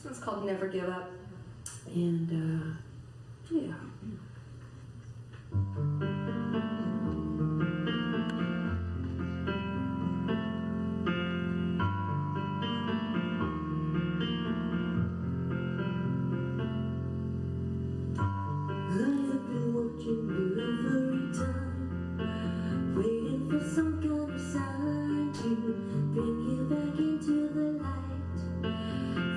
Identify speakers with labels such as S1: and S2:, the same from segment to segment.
S1: So it's called Never Give Up. And uh, yeah.
S2: I've been watching you every time, waiting for some kind of sign to bring you back into the light,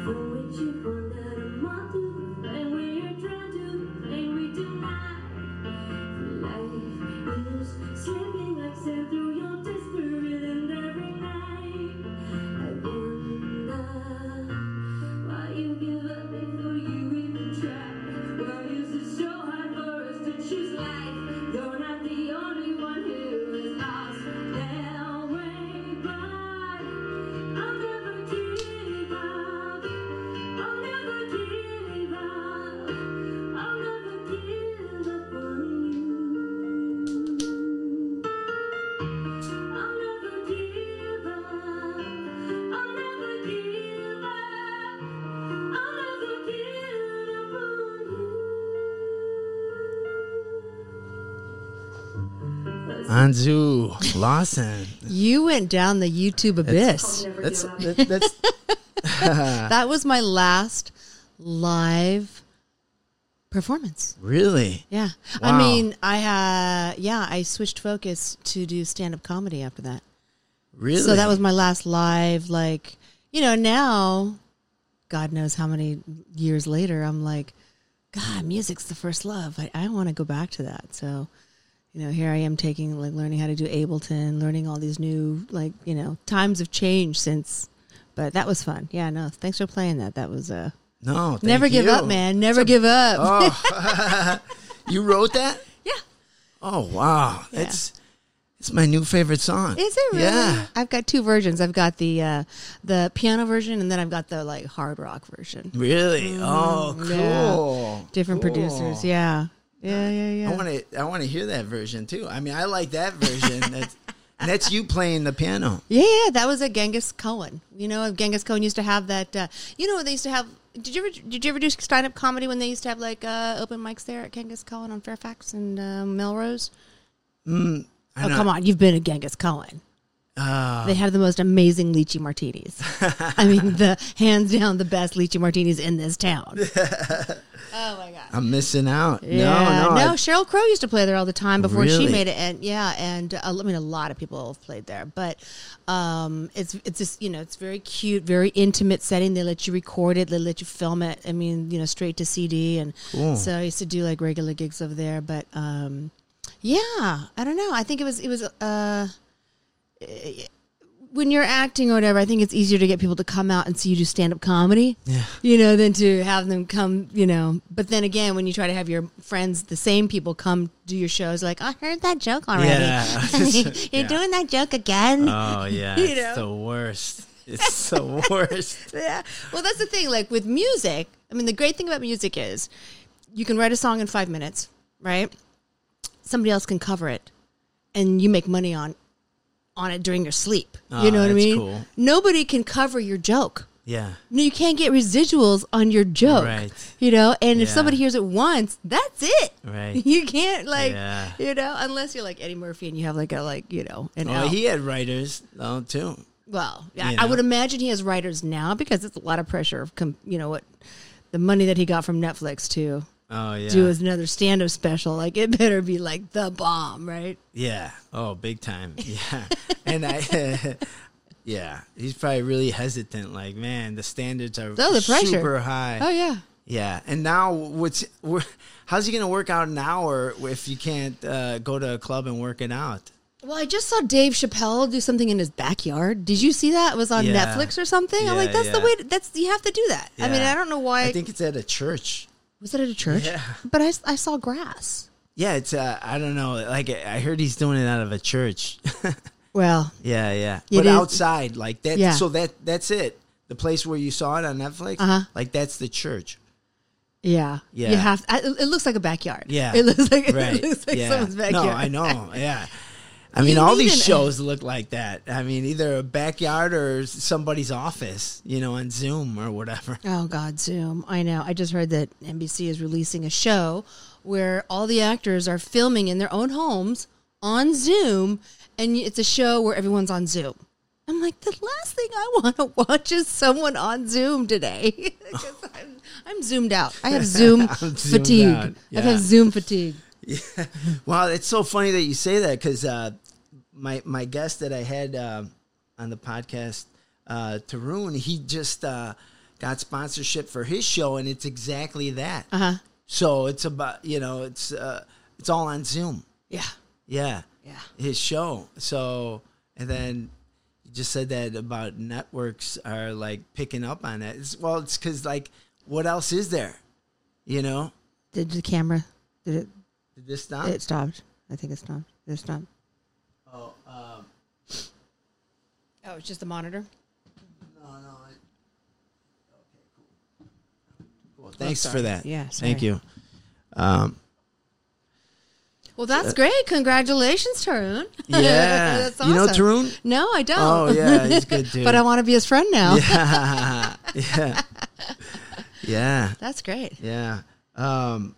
S2: from which you've run out of my do, and we are trying to, and we do not. Life is slipping like sand through your desperate and every night. I wonder. Why you give up before you even try? Why is it so hard for us to choose life? You're not the only one who is lost their way, but I'll never give up. I'll never give up. I'll never give up on you. I'll never give up. I'll never give up. I'll never give up on you.
S3: Anju Lawson.
S4: You went down the YouTube abyss.
S1: Never
S3: That's
S1: Give Up.
S3: that, that's
S4: That was my last live performance.
S3: really
S4: Yeah.
S3: Wow.
S4: I mean, I uh yeah, I switched focus to do stand-up comedy after that.
S3: really.
S4: So that was my last live like, you know, now God knows how many years later I'm like, god, music's the first love. I I want to go back to that. So you know, here I am taking like learning how to do Ableton, learning all these new like, you know, times have changed since but that was fun. Yeah, no. Thanks for playing that. That was uh
S3: no. thank
S4: Never give
S3: you. Oh,
S4: up, man. Never give up.
S3: You wrote that?
S4: Yeah.
S3: Oh wow, it's it's my new favorite song.
S4: Is it really?
S3: Yeah.
S4: I've got two versions. I've got the uh, the piano version, and then I've got the like hard rock version.
S3: Really? oh,
S4: Mm, yeah.
S3: cool.
S4: Different
S3: Cool.
S4: producers. Yeah. Yeah. Yeah. Yeah.
S3: I want to. I want to hear that version too. I mean, I like that version. that's and that's you playing the piano.
S4: yeah. Yeah. That was a Genghis Cohen. You know, Genghis Cohen used to have that. Uh, you know, they used to have. Did you ever did you ever do stand up comedy when they used to have like uh, open mics there at Genghis Cohen on Fairfax and uh, Melrose?
S3: Mm, I
S4: oh
S3: know. Uh.
S4: come on, you've been at Genghis Cohen. they have the most amazing lychee martinis. I mean, the hands down the best lychee martinis in this town. oh my god.
S3: I'm missing out.
S4: Yeah.
S3: No, no, I-
S4: Cheryl Crow used to play there all the time before
S3: Really?
S4: she made it, and yeah, and uh, I mean, a lot of people have played there, but um, it's it's just you know, it's very cute, very intimate setting. They let you record it, they let you film it. I mean, you know, straight to CD, and so I used to do like regular gigs over there, but um, yeah, I don't know. I think it was it was uh. When you're acting or whatever, I think it's easier to get people to come out and see you do stand up comedy
S3: Yeah.
S4: you know, than to have them come, you know. But then again, when you try to have your friends, the same people come do your shows, like, I heard that joke already.
S3: Yeah.
S4: You're
S3: Yeah.
S4: doing that joke again.
S3: Oh yeah,
S4: You
S3: it's
S4: know?
S3: the worst. It's the worst.
S4: yeah. Well, that's the thing. Like with music, I mean, the great thing about music is you can write a song in five minutes, right? Somebody else can cover it, and you make money on on it during your sleep.
S3: Ah,
S4: you know what I
S3: that's
S4: mean?
S3: cool.
S4: Nobody can cover your joke.
S3: Yeah.
S4: No, you can't get residuals on your joke.
S3: Right.
S4: You know, and if
S3: Yeah.
S4: somebody hears it once, that's it.
S3: Right.
S4: You can't like
S3: Yeah.
S4: you know, unless you're like Eddie Murphy and you have like a like, you know, an
S3: Well,
S4: out.
S3: he had writers though too.
S4: well, I,
S3: You
S4: I
S3: know.
S4: would imagine he has writers now because it's a lot of pressure of com- you know what the money that he got from Netflix to
S3: Oh yeah.
S4: do is another stand up special. Like it better be like the bomb, right?
S3: Yeah. Oh, big time. Yeah. and I, yeah, he's probably really hesitant. Like, man, the standards are
S4: Oh, the pressure.
S3: super high.
S4: Oh yeah.
S3: Yeah. And now, what's we're- how's he gonna work out an hour if you can't uh, go to a club and work it out?
S4: Well, I just saw Dave Chappelle do something in his backyard. Did you see that? It was on
S3: Yeah.
S4: Netflix or something. I'm
S3: Yeah,
S4: like, that's the
S3: yeah.
S4: way. To, that's you have to do that. I mean,
S3: Yeah.
S4: I don't know why.
S3: I think it's at a church.
S4: was it at a church?
S3: Yeah.
S4: But I, s- I saw grass.
S3: Yeah, it's uh, I don't know. Like I heard he's doing it out of a church.
S4: Well,
S3: yeah, yeah.
S4: It
S3: but
S4: is-
S3: outside, like that.
S4: Yeah.
S3: So that that's it. The place where you saw it on Netflix,
S4: Uh-huh.
S3: like that's the church.
S4: yeah,
S3: Yeah.
S4: You have. I, it looks like a backyard.
S3: Yeah,
S4: It looks like
S3: right.
S4: it looks like
S3: yeah.
S4: someone's backyard.
S3: No, I know. Yeah, I mean,
S4: You
S3: all
S4: need
S3: these
S4: an-
S3: shows look like that. I mean, either a backyard or somebody's office, you know, on Zoom or whatever.
S4: Oh God, Zoom! I know. I just heard that NBC is releasing a show where all the actors are filming in their own homes on Zoom, and it's a show where everyone's on Zoom. I'm like, the last thing I want to watch is someone on Zoom today. 'Cause I'm, I'm zoomed out. I have Zoom
S3: zoomed out,
S4: fatigue. I
S3: yeah.
S4: have Zoom fatigue.
S3: Wow, it's so funny that you say that because uh, my my guest that I had uh, on the podcast, uh, Tarun, he just uh, got sponsorship for his show, and it's exactly that.
S4: Uh huh.
S3: So it's about you know it's uh, it's all on Zoom.
S4: Yeah.
S3: Yeah,
S4: Yeah.
S3: his show. So and then you just said that about networks are like picking up on that. It's, well, it's because like what else is there? You know,
S4: Did the camera? Did it?
S3: did this stop?
S4: It stopped. I think it stopped. It stopped.
S3: oh, um,
S4: Oh, it's just the monitor.
S3: No, no. I- Okay, cool. Well, thanks for that.
S4: Yeah,
S3: Thank
S4: sorry.
S3: you. Um,
S4: Well, that's great. Congratulations, Tarun.
S3: Yeah.
S4: That's
S3: You know
S4: awesome.
S3: Tarun?
S4: No, I don't.
S3: Oh, yeah, he's a good dude.
S4: but I want to be his friend now.
S3: yeah. Yeah. Yeah.
S4: That's great.
S3: Yeah. Um,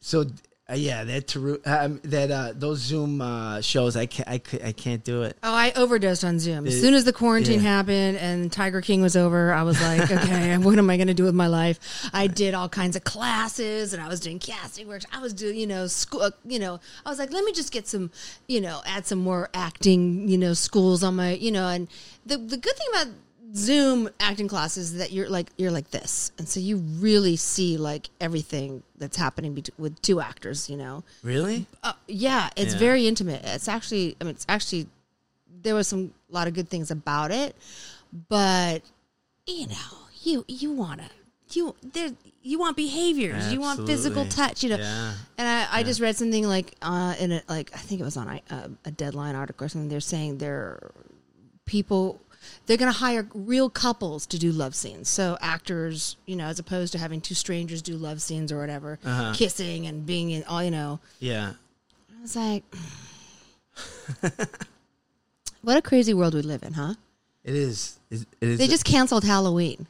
S3: so uh, yeah, that Taru- um, that uh, those Zoom uh, shows, I can't, I, c- I can't do it.
S4: Oh, I overdosed on Zoom. As
S3: It-
S4: soon as the quarantine
S3: yeah.
S4: happened and Tiger King was over, I was like, okay, what am I going to do with my life? I did all kinds of classes and I was doing casting works. I was doing, you know, school, uh, you know, I was like, let me just get some, you know, add some more acting, you know, schools on my, you know, and the, the good thing about Zoom acting classes is that you're like, you're like this. And so you really see like everything that's happening bet- with two actors, you know?
S3: Really?
S4: Uh, yeah, it's
S3: Yeah.
S4: very intimate. It's actually, I mean, it's actually there was some lot of good things about it, but you know, you you want to you there you want behaviors, you want physical
S3: Absolutely.
S4: touch, you know.
S3: Yeah.
S4: And I, I just read something like uh, in a, like I think it was on a, a deadline article or something. They're saying they're people they're going to hire real couples to do love scenes so actors you know as opposed to having two strangers do love scenes or whatever
S3: Uh-huh.
S4: kissing and being in all you know
S3: Yeah.
S4: I was like, what a crazy world we live in, huh?
S3: It is. It, it is.
S4: They just canceled Halloween.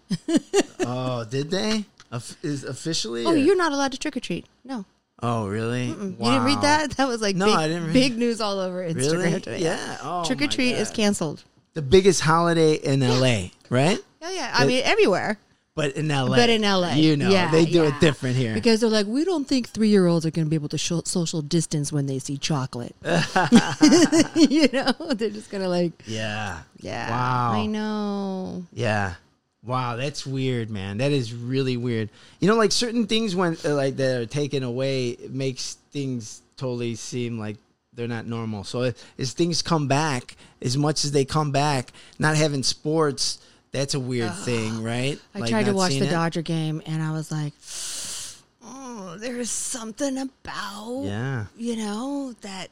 S3: oh, did they? Of, is officially?
S4: Oh,
S3: or-
S4: you're not allowed to trick or treat. No.
S3: Oh, really?
S4: You didn't
S3: Wow.
S4: read that? That was like
S3: No,
S4: big,
S3: I didn't read
S4: big news all over Instagram
S3: Really?
S4: today.
S3: Yeah. Oh,
S4: trick or
S3: my
S4: treat is
S3: God.
S4: canceled.
S3: the biggest holiday in LA, right?
S4: Oh, yeah. I
S3: It-
S4: mean, everywhere.
S3: But in LA.
S4: But in LA.
S3: You know,
S4: Yeah,
S3: they do
S4: yeah.
S3: it different here.
S4: Because they're like, we don't think three year olds are going to be able to sho- social distance when they see chocolate. you know, they're just going to like,
S3: yeah.
S4: yeah.
S3: Wow.
S4: I know.
S3: Yeah. Wow, that's weird, man. That is really weird. You know, like certain things when uh, like that are taken away it makes things totally seem like they're not normal. So a- as things come back, as much as they come back, not having sports, that's a weird thing, right?
S4: I
S3: Like,
S4: tried to
S3: not
S4: watch
S3: seeing
S4: the
S3: it?
S4: Dodger game and I was like, oh, there's something about,
S3: Yeah,
S4: you know, that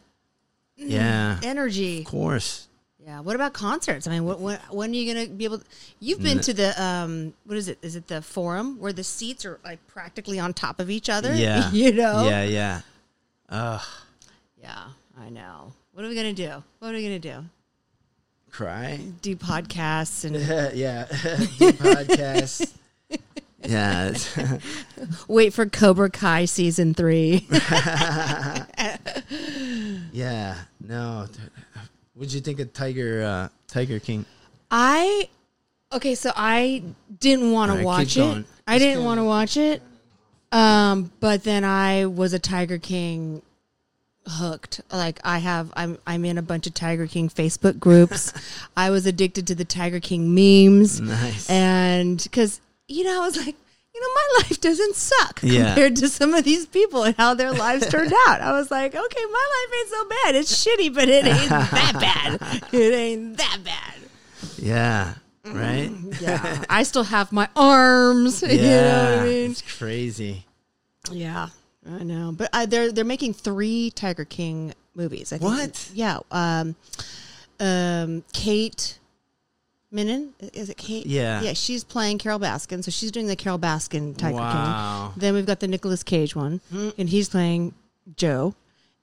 S4: Mm.
S3: yeah,
S4: energy.
S3: of course.
S4: Yeah. What about concerts? I mean, what, what, when are you going to be able You've
S3: Mm.
S4: been to the, um, what is it? Is it the forum where the seats are like practically on top of each other?
S3: Yeah,
S4: you know?
S3: Yeah, yeah.
S4: Yeah, I know. What are we going to do? What are we going to do?
S3: Cry.
S4: Do podcasts and
S3: yeah, Do podcasts. yeah, it's-
S4: wait for Cobra Kai season three.
S3: yeah. No, what'd you think of Tiger? Uh, Tiger King.
S4: I okay, so I didn't want
S3: All right,
S4: to
S3: keep
S4: watch
S3: going.
S4: it. I didn't want to watch it. Um, but then I was a Tiger King hooked. Like I have I'm I'm in a bunch of Tiger King Facebook groups. I was addicted to the Tiger King memes.
S3: Nice.
S4: And cuz you know, I was like, you know, my life doesn't suck
S3: Yeah.
S4: compared to some of these people and how their lives turned out. I was like, okay, my life ain't so bad. It's shitty, but it ain't that bad. It ain't that bad.
S3: Yeah. Right?
S4: Yeah, I still have my arms.
S3: Yeah.
S4: You know what I mean?
S3: It's crazy.
S4: Yeah, I know. But I, they're they're making three Tiger King movies. I think.
S3: What?
S4: Yeah. Um, um, Kate Minnan is it Kate?
S3: Yeah.
S4: Yeah, she's playing Carol Baskin, so she's doing the Carol Baskin Tiger
S3: Wow. Hmm.
S4: King. Then we've got the Nicolas Cage one, and he's playing Joe.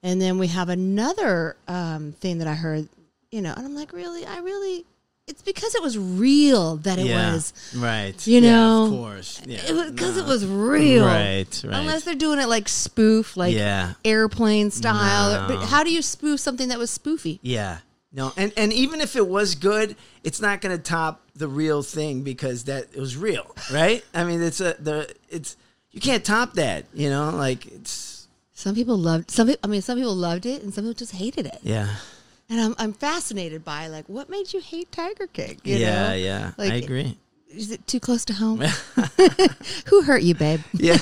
S4: And then we have another um, thing that I heard, you know, and I'm like, really? I really. It's because it was real that it
S3: yeah.
S4: was.
S3: right.
S4: you
S3: Yeah,
S4: know,
S3: of course. Yeah.
S4: Because it,
S3: No.
S4: was real.
S3: Right, right.
S4: Unless they're doing it like spoof, like
S3: Yeah.
S4: airplane
S3: No.
S4: style. But how do you spoof something that was spoofy?
S3: Yeah. No, and, and even if it was good, it's not going to top the real thing because that it was real, right? I mean, it's a the it's you can't top that, you know. Like it's
S4: Some people loved some. peop- I mean, some people loved it, and some people just hated it.
S3: yeah,
S4: And I'm I'm fascinated by like what made you hate Tiger King? you
S3: yeah,
S4: know?
S3: yeah.
S4: Like,
S3: I agree.
S4: Is it too close to home? Who hurt you, babe?
S3: Yeah,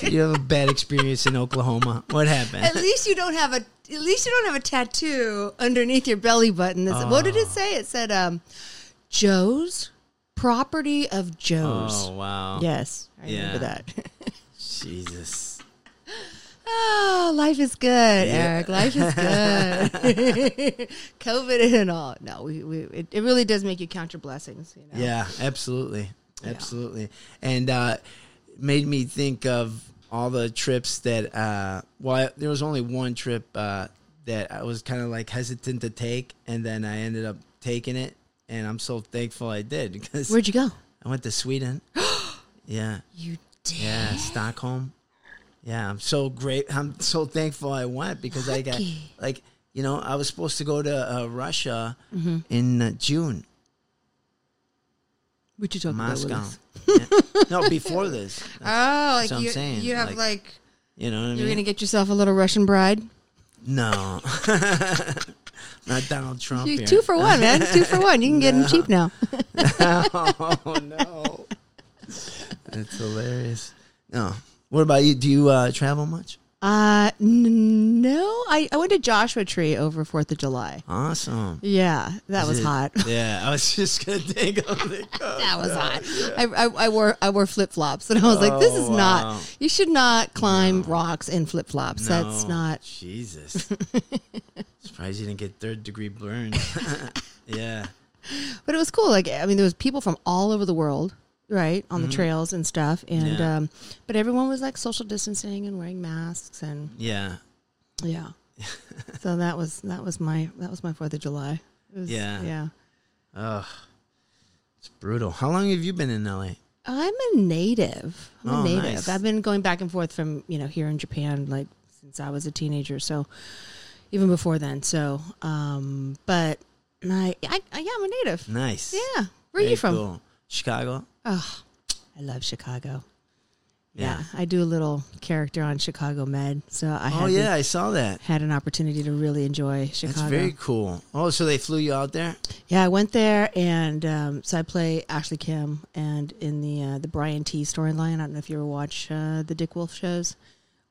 S3: Did you have a bad experience in Oklahoma? What happened?
S4: At least you don't have a. At least you don't have a tattoo underneath your belly button. That's, What
S3: Oh.
S4: did it say? It said, um, "Joe's property of Joe's."
S3: Oh wow!
S4: Yes, I
S3: Yeah.
S4: remember that.
S3: Jesus.
S4: Oh, life is good, Eric. Life is good. COVID and all. No, we, we it, it really does make you count your blessings. You know?
S3: Yeah, absolutely, absolutely, and uh, made me think of all the trips that. Uh, well, I, there was only one trip uh, that I was kind of like hesitant to take, and then I ended up taking it, and I'm so thankful I did because
S4: Where'd you go?
S3: I went to Sweden. yeah,
S4: You did.
S3: yeah, Stockholm. Yeah, I'm so great. I'm so thankful I went because I got
S4: Lucky.
S3: like you know I was supposed to go to uh, Russia
S4: Mm-hmm.
S3: in uh, June.
S4: Would you talk
S3: Moscow.
S4: about? Willis?
S3: Yeah. No, before this.
S4: Oh, like
S3: That's what I'm
S4: you,
S3: saying,
S4: you have like,
S3: like, You know what I
S4: you're
S3: mean?
S4: gonna get yourself a little Russian bride.
S3: no. Not Donald Trump.
S4: You,
S3: here.
S4: two for one, man. two for one. You can get them cheap now.
S3: oh, no. That's hilarious. No. What about you? Do you uh, travel much?
S4: Uh, n- no, I, I went to Joshua Tree over Fourth of July.
S3: Awesome.
S4: Yeah, that was
S3: Is it-
S4: hot.
S3: Yeah, I was just going to think of it.
S4: that was hot. I, I, I wore I wore flip flops, and I was like, "This
S3: Oh,
S4: is
S3: wow.
S4: not. You should not climb rocks in flip flops. That's
S3: No,
S4: not.
S3: Jesus. Surprised you didn't get third degree burns. yeah.
S4: But it was cool. Like I mean, there was people from all over the world, right, on the trails and stuff. And
S3: Mm-hmm. Yeah.
S4: um, but everyone was like social distancing and wearing masks, and
S3: Yeah.
S4: yeah. so that was that was my that was my Fourth of July. It was-
S3: Yeah.
S4: yeah.
S3: Ugh. It's brutal. How long have you been in LA?
S4: I'm a native. I'm
S3: Oh,
S4: a native.
S3: nice.
S4: I've been going back and forth from, you know, here in Japan like since I was a teenager. So even before then. So, um, but I, I, I yeah, I'm a native.
S3: Nice.
S4: Yeah. Where are you
S3: Very
S4: from?
S3: cool. Chicago.
S4: Oh, I love Chicago. Yeah.
S3: Yeah.
S4: I do a little character on Chicago Med. So I
S3: Oh
S4: had, the-
S3: yeah, I saw that.
S4: had an opportunity to really enjoy Chicago.
S3: That's very cool. Oh, so they flew you out there?
S4: Yeah, I went there, and um, so I play Ashley Kim, and in the uh, the Brian T storyline. I don't know if you ever watch uh, the Dick Wolf shows,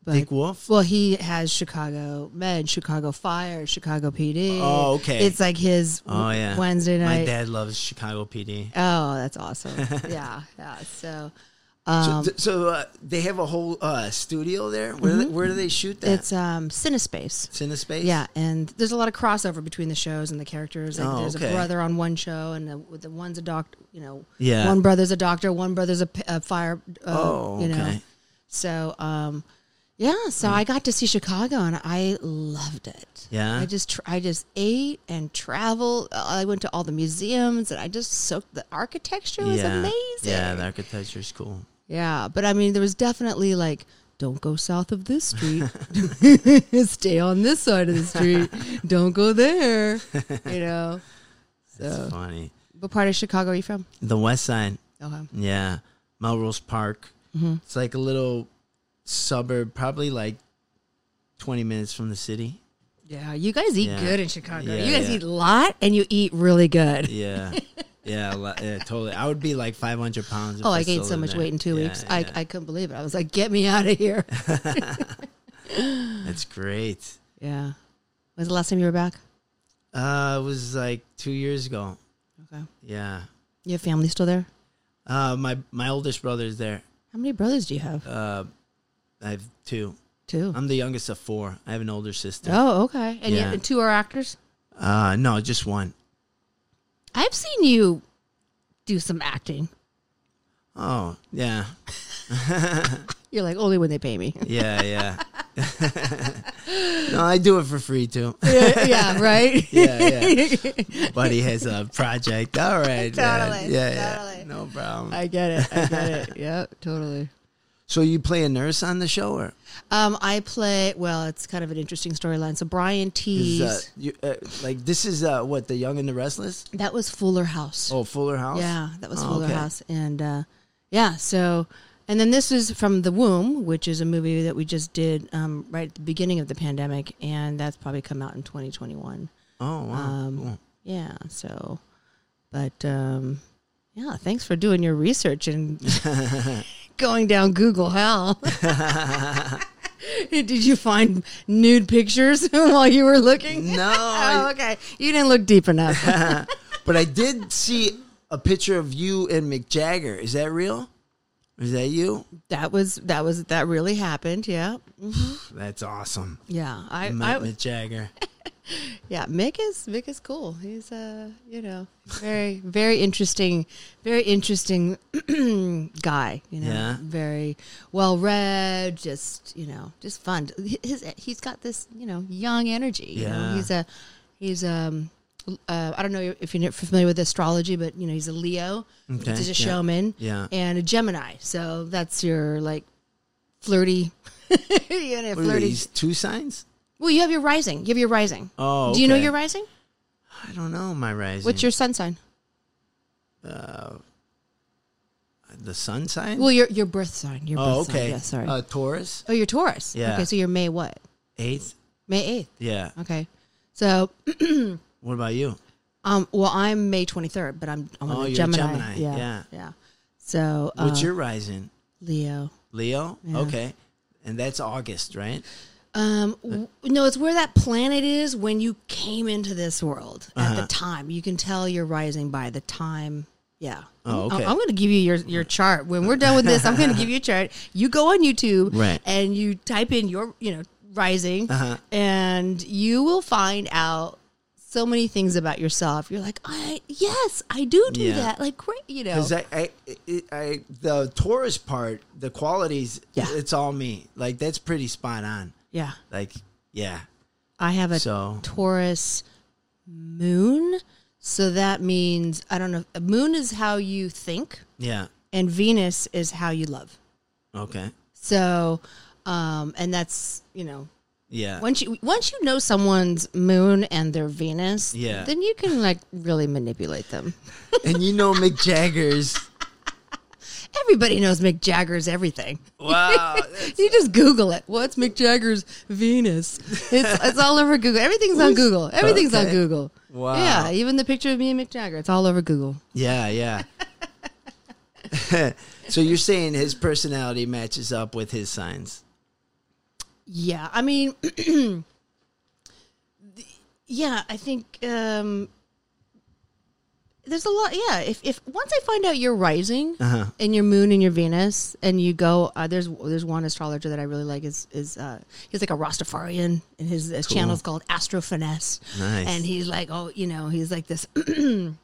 S4: but
S3: Dick Wolf?
S4: well, he has Chicago Med, Chicago Fire, Chicago PD.
S3: Oh, okay.
S4: It's like his
S3: Oh yeah.
S4: Wednesday night.
S3: My dad loves Chicago PD.
S4: Oh, that's awesome. yeah, yeah. So Um,
S3: so th- so uh, they have a whole uh, studio there. Where do they, where do they shoot that?
S4: Mm-hmm. it's um, Cinespace.
S3: it's in a space.
S4: Yeah, and there's a lot of crossover between the shows and the characters. Like
S3: Oh,
S4: there's
S3: okay.
S4: a brother on one show, and the, with the one's a doctor. You know,
S3: Yeah.
S4: One brother's a doctor, one brother's a, p- a fire. Uh,
S3: Oh,
S4: you know.
S3: okay.
S4: So, um, yeah. So I got to see Chicago, and I loved it.
S3: Yeah?
S4: I just tr- I just ate and traveled. Uh, I went to all the museums, and I just soaked. The architecture was
S3: yeah.
S4: amazing.
S3: Yeah, the architecture's cool.
S4: Yeah, but I mean, there was definitely like, don't go south of this street. Stay on this side of the street. don't go there. You know.
S3: It's
S4: So,
S3: funny.
S4: what part of Chicago are you from?
S3: The West Side.
S4: Okay.
S3: Yeah, Melrose Park.
S4: Mm-hmm.
S3: It's like a little suburb, probably like twenty minutes from the city.
S4: Yeah, you guys eat
S3: Yeah.
S4: good in Chicago.
S3: Yeah,
S4: you guys
S3: yeah.
S4: eat a lot, and you eat really good.
S3: Yeah. Yeah, li- yeah, totally. I would be like 500 pounds. if
S4: Oh, I
S3: still
S4: gained so
S3: lived
S4: much
S3: there.
S4: weight in two
S3: Yeah,
S4: weeks. I,
S3: yeah.
S4: I couldn't believe it. I was like, get me out of here.
S3: That's great.
S4: yeah. When's the last time you were back?
S3: Uh, it was like two years ago.
S4: Okay.
S3: Yeah.
S4: Your family still there?
S3: Uh, my my oldest brother's there.
S4: How many brothers do you have?
S3: Uh, I have two.
S4: two.
S3: I'm the youngest of four. I have an older sister.
S4: oh, okay. And,
S3: Yeah.
S4: you, and two are actors?
S3: Uh, no, just one.
S4: I've seen you do some acting.
S3: Oh, yeah,
S4: You're like, only when they pay me.
S3: yeah, yeah. No, I do it for free too.
S4: yeah, yeah, right?
S3: Yeah, Buddy has a project. All right. man.
S4: Totally,
S3: Yeah, yeah.
S4: totally.
S3: No problem.
S4: I get it. I get it. Yeah, totally.
S3: so you play a nurse on the show, or
S4: Um, I play, well, it's kind of an interesting storyline. So Brian
S3: is,
S4: T's,
S3: uh, you, uh, like this is uh, what the Young and the Restless?
S4: that was Fuller House.
S3: Oh, Fuller House.
S4: Yeah, that was
S3: Oh,
S4: Fuller
S3: okay.
S4: House, and uh, yeah, so and then this is from The Womb, which is a movie that we just did um, right at the beginning of the pandemic, and that's probably come out in 2021.
S3: Oh wow.
S4: Um,
S3: cool.
S4: Yeah, so, but um, yeah, thanks for doing your research and going down Google hell. Did you find nude pictures while you were looking?
S3: No,
S4: Oh,
S3: I-
S4: okay. You didn't look deep enough. Oh.
S3: But I did see a picture of you and Mick Jagger. Is that real? Is that you?
S4: that was that was that really happened. Yeah.
S3: That's awesome.
S4: Yeah, I,
S3: I
S4: I
S3: met Mick Jagger.
S4: yeah, Mick is Mick is cool. He's uh, you know, very very interesting, very interesting guy. You know,
S3: Yeah.
S4: very well read. Just you know, just fun. His he's got this you know young energy. You know?
S3: Yeah.
S4: he's a he's um. Uh, I don't know if you're familiar with astrology, but you know he's a Leo.
S3: Okay,
S4: He's a
S3: yeah,
S4: showman
S3: yeah.
S4: and a Gemini. So that's your like flirty, you know,
S3: What are
S4: flirty.
S3: these two signs?
S4: Well, you have your rising. You have your rising.
S3: Oh,
S4: do you know
S3: okay.
S4: your rising?
S3: I don't know. My rising.
S4: What's your sun sign?
S3: the sun sign?
S4: Well, your your birth sign. Your
S3: oh,
S4: birth sign.
S3: okay.
S4: Yeah, sorry.
S3: Uh, Taurus
S4: oh, you're Taurus.
S3: yeah.
S4: Okay, so you're May what?
S3: eighth.
S4: May eighth.
S3: Yeah.
S4: Okay. So,
S3: What about you?
S4: um, well, I'm May twenty third, but I'm I'm
S3: Oh,
S4: a
S3: you're a
S4: Gemini.
S3: Gemini,
S4: Yeah,
S3: yeah.
S4: So, uh,
S3: What's your rising?
S4: Leo?
S3: Leo. Okay. And that's August, right?
S4: Um,
S3: Uh,
S4: w- no, it's where that planet is when you came into this world at
S3: Uh-huh.
S4: the time. You can tell you're rising by the time. Yeah.
S3: Oh,
S4: I-
S3: okay.
S4: I'm going to give you your, your chart. When we're done with this, I'm going to give you a chart. You go on YouTube
S3: Right. Uh-huh.
S4: and you type in your, you know, rising and you will find out so many things about yourself. You're like, I, yes, I do do
S3: Yeah.
S4: that. Like, great, you know.
S3: Because I, I, it- I, the Taurus part, the qualities,
S4: Yeah.
S3: it's all me. Like that's pretty spot on.
S4: yeah.
S3: Like, yeah.
S4: I have a
S3: So-
S4: Taurus moon. So that means, I don't know, moon is how you think,
S3: Yeah.
S4: and Venus is how you love.
S3: Okay.
S4: So, um, and that's, you know,
S3: Yeah.
S4: once you once you know someone's moon and their Venus,
S3: Yeah.
S4: then you can like really manipulate them.
S3: and you know Mick Jagger's.
S4: Everybody knows Mick Jagger's everything.
S3: Wow.
S4: You just Google it. What's Mick Jagger's Venus? It's it's all over Google. Everything's on Google. Everything's on
S3: Okay.
S4: Google.
S3: Wow.
S4: Yeah, even the picture of me and Mick Jagger. It's all over Google.
S3: yeah. Yeah. so you're saying his personality matches up with his signs.
S4: Yeah, I mean, the- yeah, I think um, there's a lot. Yeah, if, if once I find out you're rising and your moon and your Venus, and you go, uh, there's there's one astrologer that I really like is is uh, he's like a Rastafarian, and his, his channel's called Astro Finesse,
S3: Nice.
S4: and he's like, oh, you know, he's like this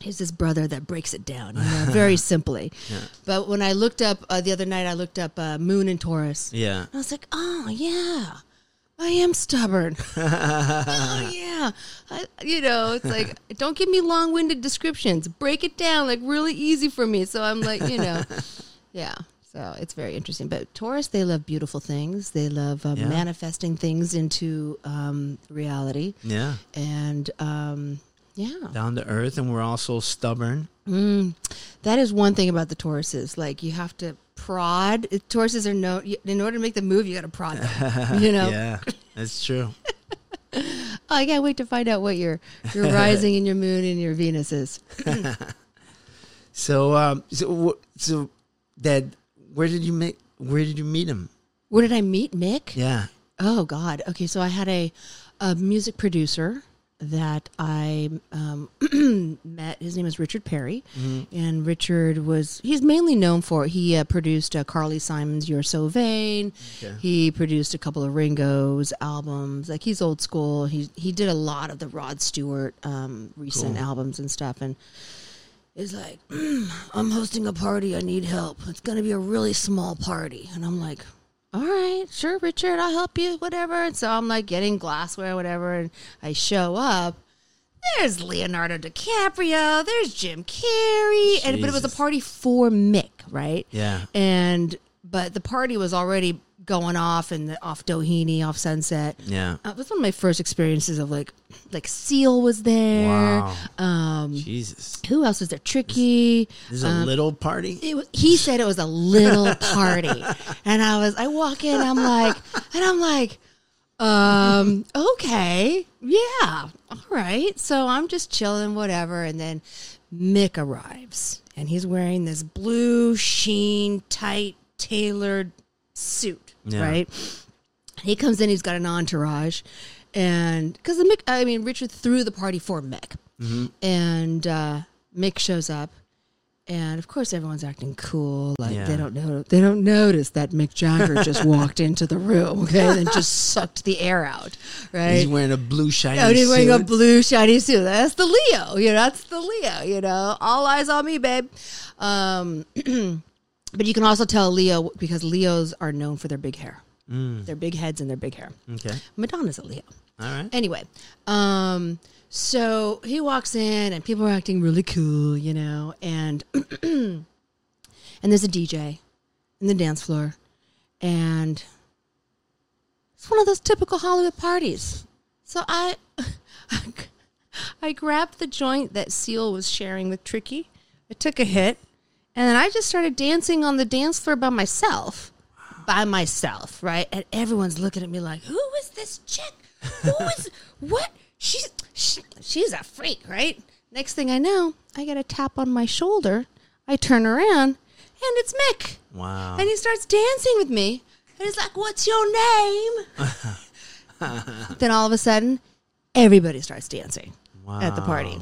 S4: he's this brother that breaks it down you know, very simply. But when I looked up uh, the other night, I looked up uh, Moon and Taurus.
S3: Yeah.
S4: I was like, oh yeah, I am stubborn. oh yeah, I, you know, it's like don't give me long-winded descriptions. Break it down like really easy for me. So I'm like, you know, yeah. So it's very interesting. But Taurus, they love beautiful things. They love uh,
S3: Yeah.
S4: manifesting things into um, reality.
S3: Yeah.
S4: And um, yeah,
S3: Down to earth, and we're all so stubborn.
S4: that is one thing about the Tauruses. Like you have to prod. Tauruses are no. In order to make the move, you got to prod them. You know.
S3: Yeah. That's true.
S4: Oh, I can't wait to find out what your your rising and your moon and your Venus is.
S3: So, um, so, wh- so, Dad, where did you meet? Where did you meet him?
S4: Where did I meet Mick?
S3: Yeah.
S4: Oh God. Okay, so I had a, a music producer that I um, met. His name is Richard Perry, and Richard was he's mainly known for he uh, produced uh, Carly Simon's "You're So Vain." He produced a couple of Ringo's albums. Like he's old school. He he did a lot of the Rod Stewart um, recent albums and stuff, and. Is like, "Mm, I'm hosting a party. I need help. It's going to be a really small party. And I'm like, all right, sure, Richard, I'll help you, whatever. And so I'm like getting glassware, whatever, and I show up. There's Leonardo DiCaprio, there's Jim Carrey, and but it was a
S3: Jesus.
S4: party for Mick, right?
S3: Yeah.
S4: And but the party was already going off and off Doheny, off Sunset.
S3: Yeah.
S4: Uh, it was one of my first experiences of like, like Seal was there.
S3: Wow.
S4: Um,
S3: Jesus.
S4: who else was there? Tricky.
S3: This is a
S4: Um,
S3: little party.
S4: It was, he said it was a little party, and I was I walk in, I'm like, and I'm like, um, okay, yeah, all right. So I'm just chilling, whatever, and then Mick arrives, and he's wearing this blue sheen tight tailored suit,
S3: Yeah.
S4: right? He comes in, he's got an entourage, and because the Mick, I mean Richard threw the party for Mick, and uh, Mick shows up, and of course everyone's acting cool, like
S3: Yeah.
S4: they don't know they don't notice that Mick Jagger just walked into the room, okay, and just sucked the air out, right?
S3: He's wearing a blue shiny
S4: Oh, he's wearing a
S3: suit.
S4: blue shiny suit. That's the Leo. You know, that's the Leo. You know, all eyes on me, babe. Um, but you can also tell Leo because Leos are known for their big hair,
S3: Mm.
S4: their big heads, and their big hair.
S3: Okay.
S4: Madonna's a Leo.
S3: All right.
S4: Anyway, um, so he walks in and people are acting really cool, you know, and and there's a DJ in the dance floor, and it's one of those typical Hollywood parties. So I I grabbed the joint that Seal was sharing with Tricky. I took a hit, and then I just started dancing on the dance floor by myself. By myself, right? And everyone's looking at me like, "Who is this chick? Who is what? She's she, she's a freak, right?" Next thing I know, I get a tap on my shoulder. I turn around, and it's Mick.
S3: Wow.
S4: And he starts dancing with me. And he's like, What's your name? then all of a sudden, everybody starts dancing at the party.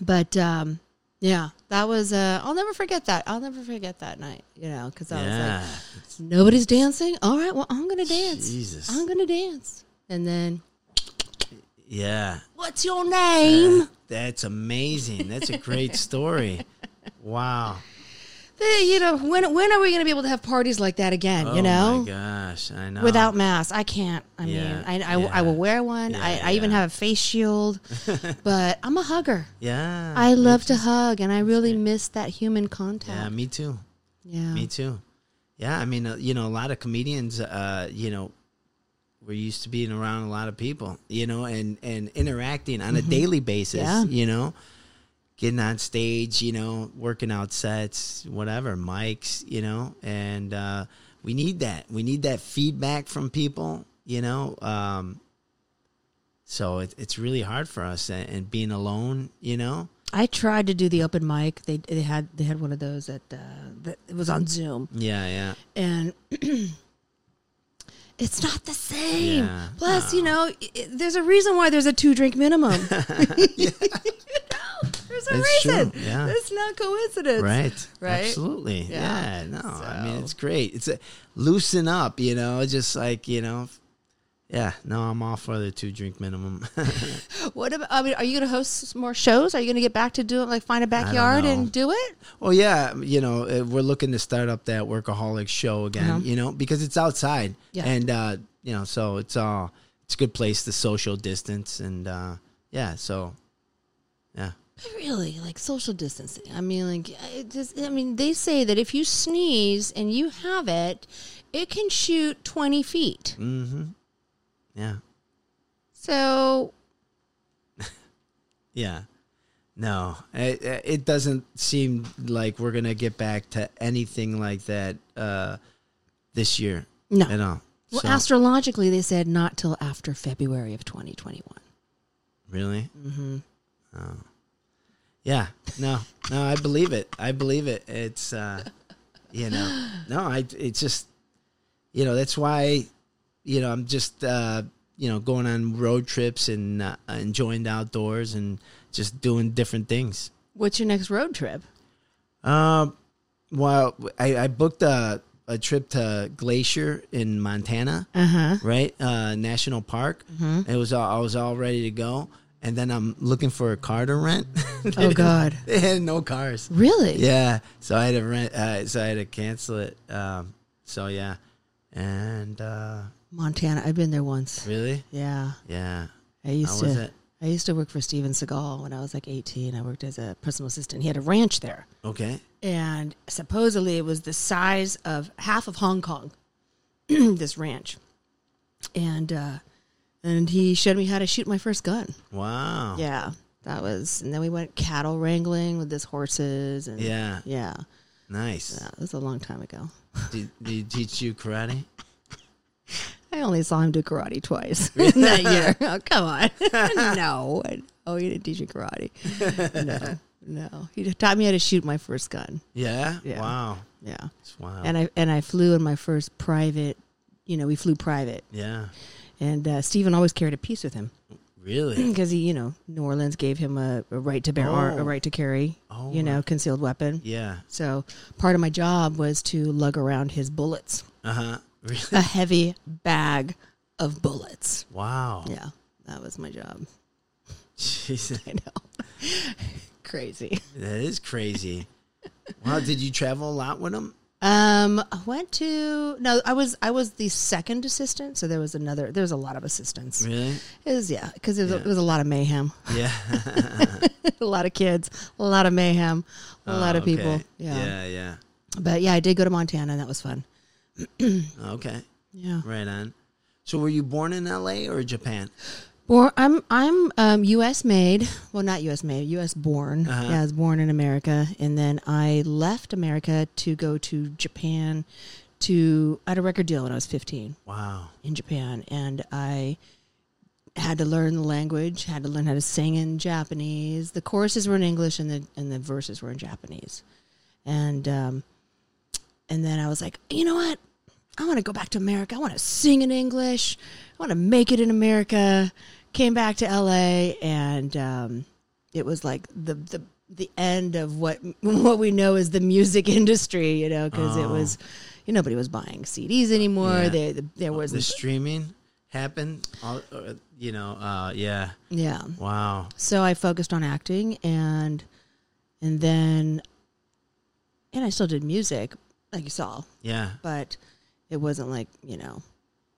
S4: But um, yeah, that was, uh, I'll never forget that. I'll never forget that night, you know, because I
S3: Yeah.
S4: was like, Nobody's dancing. All right, well, I'm going to dance.
S3: Jesus.
S4: I'm going to dance. And then,
S3: Yeah.
S4: What's your name?
S3: That's amazing. That's a great story. Wow.
S4: Hey, You know, when, when are we going to be able to have parties like that again,
S3: Oh
S4: you know?
S3: my gosh. I know.
S4: without masks. I can't. I
S3: Oh. Yeah,
S4: mean, I, I, I will wear one. I,
S3: Yeah,
S4: I even
S3: yeah.
S4: have a face shield, but I'm a hugger.
S3: Yeah.
S4: I love to hug, and I really miss that human
S3: Yeah,
S4: contact.
S3: me too.
S4: Yeah.
S3: Me too. Yeah, I mean, uh, you know, a lot of comedians, uh, you know, we're used to being around a lot of people, you know, and and interacting on a daily basis,
S4: Yeah.
S3: you know, getting on stage, you know, working out sets, whatever, mics, you know, and uh, we need that. We need that feedback from people, you know. Um, so it, it's really hard for us, and, and being alone, you know.
S4: I tried to do the open mic. They they had they had one of those at uh, that it was on Zoom,
S3: Yeah, yeah.
S4: and it's not the same.
S3: Yeah. Oh.
S4: Plus, you know, i i- there's a reason why there's a two drink minimum. You know, There's a
S3: That's true.
S4: reason.
S3: Yeah.
S4: It's not coincidence.
S3: right
S4: right?
S3: absolutely yeah,
S4: Yeah.
S3: no i mean
S4: So-
S3: it's great it's a, loosen up you know just like you know yeah no i'm all for the two drink minimum
S4: What about? I mean, are you going to host s- more shows? Are you going to get back to doing like find a backyard
S3: know.
S4: and do it?
S3: oh yeah you know uh, we're looking to start up that workaholic show again
S4: Uh-huh.
S3: you know because it's outside
S4: Yeah.
S3: and uh you know so it's all it's a good place to social distance and uh yeah so yeah
S4: But really, like social distancing. I mean, like it just. I mean, they say that if you sneeze and you have it, it can shoot twenty feet.
S3: mm-hmm yeah
S4: So
S3: Yeah. No, it, it doesn't seem like we're going to get back to anything like that uh, this year
S4: no.
S3: at all.
S4: Well,
S3: So-
S4: astrologically, they said not till after February of twenty twenty one.
S3: really? Mm-hmm. Oh. Yeah. No, no, I believe it. I believe it. It's, uh, you know, no, I, it's just, you know, that's why, you know, I'm just, uh, you know, going on road trips and uh, enjoying the outdoors and just doing different things.
S4: What's your next road trip?
S3: Um, well, I, I booked a, a trip to Glacier in Montana,
S4: Uh huh.
S3: right? Uh, National Park.
S4: Mm-hmm.
S3: It was all, I was all ready to go, and then I'm looking for a car to rent.
S4: Oh God,
S3: they had no cars.
S4: really?
S3: Yeah, so I had to rent. Uh, so I had to cancel it. Um, so yeah, And uh,
S4: Montana. I've been there once.
S3: really,
S4: Yeah,
S3: yeah.
S4: I used
S3: How
S4: to.
S3: was it?
S4: I used to work for Steven Seagal when I was like 18. I worked as a personal assistant. He had a ranch there,
S3: Okay.
S4: and supposedly it was the size of half of Hong Kong. this ranch, and uh, and he showed me how to shoot my first gun.
S3: Wow.
S4: Yeah, that was. And then we went cattle wrangling with his horses, and
S3: Yeah.
S4: yeah,
S3: Nice.
S4: that was a long time ago.
S3: Did, did he teach you karate?
S4: I only saw him do karate twice in that year. Oh, come on. no. Oh, he didn't teach me karate. No, no. He taught me how to shoot my first gun.
S3: Yeah.
S4: Yeah.
S3: Wow.
S4: Yeah.
S3: It's wow.
S4: And I and I flew in my first private, you know, we flew private.
S3: yeah.
S4: And uh, Stephen always carried a piece with him
S3: Really.
S4: because he, you know, New Orleans gave him a, a right to bear, ar-
S3: Oh.
S4: a right to carry,
S3: Oh,
S4: you know, concealed weapon.
S3: yeah.
S4: So part of my job was to lug around his bullets,
S3: Uh huh. Really.
S4: a heavy bag of bullets.
S3: Wow.
S4: Yeah, that was my job.
S3: Jesus.
S4: I know. Crazy.
S3: That is crazy. wow. Did you travel a lot with him?
S4: Um, I went to no, I was I was the second assistant, so there was another. There was a lot of assistants.
S3: Really?
S4: It was yeah, because it, was-
S3: Yeah.
S4: it was a lot of mayhem,
S3: Yeah.
S4: a lot of kids, a lot of mayhem, a lot of
S3: Ah, Okay.
S4: people. Yeah.
S3: Yeah. Yeah.
S4: but yeah, I did go to Montana. and That was fun.
S3: Okay.
S4: Yeah,
S3: Right on. So were you born in L.A. or Japan?
S4: Bor I'm I'm um, U.S. made. Well, not U.S. made. U.S. born.
S3: Uh-huh.
S4: Yeah, I was born in America, and then I left America to go to Japan. To I had a record deal when I was 15.
S3: Wow.
S4: in Japan, and I had to learn the language, had to learn how to sing in Japanese. The choruses were in English, and the and the verses were in Japanese, and um, and then I was like, you know what? I want to go back to America. I want to sing in English. I want to make it in America. Came back to LA, and um, it was like the the the end of what what we know is the music industry, you know, because it
S3: Oh.
S4: was, you know, nobody was buying CDs anymore.
S3: Yeah.
S4: They, there was
S3: The streaming happened. All, uh, you know. Uh, yeah.
S4: Yeah.
S3: Wow.
S4: So I focused on acting and and then and I still did music, like you saw,
S3: Yeah.
S4: but it wasn't like, you know,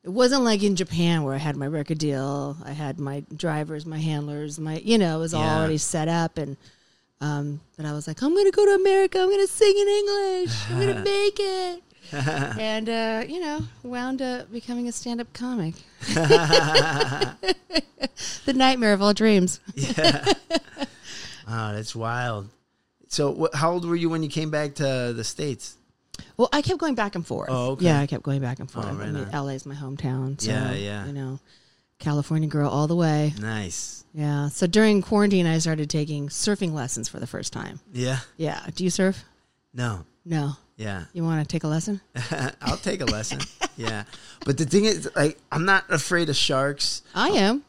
S4: it wasn't like in Japan where I had my record deal, I had my drivers, my handlers, my you know, it was all
S3: Yeah.
S4: already set up and um but I was like, I'm gonna go to America, I'm gonna sing in English, I'm gonna make it and uh, you know, wound up becoming a stand up comic. the nightmare of all dreams.
S3: Wow. That's wild. So wh- how old were you when you came back to the states?
S4: Well, I kept going back and forth.
S3: Oh, okay. Oh,
S4: Yeah, I kept going back and forth.
S3: right
S4: I mean,
S3: on.
S4: LA is my hometown. So,
S3: Yeah, yeah.
S4: You know, California girl all the way.
S3: Nice.
S4: Yeah. So during quarantine, I started taking surfing lessons for the first time.
S3: Yeah.
S4: Yeah. Do you surf?
S3: No.
S4: No.
S3: Yeah.
S4: You want to take a lesson?
S3: I'll take a lesson. yeah. But the thing is, like, I'm not afraid of sharks.
S4: I am.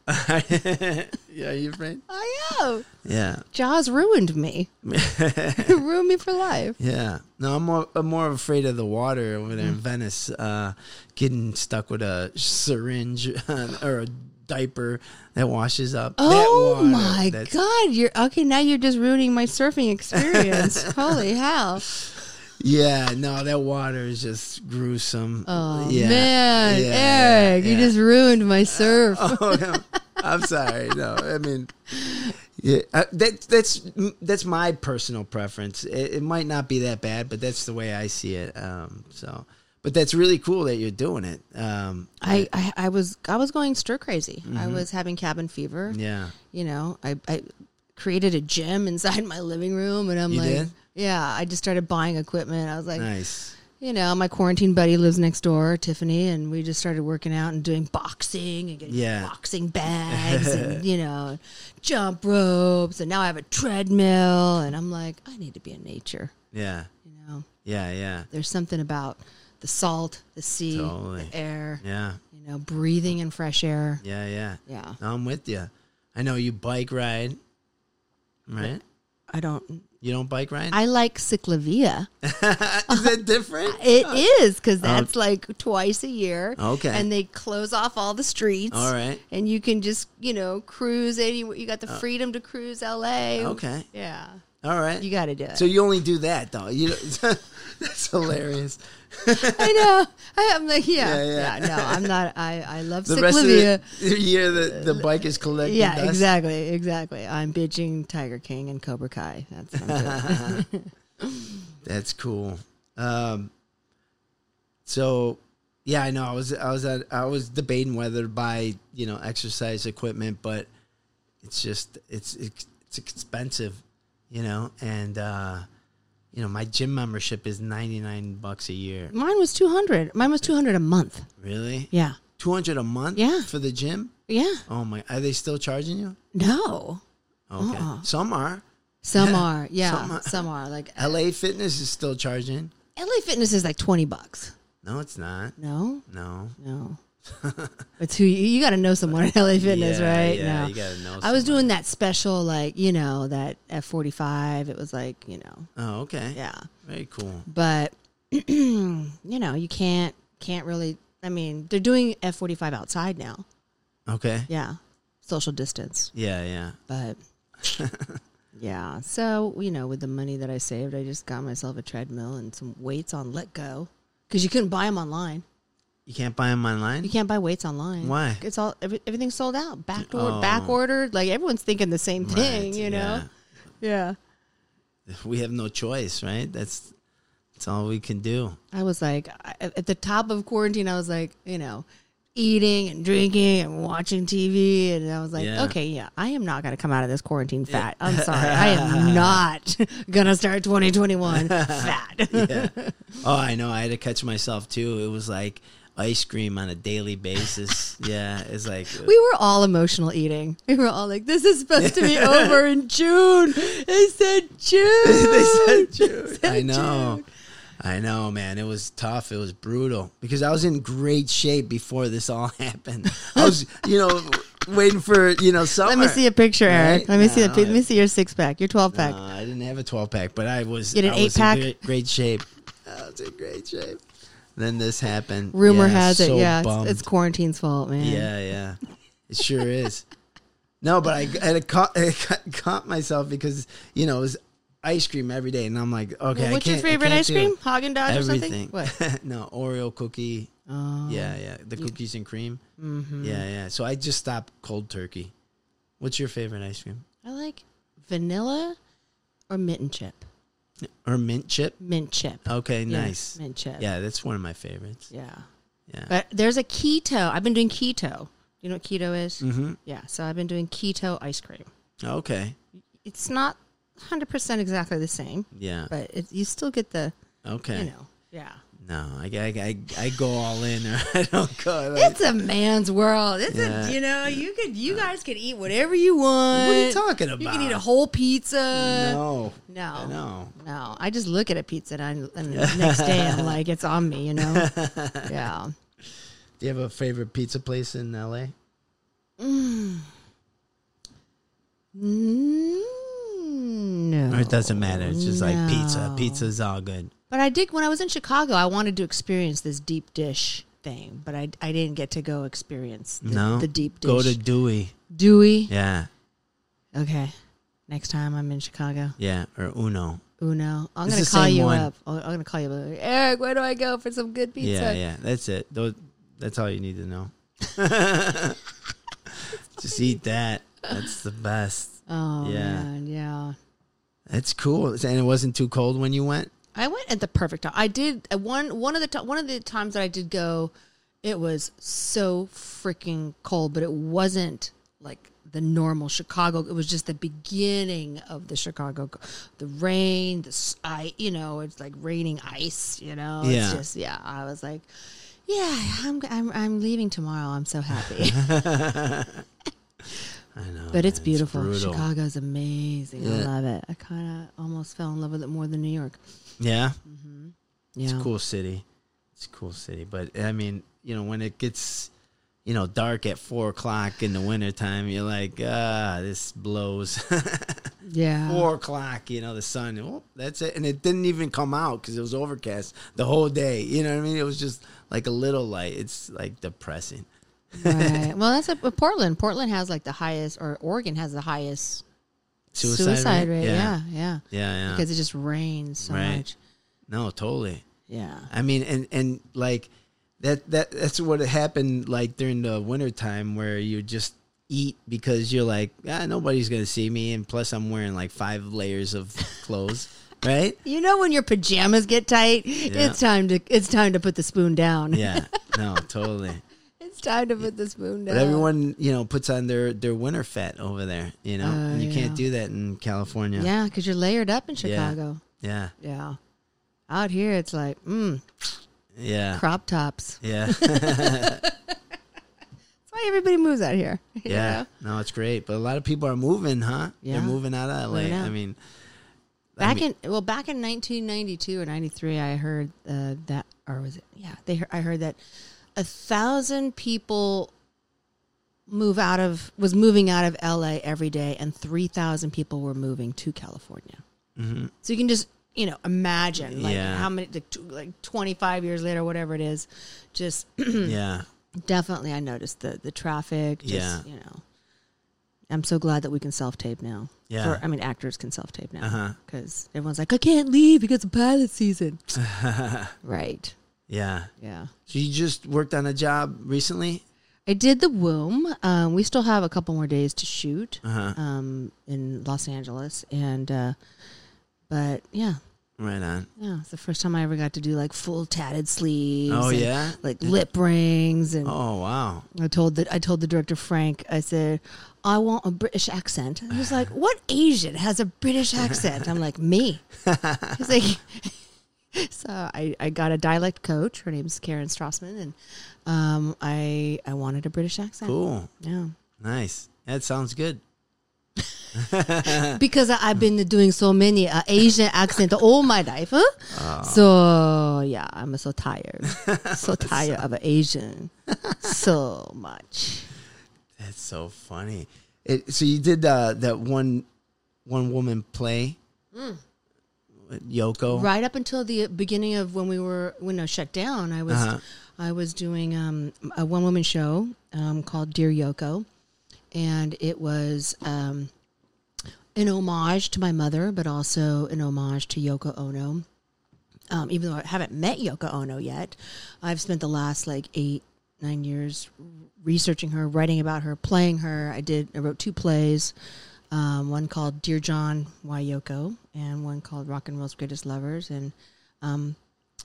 S3: yeah, are you afraid?
S4: I am.
S3: Yeah.
S4: Jaws ruined me. ruined me for life.
S3: Yeah. No, I'm more, I'm more afraid of the water over
S4: Mm.
S3: there in Venice, uh, getting stuck with a syringe or a diaper that washes up. That
S4: Oh
S3: water,
S4: my
S3: that's-
S4: god! You're okay now. You're just ruining my surfing experience. Holy hell!
S3: Yeah, no, that water is just gruesome.
S4: Oh
S3: yeah.
S4: man,
S3: Yeah,
S4: Eric,
S3: yeah,
S4: you
S3: yeah.
S4: just ruined my surf.
S3: Oh, no. I'm sorry. No, I mean, yeah, uh, that that's that's my personal preference. It, it might not be that bad, but that's the way I see it. Um, so, but that's really cool that you're doing it. Um,
S4: I, I I was I was going stir crazy. I
S3: Mm-hmm.
S4: was having cabin fever.
S3: yeah,
S4: You know, I I created a gym inside my living room, and I'm
S3: You
S4: like,
S3: did?
S4: yeah. I just started buying equipment. I was like,
S3: nice.
S4: you know, my quarantine buddy lives next door, Tiffany, and we just started working out and doing boxing and getting
S3: Yeah.
S4: boxing bags and, you know, jump ropes. And now I have a treadmill. And I'm like, I need to be in nature.
S3: Yeah,
S4: You know,
S3: yeah, yeah,
S4: there's something about the salt, the sea,
S3: Totally.
S4: the air,
S3: yeah,
S4: you know, breathing in fresh air.
S3: yeah, yeah.
S4: Yeah.
S3: No, I'm with you. I know you bike ride, right?
S4: I don't,
S3: You don't bike ride.
S4: I like cyclavia.
S3: is that different?
S4: It is because that's like twice a year.
S3: Uh, Okay.
S4: and they close off all the streets.
S3: All right. Uh,
S4: and you can just you know cruise anywhere. You got the freedom to cruise L.A.
S3: Okay.
S4: yeah,
S3: All right.
S4: You got to do it.
S3: so you only do that though. You that's hilarious.
S4: I know. I am like, yeah,
S3: Yeah,
S4: yeah,
S3: yeah.
S4: No, I'm not. I I love
S3: The rest of
S4: Ciclovia.
S3: the the year that the bike is collecting.
S4: Uh, Yeah,
S3: dust.
S4: exactly, exactly. I'm bitching Tiger King and Cobra Kai. That's what I'm doing.
S3: That's cool. Um, so yeah, I know I was I was at I was debating whether to buy you know exercise equipment, but it's just it's it's, it's expensive, you know, and uh, you know my gym membership is ninety nine bucks a year.
S4: Mine was 200. Mine was 200 a month.
S3: Really,
S4: Yeah,
S3: two hundred a month?
S4: Yeah.
S3: for the gym.
S4: yeah.
S3: Oh my, are they still charging you?
S4: No,
S3: Okay,
S4: Uh-uh.
S3: some are.
S4: some are. Yeah,
S3: Some
S4: some
S3: are.
S4: are. Like
S3: LA Fitness is still charging.
S4: LA Fitness is like 20 bucks.
S3: No, it's not.
S4: No,
S3: No.
S4: no. it's who you, you got to know someone at LA Fitness,
S3: Yeah,
S4: right?
S3: Yeah,
S4: no.
S3: you gotta know.
S4: I was
S3: someone.
S4: doing that special, like you know, that F forty five. It was like you know,
S3: Oh, okay.
S4: yeah.
S3: Very cool.
S4: but you know you can't can't really i mean they're doing f45 outside now
S3: Okay.
S4: yeah social distance
S3: Yeah, yeah.
S4: but yeah so you know with the money that i saved i just got myself a treadmill and some weights on let go because you couldn't buy them online
S3: You can't buy them online?
S4: you can't buy weights online
S3: Why?
S4: it's all every, everything's sold out back
S3: Oh.
S4: back ordered like everyone's thinking the same thing
S3: Right,
S4: you know yeah
S3: yeah. We have no choice, right? That's that's all we can do.
S4: I was like, I, at the top of quarantine, I was like, you know, eating and drinking and watching TV. And I was like,
S3: Yeah.
S4: okay, yeah, I am not going to come out of this quarantine fat. I'm sorry. I am not going to start 2021 fat.
S3: Yeah. oh, I know. I had to catch myself too. It was like ice cream on a daily basis. yeah. It's like
S4: We were all emotional eating. We were all like, this is supposed to be over in June. They said June.
S3: they said June. I
S4: said
S3: know.
S4: June.
S3: I know, man. It was tough. It was brutal because I was in great shape before this all happened. I was, you know, waiting for, you know, summer.
S4: Let me see a picture,
S3: Right?
S4: Eric. Let me see the,
S3: No,
S4: pic- let me see your six pack, your 12 pack.
S3: No, I didn't have a 12 pack, but I was,
S4: You had an
S3: I was
S4: eight-pack?
S3: in great, great shape. I was in great shape. Then this happened.
S4: Rumor
S3: Yeah,
S4: has
S3: so
S4: it, yeah, it's,
S3: bummed.
S4: it's quarantine's fault, man.
S3: yeah, yeah. It sure is. No, but I, I, had caught, I ca- caught myself because, you know, it was ice cream every day. And I'm like, okay, I
S4: what's your
S3: can't- I
S4: favorite
S3: can't
S4: ice
S3: do
S4: cream? Haagen Dazs or something?
S3: Everything.
S4: What? Oh.
S3: no, Oreo cookie. yeah, yeah. The cookies and cream.
S4: Mm-hmm.
S3: Yeah, yeah. So I just stopped cold turkey. What's your favorite ice cream?
S4: I like vanilla or mint and chip.
S3: Or mint chip?
S4: Mint chip.
S3: Okay,
S4: Yeah,
S3: Oh, nice.
S4: Mint chip.
S3: Yeah, that's one of my favorites.
S4: Yeah.
S3: Yeah.
S4: But there's a keto. I've been doing keto. You know what keto is? Mm-hmm. Yeah. So I've been doing keto ice cream.
S3: Okay.
S4: It's not 100% exactly the same,
S3: Yeah.
S4: but it, you still get the,
S3: Okay.
S4: you know, yeah.
S3: No, I, I, I, I go all in or I don't go. Like,
S4: It's a man's world. It's
S3: Yeah.
S4: a, you know, you could, you guys could eat whatever you want.
S3: what are you talking about?
S4: You can eat a whole pizza.
S3: No.
S4: No.
S3: No.
S4: No, I just look at a pizza and, I, and the next day I'm like, it's on me, you know? Yeah.
S3: Do you have a favorite pizza place in LA?
S4: Mm,
S3: Or
S4: no.
S3: it doesn't matter. It's just like pizza.
S4: Oh, No.
S3: Pizza's all good.
S4: But I did, when I was in Chicago, I wanted to experience this deep dish thing, but I, I didn't get to go experience the,
S3: no.
S4: the deep dish.
S3: Go to Dewey.
S4: Dewey.
S3: Yeah.
S4: Okay. Next time I'm in Chicago,
S3: Yeah. Or Uno.
S4: Uno, I'm
S3: It's
S4: gonna
S3: the
S4: call
S3: same
S4: you
S3: one.
S4: up. I'm gonna call you up. Eric, where do I go for some good pizza?
S3: Yeah. Yeah. That's it. Tho- That's all you need to know. just eat that. That's the best.
S4: Oh
S3: Yeah.
S4: man, yeah.
S3: That's cool. And it wasn't too cold when you went?
S4: I went at the perfect time. I did uh, one one of the to- one of the times that I did go, it was so freaking cold, but it wasn't like the normal Chicago. It was just the beginning of the Chicago, co- the rain, the s- I, you know, it's like raining ice. You know,
S3: Yeah.
S4: it's just yeah. I was like, yeah, I'm I'm, I'm leaving tomorrow. I'm so happy.
S3: I know.
S4: But it's
S3: man.
S4: beautiful.
S3: brutal.
S4: Chicago's amazing. I
S3: Yeah.
S4: love it. I kind of almost fell in love with it more than New York.
S3: Yeah.
S4: Yeah.
S3: It's a cool city. It's a cool city. But I mean, you know, when it gets, you know, dark at four o'clock in the wintertime, you're like, ah, this blows.
S4: Yeah.
S3: four o'clock, you know, the sun. Oh, that's it. And it didn't even come out because it was overcast the whole day. You know what I mean? It was just like a little light. It's like depressing.
S4: right. Well, that's a, Portland. Portland has like the highest, or Oregon has the highest
S3: suicide,
S4: suicide
S3: rate.
S4: rate. Yeah. yeah,
S3: yeah, yeah.
S4: Because it just rains so
S3: Right.
S4: much.
S3: no, totally.
S4: Yeah.
S3: I mean, and and like that that that's what happened like during the winter time where you just eat because you're like, ah, nobody's gonna see me, and plus I'm wearing like five layers of clothes, right?
S4: You know when your pajamas get tight, it's time to it's time to put the spoon down.
S3: Yeah, no, totally.
S4: It's time to put the spoon down.
S3: But everyone, you know, puts on their their winter fat over there. You know,
S4: Oh,
S3: And you can't
S4: yeah.
S3: do that in California.
S4: Yeah, because you're layered up in
S3: Yeah.
S4: Chicago.
S3: yeah,
S4: Yeah. Out here it's like, mm,
S3: yeah,
S4: crop tops.
S3: yeah.
S4: That's why everybody moves out here. you
S3: Yeah.
S4: know?
S3: No, it's great. But a lot of people are moving, huh?
S4: Yeah.
S3: They're moving out of LA.
S4: Moving out.
S3: I mean, I
S4: Back
S3: mean-
S4: in well, back in 1992 or 93, I heard uh, that, or was it? Yeah, they. he- I heard that a thousand people move out of was moving out of LA every day, and three thousand people were moving to California. So you can just you know imagine like
S3: Mm-hmm. Yeah.
S4: how many like, tw- like 25 years later, whatever it is. Just
S3: yeah.
S4: definitely, I noticed the the traffic. Just,
S3: Yeah.
S4: you know. I'm so glad that we can self tape now.
S3: Yeah.
S4: Or, I mean, actors can self tape now
S3: Uh-huh.
S4: because everyone's like, I can't leave because of pilot season. right.
S3: Yeah.
S4: Yeah.
S3: So you just worked on a job recently?
S4: I did the womb. Um, we still have a couple more days to shoot
S3: Uh-huh.
S4: um, in Los Angeles, and uh, but yeah,
S3: Right on.
S4: yeah, it's the first time I ever got to do like full tatted sleeves.
S3: Oh,
S4: and,
S3: yeah?
S4: like lip rings, and
S3: Oh, wow.
S4: I told the I told the director Frank. I said, I want a British accent. And he's like, What Asian has a British accent? I'm like, Me. He's like, So I, I got a dialect coach. Her name's Karen Strassman, and um, I I wanted a British accent.
S3: Cool.
S4: Yeah,
S3: Nice. That sounds good.
S4: because I, I've been doing so many uh, Asian accent all my life. Huh? So yeah, I'm so tired, so tired of Asian, so much.
S3: That's so funny. It, so you did uh, that one one woman play, with Yoko.
S4: Hmm. Right up until the beginning of when we were when I was shut down, I was I was doing um, a one woman show um, called Dear Yoko, and it was um, an homage to my mother, but also an homage to Yoko Ono. Um, even though I haven't met Yoko Ono yet, I've spent the last like eight nine years researching her, writing about her, playing her. I did I wrote two plays um, one called Dear John, Why Yoko, and one called Rock and Roll's Greatest Lovers. And, um,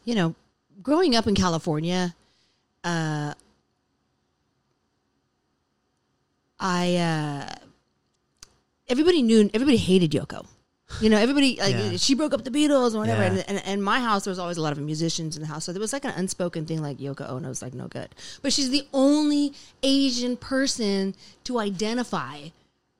S4: you know, growing up in California, uh, I, uh, everybody knew, everybody hated Yoko. You know, everybody like
S3: Yeah.
S4: she broke up the Beatles or whatever.
S3: Yeah.
S4: And, and and my house there was always a lot of musicians in the house, so there was like an unspoken thing like Yoko Ono's like no good, but she's the only Asian person to identify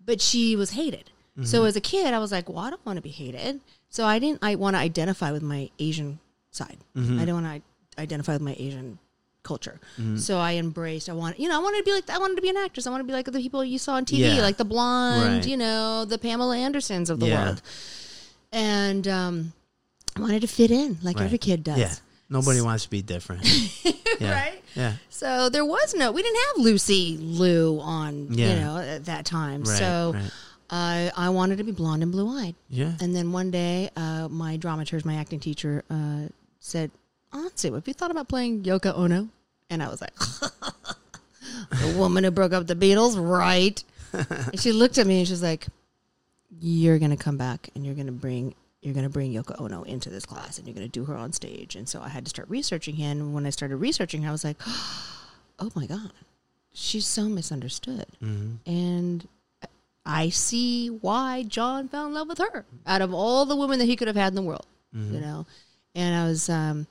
S4: but she was hated.
S3: Mm-hmm.
S4: So as a kid, I was like, well, I don't want to be hated. So I didn't I want to identify with my Asian side.
S3: Mm-hmm.
S4: I don't want to identify with my Asian culture. So I embraced, I want, you know, I wanted to be like, I wanted to be an actress. I wanted to be like the people you saw on TV,
S3: Yeah.
S4: like the blonde,
S3: Right.
S4: you know, the Pamela Andersons of the
S3: Yeah.
S4: world. And um, I wanted to fit in like
S3: Right.
S4: every kid does.
S3: Yeah. Nobody wants to be different. yeah.
S4: Right?
S3: Yeah.
S4: So there was no, we didn't have Lucy Lou on, you
S3: Yeah.
S4: know, at that time.
S3: Right,
S4: so uh,
S3: right.
S4: I, I wanted to be blonde and blue eyed.
S3: Yeah.
S4: And then one day, uh, my dramaturge, my acting teacher, uh, said, Ansu, have you thought about playing Yoko Ono? And I was like, the woman who broke up the Beatles, right? and she looked at me and she's like, you're going to come back and you're going to bring you're going to bring Yoko Ono into this class and you're going to do her on stage. And so I had to start researching her. And when I started researching her, I was like, oh my God, she's so misunderstood. And I see why John fell in love with her out of all the women that he could have had in the world, you know? And I was, um,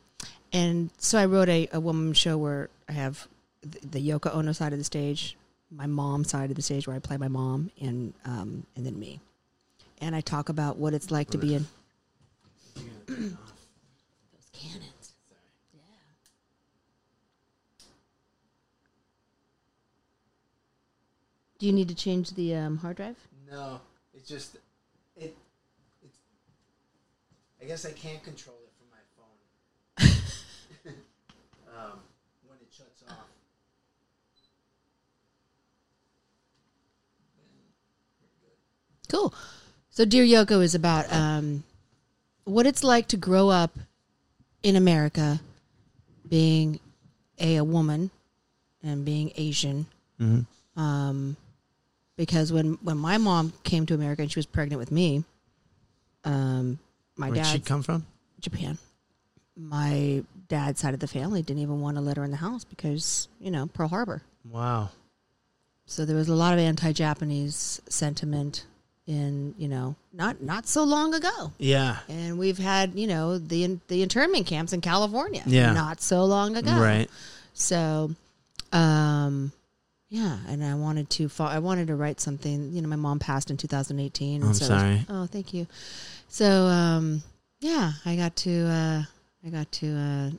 S4: and so I wrote a, a woman show where I have the, the Yoko Ono side of the stage, my mom side of the stage where I play my mom and, um, and then me. And I talk about what it's like to be in those cannons. Do you need to change the um, hard drive?
S3: No, it's just it. It's, I guess I can't control it from my phone. um, when it shuts off.
S4: Cool. So Dear Yoko is about um, what it's like to grow up in America being a, a woman and being Asian.
S3: Mm-hmm.
S4: Um, because when, when my mom came to America and she was pregnant with me, um, my
S3: Where'd she
S4: dad
S3: come from?
S4: Japan. My dad's side of the family didn't even want to let her in the house because, you know, Pearl Harbor.
S3: Wow.
S4: So there was a lot of anti-Japanese sentiment in, you know, not not so long ago.
S3: Yeah.
S4: And we've had, you know, the in, the internment camps in California
S3: Yeah.
S4: not so long ago.
S3: Right.
S4: So, um, yeah, and I wanted to fo- I wanted to write something. You know, my mom passed in 2018. and
S3: I'm
S4: so
S3: sorry.
S4: Oh, thank you. So, um, yeah, I got to uh, I got to uh,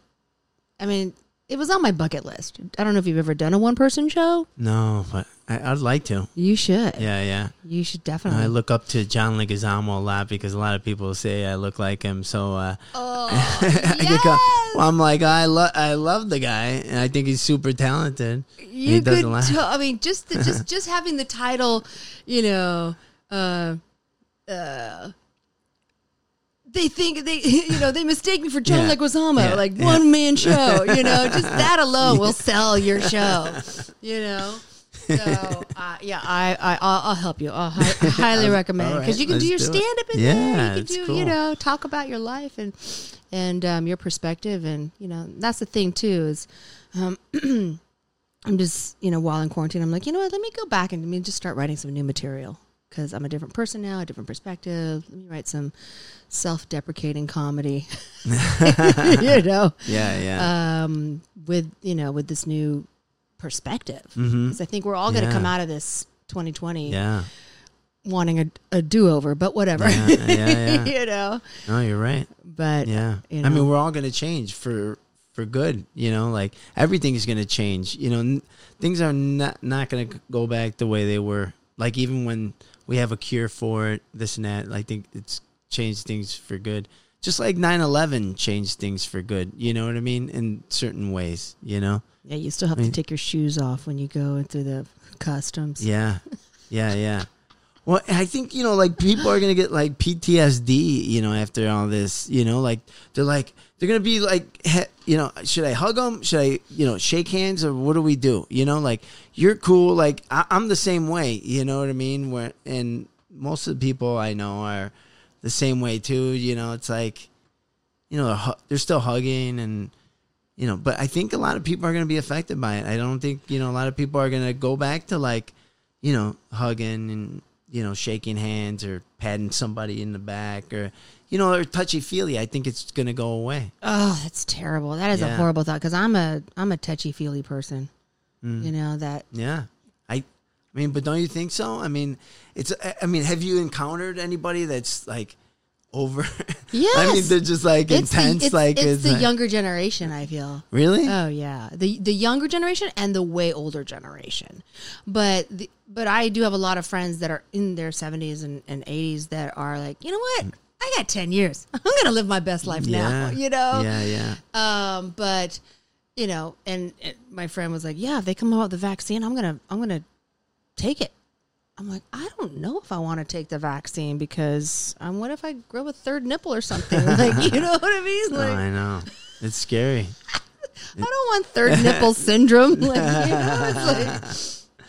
S4: I mean, it was on my bucket list. I don't know if you've ever done a one person show.
S3: No, but I, I'd like to.
S4: You should.
S3: Yeah, yeah.
S4: You should
S3: And
S4: definitely.
S3: I look up to John Leguizamo a lot because a lot of people say I look like him. So uh,
S4: oh,
S3: I get called, well, I'm like, I love, I love the guy, and I think he's super talented.
S4: you
S3: It doesn't
S4: could.
S3: laugh.
S4: to- I mean, just the, just just having the title, you know. Uh, uh, they think they, you know, they mistake me for John
S3: Yeah.
S4: Leguizamo,
S3: Yeah.
S4: like
S3: Yeah.
S4: one man show. You know, just that alone will sell your show. You know. So uh, yeah, I, I I'll, I'll help you. I'll hi- highly recommend
S3: all
S4: because
S3: right,
S4: you can do your
S3: let's do it.
S4: stand up in
S3: Yeah,
S4: there. You
S3: it's
S4: can do
S3: cool.
S4: you know talk about your life and and um, your perspective and you know that's the thing too is um, I'm just, you know, while in quarantine, I'm like, you know what? Let me go back and let me just start writing some new material because I'm a different person now, a different perspective. Let me write some self-deprecating comedy, you know,
S3: Yeah, yeah.
S4: um, with you know, with this new perspective. Because I think we're all going
S3: Mm-hmm.
S4: to
S3: Yeah.
S4: come out of this 2020
S3: yeah.
S4: wanting a, a do-over, but whatever,
S3: Yeah, yeah, yeah.
S4: you know.
S3: No, you're right.
S4: But
S3: Yeah.
S4: you
S3: I
S4: know.
S3: mean, we're all going to change for for good, you know, like everything is going to change. You know, n- things are not not going to go back the way they were. Like even when we have a cure for it, this and that, I think it's changed things for good. Just like 9/11 changed things for good, you know what I mean? In certain ways, you know.
S4: yeah, you still have
S3: I
S4: to
S3: mean-
S4: take your shoes off when you go through the customs.
S3: Yeah, yeah, yeah. Well, I think you know, like people are gonna get like PTSD, you know, after all this, you know, like they're like they're gonna be like, he, you know, should I hug them? Should I, you know, shake hands or what do we do? You know, like you're cool, like I, I'm the same way, you know what I mean? Where and most of the people I know are the same way too. You know, it's like, you know, they're, hu- they're still hugging and you know but i think a lot of people are going to be affected by it i don't think you know a lot of people are going to go back to like you know hugging and you know shaking hands or patting somebody in the back or you know or touchy feely i think it's going to go away
S4: Oh, that's terrible. That is
S3: Yeah.
S4: a horrible thought because I'm a I'm a touchy feely person.
S3: Mm.
S4: You know that
S3: yeah i i mean but don't you think so i mean it's i- i mean have you encountered anybody that's like over i mean
S4: Yes.
S3: they're just like
S4: it's the,
S3: intense
S4: it's,
S3: like
S4: it's the
S3: like-
S4: younger generation. I feel.
S3: really
S4: Oh yeah, the the younger generation and the way older generation, but the, but I do have a lot of friends that are in their seventies and eighties that are like, you know what, I got ten years. I'm gonna live my best life now.
S3: yeah
S4: You know,
S3: yeah yeah
S4: Um, but you know, and, and my friend was like, "Yeah, if they come out with the vaccine, I'm gonna, I'm gonna take it." I'm like, I don't know if I want to take the vaccine because um, what if I grow a third nipple or something? Like, you know what I mean?
S3: Oh,
S4: Like,
S3: i know it's scary
S4: I don't want third nipple syndrome. Like, you know, it's like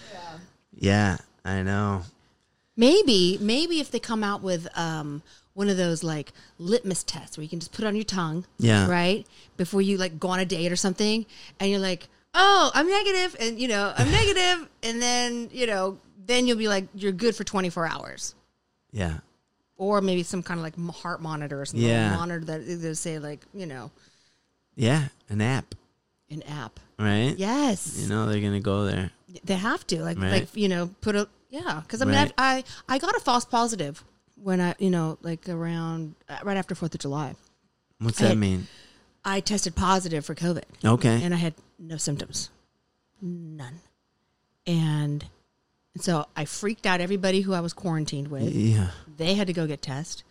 S3: yeah i know
S4: maybe, maybe if they come out with um one of those like litmus tests where you can just put it on your tongue,
S3: Yeah.
S4: right before you like go on a date or something, and you're like, oh, I'm negative, and you know, I'm negative, and then you know, then you'll be like, you're good for 24 hours.
S3: Yeah.
S4: Or maybe some kind of like m- heart monitor or something.
S3: Yeah.
S4: Yeah. Monitor that they say like you know
S3: Yeah. An app,
S4: an app.
S3: right?
S4: Yes.
S3: You know, they're going to go there.
S4: they have to like
S3: Right.
S4: like you know put a yeah because i mean
S3: Right.
S4: I, I i got a false positive when i you know like around uh, right after fourth of july
S3: What's
S4: I-
S3: that mean?
S4: i tested positive for covid
S3: Okay.
S4: and i had no symptoms none and so i freaked out everybody who i was quarantined with
S3: yeah.
S4: they had to go get test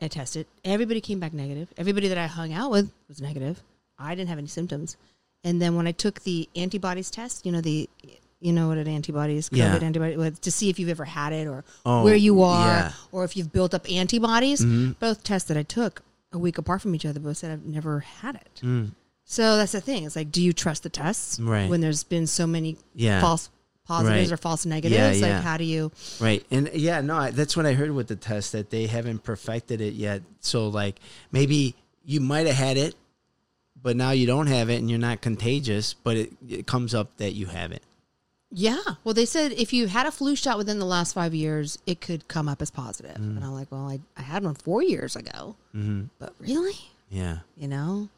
S4: i tested everybody came back negative everybody that i hung out with was negative i didn't have any symptoms and then when i took the antibodies test you know the you know what an antibody is, COVID
S3: Yeah.
S4: antibody, with- to see if you've ever had it or
S3: Oh,
S4: where you are
S3: yeah. Mm-hmm.
S4: or if you've built up antibodies. Both tests that I took a week apart from each other both said I've never had it. So that's the thing. It's like, do you trust the tests
S3: Mm. Right.
S4: when there's been so many
S3: Yeah.
S4: false positives
S3: Right.
S4: or false negatives?
S3: yeah.
S4: Like, how do you?
S3: Right. And yeah, no, I, that's what I heard with the test that they haven't perfected it yet. So like maybe you might have had it, but now you don't have it and you're not contagious, but it, it comes up that you have it.
S4: Yeah. Well, they said if you had a flu shot within the last five years, it could come up as positive.
S3: Mm-hmm.
S4: And I'm like, well, I, I had one four years ago. But really?
S3: Yeah.
S4: You know?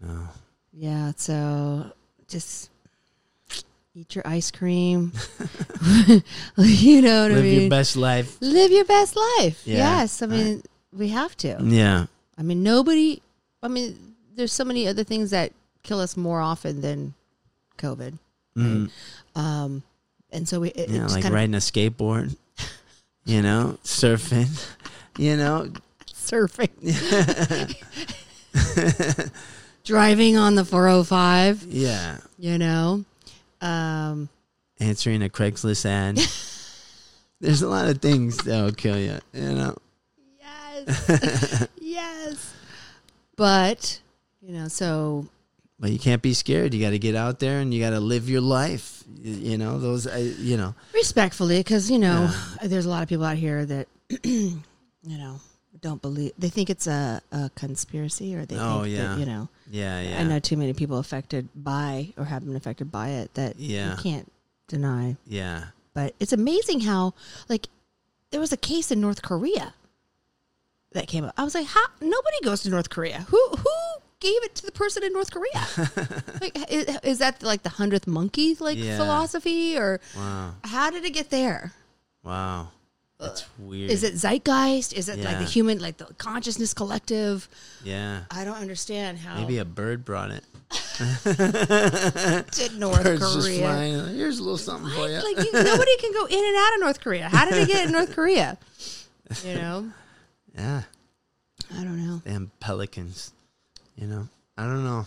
S3: Mm-hmm. No.
S4: Yeah. So just eat your ice cream. you know what I
S3: Live
S4: mean?
S3: your best life.
S4: Live your best life.
S3: Yeah.
S4: Yes. I mean, we have to.
S3: Yeah.
S4: I mean, nobody, I mean, there's so many other things that kill us more often than COVID.
S3: Mhm.
S4: Um, and so we, it, it
S3: Yeah,
S4: just
S3: like
S4: kind
S3: riding a skateboard, you know, surfing, you know,
S4: of surfing, driving on the 405,
S3: yeah,
S4: you know, um,
S3: answering a Craigslist ad. There's a lot of things that'll kill you, you know.
S4: yes, yes. But, you know, so
S3: But you can't be scared. You got to get out there and you got to live your life. y- You know, those, I, you know,
S4: respectfully because you know there's a lot of people out here that you know don't believe they think it's a, a conspiracy or they
S3: Oh,
S4: think
S3: yeah.
S4: that, you know
S3: yeah, yeah.
S4: i know too many people affected by or have been affected by it that
S3: Yeah.
S4: you can't deny
S3: Yeah.
S4: but it's amazing how like there was a case in north korea that came up i was like how nobody goes to north korea who who gave it to the person in north korea like i- is, that like the hundredth monkey like
S3: Yeah.
S4: philosophy or
S3: Wow.
S4: how did it get there
S3: Wow. That's weird.
S4: Uh, Is it zeitgeist? Is it like
S3: Yeah.
S4: the human, like the consciousness collective?
S3: Yeah.
S4: I don't understand how
S3: Maybe a bird brought it.
S4: did North
S3: Birds just
S4: Korea.
S3: flying. Here's a little something for you.
S4: Like you, nobody can go in and out of North Korea. How did it get in North Korea? You know,
S3: yeah.
S4: I don't know.
S3: Damn pelicans. You know, I don't know.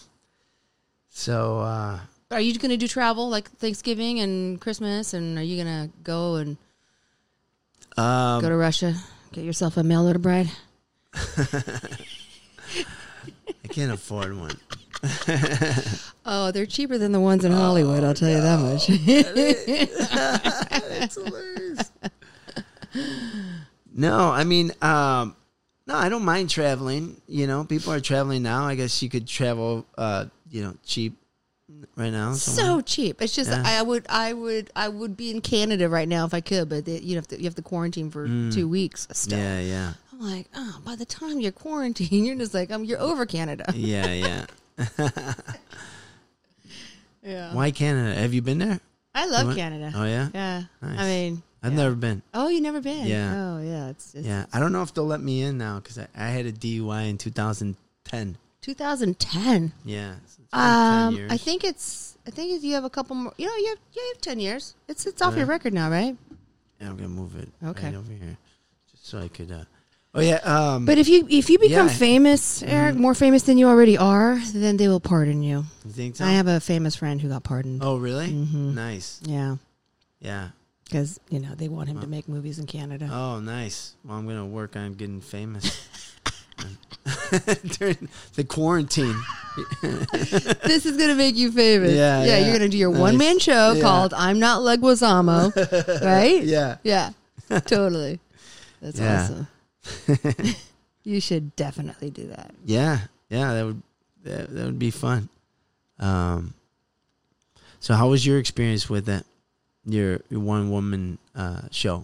S3: So, uh,
S4: Are you going to do travel like Thanksgiving and Christmas? And are you going to go and
S3: um,
S4: go to Russia? Get yourself a mail order bride.
S3: I can't afford one.
S4: Oh, they're cheaper than the ones in Hollywood. I'll tell you that
S3: Oh,
S4: much.
S3: It's hilarious. No, I mean, um, no, I don't mind traveling. You know, people are traveling now. I guess you could travel, uh, you know, cheap right now.
S4: so cheap. It's just
S3: Yeah.
S4: I would I would I would be in Canada right now if I could, but they, you have to you have to quarantine for
S3: Mm.
S4: two weeks. Still,
S3: yeah, yeah,
S4: I'm like, oh, by the time you're quarantined, you're just like, um, you're over Canada.
S3: yeah, yeah.
S4: Yeah,
S3: Why Canada? Have you been there?
S4: I
S3: You
S4: love
S3: went-
S4: Canada.
S3: Oh yeah,
S4: yeah,
S3: Nice.
S4: I mean,
S3: I've
S4: yeah.
S3: never been.
S4: Oh, you never been?
S3: Yeah.
S4: Oh yeah, it's, it's
S3: Yeah, I don't know if they'll let me in now because I, I had a DUI in 2010.
S4: 2010.
S3: Yeah, so it's been 10
S4: Um,
S3: years.
S4: I think it's I think you have a couple more. You know, you have yeah, you have 10 years. It's it's
S3: Oh,
S4: off your record now, right?
S3: Yeah, I'm gonna move it
S4: Okay.
S3: right over here, just so I could. Uh, oh yeah, um,
S4: But if you if you
S3: Yeah.
S4: become
S3: Mm-hmm.
S4: famous, Eric, more famous than you already are, then they will pardon you.
S3: you think so?
S4: I have Mm-hmm. a famous friend who got pardoned.
S3: oh really? Nice.
S4: Yeah,
S3: Yeah.
S4: because you know they want him to make movies in Canada.
S3: Oh, nice. Well, I'm gonna work on getting famous during the quarantine.
S4: this is gonna make you famous.
S3: Yeah, yeah.
S4: you're gonna do your
S3: Nice.
S4: one man show
S3: Yeah.
S4: called "I'm Not Leguizamo," right?
S3: Yeah.
S4: yeah, totally. That's
S3: Yeah.
S4: awesome. you should definitely do that.
S3: Yeah, yeah. That would that, that would be fun. Um. So, how was your experience with that? Your, your one woman uh, show.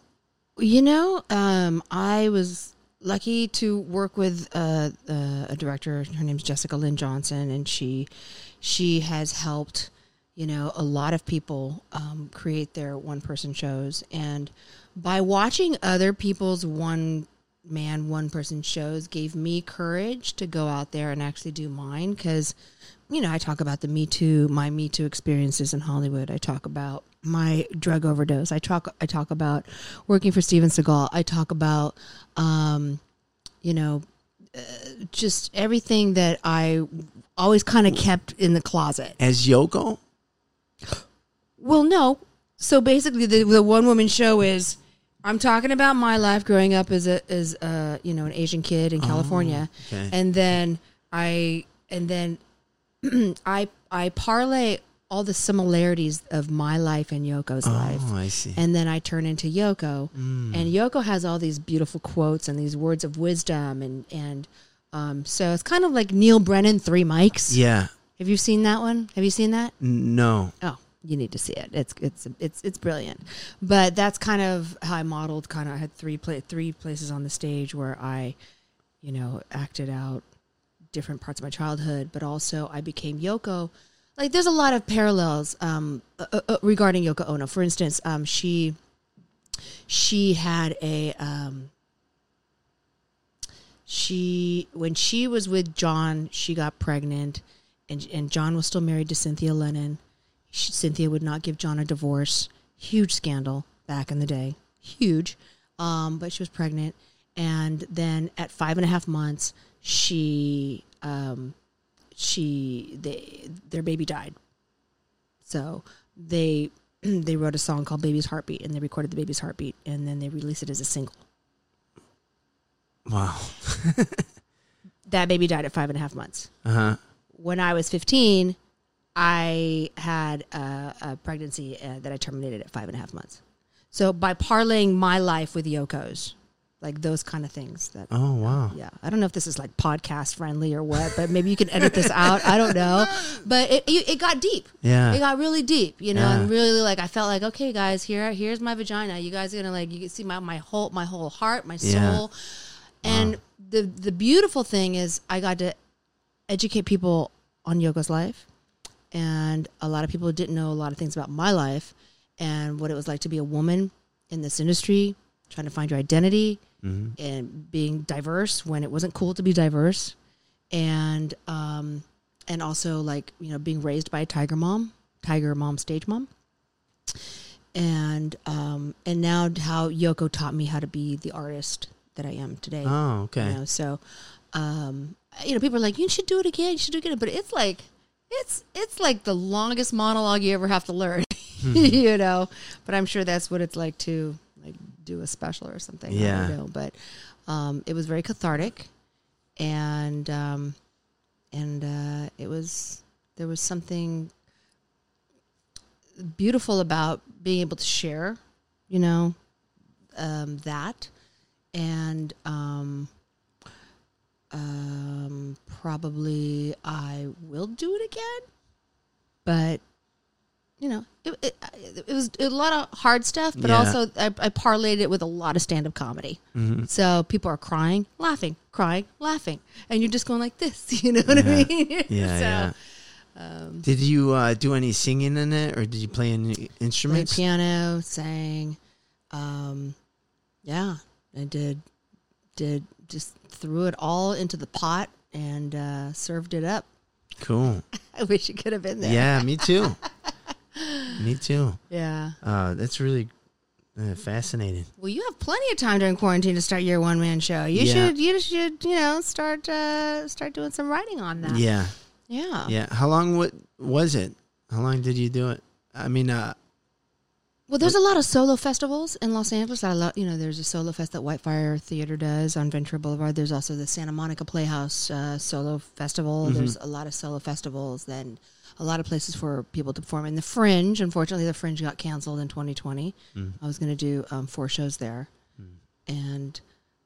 S4: You know, um, I was lucky to work with uh, uh, a director. Her name's Jessica Lynn Johnson, and she she has helped you know a lot of people um, create their one person shows. And by watching other people's one man one person shows gave me courage to go out there and actually do mine because you know i talk about the me too my me too experiences in hollywood i talk about my drug overdose i talk i talk about working for steven seagal i talk about um you know uh, just everything that i always kind of kept in the closet
S3: As Yoko?
S4: well no so basically the, the one woman show is I'm talking about my life growing up as a as a you know an Asian kid in California,
S3: Oh, okay.
S4: and then I and then I I parlay all the similarities of my life and Yoko's life.
S3: Oh, I see. Mm.
S4: And then I turn into Yoko, and Yoko has all these beautiful quotes and these words of wisdom, and and um, so it's kind of like Neil Brennan, Three Mics.
S3: yeah.
S4: Have you seen that one? Have you seen that?
S3: N- No.
S4: Oh, you need to see it. It's it's it's it's brilliant. But that's kind of how I modeled. Kind of, I had three pla- three places on the stage where I, you know, acted out different parts of my childhood, but also I became Yoko. Like, there's a lot of parallels um, uh, uh, uh, regarding Yoko Ono. For instance, um, she she had a um, she when she was with John, she got pregnant, and and John was still married to Cynthia Lennon. She, Cynthia would not give John a divorce. Huge scandal back in the day, huge. Um, but she was pregnant, and then at five and a half months, she um, she they their baby died. So they they wrote a song called "Baby's Heartbeat" and they recorded the baby's heartbeat, and then they released it as a single.
S3: Wow.
S4: That baby died at five and a half months.
S3: Uh huh.
S4: when I was 15, I had a, a pregnancy uh, that I terminated at five and a half months. So by parlaying my life with Yoko's, like those kind of things. That
S3: Oh wow.
S4: yeah, I don't know if this is like podcast friendly or what, but maybe you can edit this out. I don't know, but it it, it got deep.
S3: Yeah.
S4: It got really deep, you know, and
S3: Yeah.
S4: really like I felt like, okay, guys, here here's my vagina. You guys are gonna like you can see my, my whole my whole heart, my
S3: Yeah.
S4: soul. And the the beautiful thing is I got to educate people on Yoga's life. And a lot of people didn't know a lot of things about my life and what it was like to be a woman in this industry, trying to find your identity and being diverse when it wasn't cool to be diverse. And um and also like, you know, being raised by a tiger mom, tiger mom, stage mom and um, and now how Yoko taught me how to be the artist that I am today.
S3: Oh
S4: You
S3: okay.
S4: know, so um, you know, people are like, you should do it again, you should do it again, but it's like it's it's like the longest monologue you ever have to learn,
S3: Hmm.
S4: you know. But I'm sure that's what it's like to like do a special or something. I don't
S3: Yeah.
S4: know. But um, it was very cathartic, and um, and uh, it was there was something beautiful about being able to share, you know, um, that, and um, um, probably I will do it again, but you know, it, it, it was a lot of hard stuff, but
S3: Yeah.
S4: also I, I parlayed it with a lot of stand-up comedy.
S3: Mm-hmm.
S4: So people are crying, laughing, crying, laughing, and you're just going like this, you know what I mean?
S3: Yeah.
S4: so, um,
S3: yeah. did you uh, do any singing in it, or did you play any
S4: played
S3: instruments?
S4: piano, sang. Um, yeah, I did. Did just threw it all into the pot and uh, served it up.
S3: Cool.
S4: I wish you could have been there.
S3: Yeah, me too. me too.
S4: Yeah.
S3: Uh, that's really uh, fascinating.
S4: Well, you have plenty of time during quarantine to start your one man show. You
S3: Yeah.
S4: should. You should. You know, start. Uh, start doing some writing on that.
S3: Yeah,
S4: Yeah.
S3: yeah. How long what was it? How long did you do it? I mean, uh,
S4: Well, there's a lot of solo festivals in Los Angeles. That a lot, you know, there's a solo fest that Whitefire Theater does on Ventura Boulevard. There's also the Santa Monica Playhouse uh, Solo Festival. There's a lot of solo festivals and a lot of places for people to perform. And the Fringe, unfortunately, the Fringe got canceled in 2020. I was going to do um, four shows there, and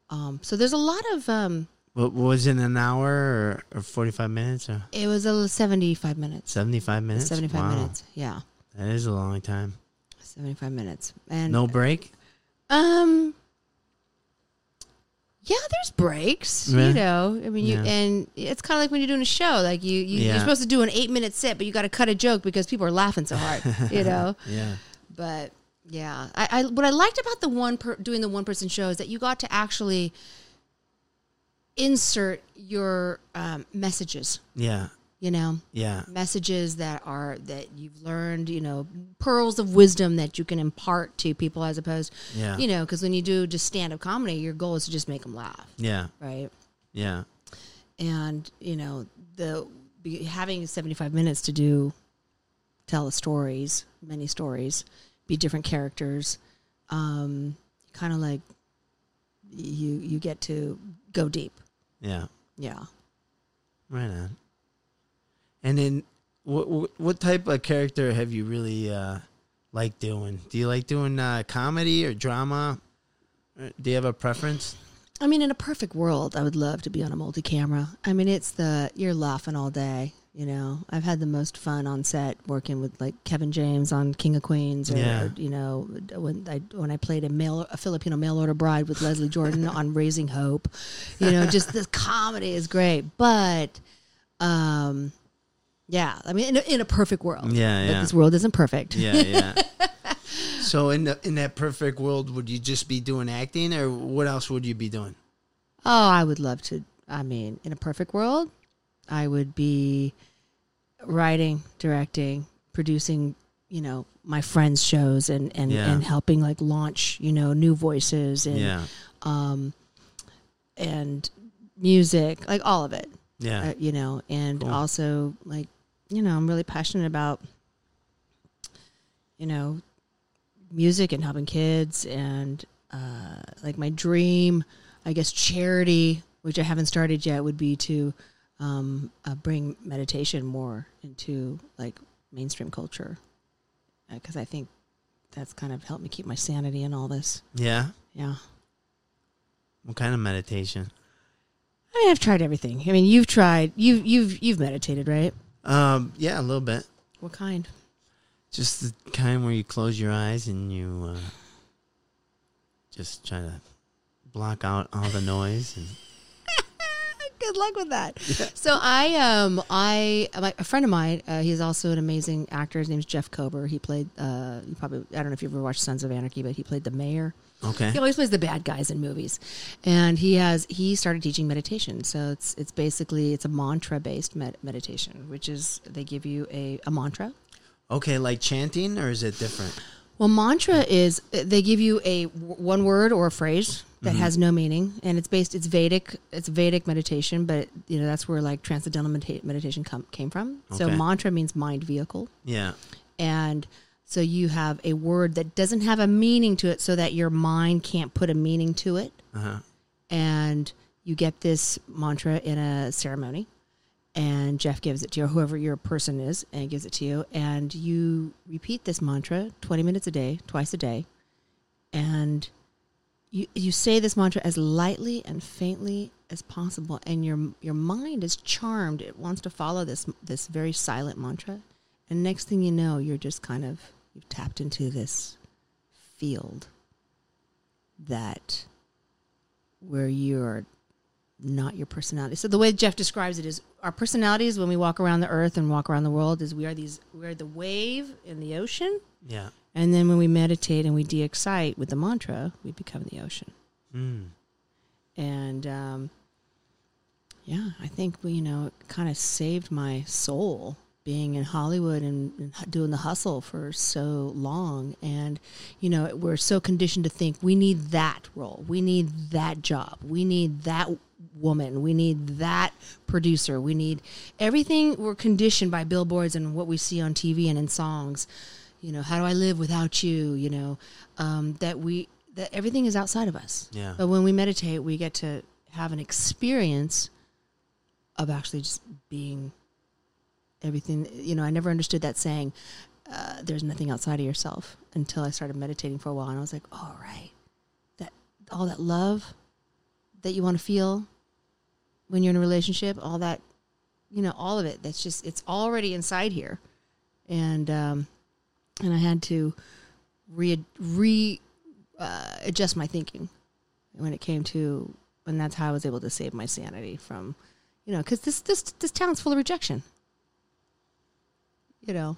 S4: um, so there's a lot of. Um,
S3: what was it an hour or, or forty five minutes or
S4: it was a little 75 minutes.
S3: seventy five minutes?
S4: 75
S3: Wow,
S4: minutes, yeah,
S3: That is a long time.
S4: 75 minutes. And uh,
S3: No break.
S4: Um. Yeah, there's breaks.
S3: Yeah.
S4: You know, I mean, you
S3: Yeah.
S4: and it's kind of like when you're doing a show. Like you, you
S3: Yeah.
S4: you're supposed to do an eight minute set, but you got to cut a joke because people are laughing so hard. you know.
S3: Yeah.
S4: But yeah, I, I what I liked about the one per, doing the one person show is that you got to actually insert your um, messages.
S3: Yeah.
S4: You know,
S3: Yeah.
S4: messages that are that you've learned you know pearls of wisdom that you can impart to people as opposed
S3: Yeah.
S4: you know because when you do just stand-up comedy your goal is to just make them laugh
S3: Yeah.
S4: right
S3: Yeah.
S4: and you know the be- having 75 minutes to do tell the stories many stories be different characters. Um, kind of like you you get to go deep.
S3: Yeah.
S4: Yeah.
S3: Right on. And then, what what, what type of character have you really uh, like doing? Do you like doing uh, comedy or drama? Uh, Do you have a preference?
S4: I mean, in a perfect world, I would love to be on a multi camera. I mean, it's the, you're laughing all day. You know, I've had the most fun on set working with like Kevin James on King of Queens, or,
S3: Yeah.
S4: you know, when I when I played a male a Filipino mail order bride with Leslie Jordan on Raising Hope, you know, just the comedy is great. But, um, yeah, I mean, in a, in a perfect world,
S3: Yeah,
S4: But
S3: yeah.
S4: this world isn't perfect.
S3: Yeah, yeah. so in the in that perfect world, would you just be doing acting, or what else would you be doing?
S4: Oh, I would love to. I mean, in a perfect world, I would be writing, directing, producing, you know, my friends' shows and and,
S3: Yeah.
S4: and helping like launch, you know, new voices and
S3: Yeah,
S4: um and music, like all of it.
S3: yeah,
S4: Uh, you know, and
S3: Cool.
S4: also like, you know, I'm really passionate about you know, music and helping kids and uh like my dream, I guess charity, which I haven't started yet would be to um uh, bring meditation more into like mainstream culture. Uh, Cuz I think that's kind of helped me keep my sanity in all this.
S3: yeah.
S4: Yeah.
S3: What kind of meditation?
S4: I mean, I've tried everything. I mean, you've tried. You've you've you've meditated, right?
S3: Um, yeah, a little bit.
S4: What kind?
S3: Just the kind where you close your eyes and you uh, just try to block out all the noise. And,
S4: good luck with that. So I um I my, a friend of mine. Uh, he's also an amazing actor. His name's Jeff Kober. He played uh you probably I don't know if you ever watched Sons of Anarchy, but he played the mayor.
S3: okay.
S4: He always plays the bad guys in movies, and he has he started teaching meditation. So it's it's basically it's a mantra based med- meditation, which is they give you a, a mantra
S3: Okay, like chanting, or is it different?
S4: Well, mantra is they give you a w- one word or a phrase that has no meaning, and it's based. It's Vedic. It's Vedic meditation, but you know that's where like transcendental medita- meditation com- came from. So
S3: Okay.
S4: mantra means mind vehicle,
S3: Yeah.
S4: and so you have a word that doesn't have a meaning to it, so that your mind can't put a meaning to it,
S3: Uh huh.
S4: and you get this mantra in a ceremony. And Jeff gives it to you, or whoever your person is, and he gives it to you. And you repeat this mantra 20 minutes a day, twice a day and you you say this mantra as lightly and faintly as possible and your your mind is charmed it wants to follow this this very silent mantra and next thing you know you're just kind of you've tapped into this field that where you're not your personality. So the way Jeff describes it is our personalities when we walk around the earth and walk around the world is we are these we are the wave in the ocean
S3: Yeah.
S4: and then when we meditate and we de excite with the mantra, we become the ocean.
S3: Mm.
S4: And um, yeah, I think, we, you know, it kind of saved my soul being in Hollywood and, and hu- doing the hustle for so long. And, you know, we're so conditioned to think we need that role, we need that job, we need that woman, we need that producer, we need everything. We're conditioned by billboards and what we see on TV and in songs. You know, how do I live without you? You know, um, that we, that everything is outside of us.
S3: Yeah.
S4: But when we meditate, we get to have an experience of actually just being everything. You know, I never understood that saying, uh, there's nothing outside of yourself until I started meditating for a while. And I was like, all right, that, all that love that you want to feel when you're in a relationship, all that, you know, all of it, that's just, it's already inside here. And, um, and I had to re, re, uh, adjust my thinking when it came to and that's how I was able to save my sanity from you know cuz this this this town's full of rejection you know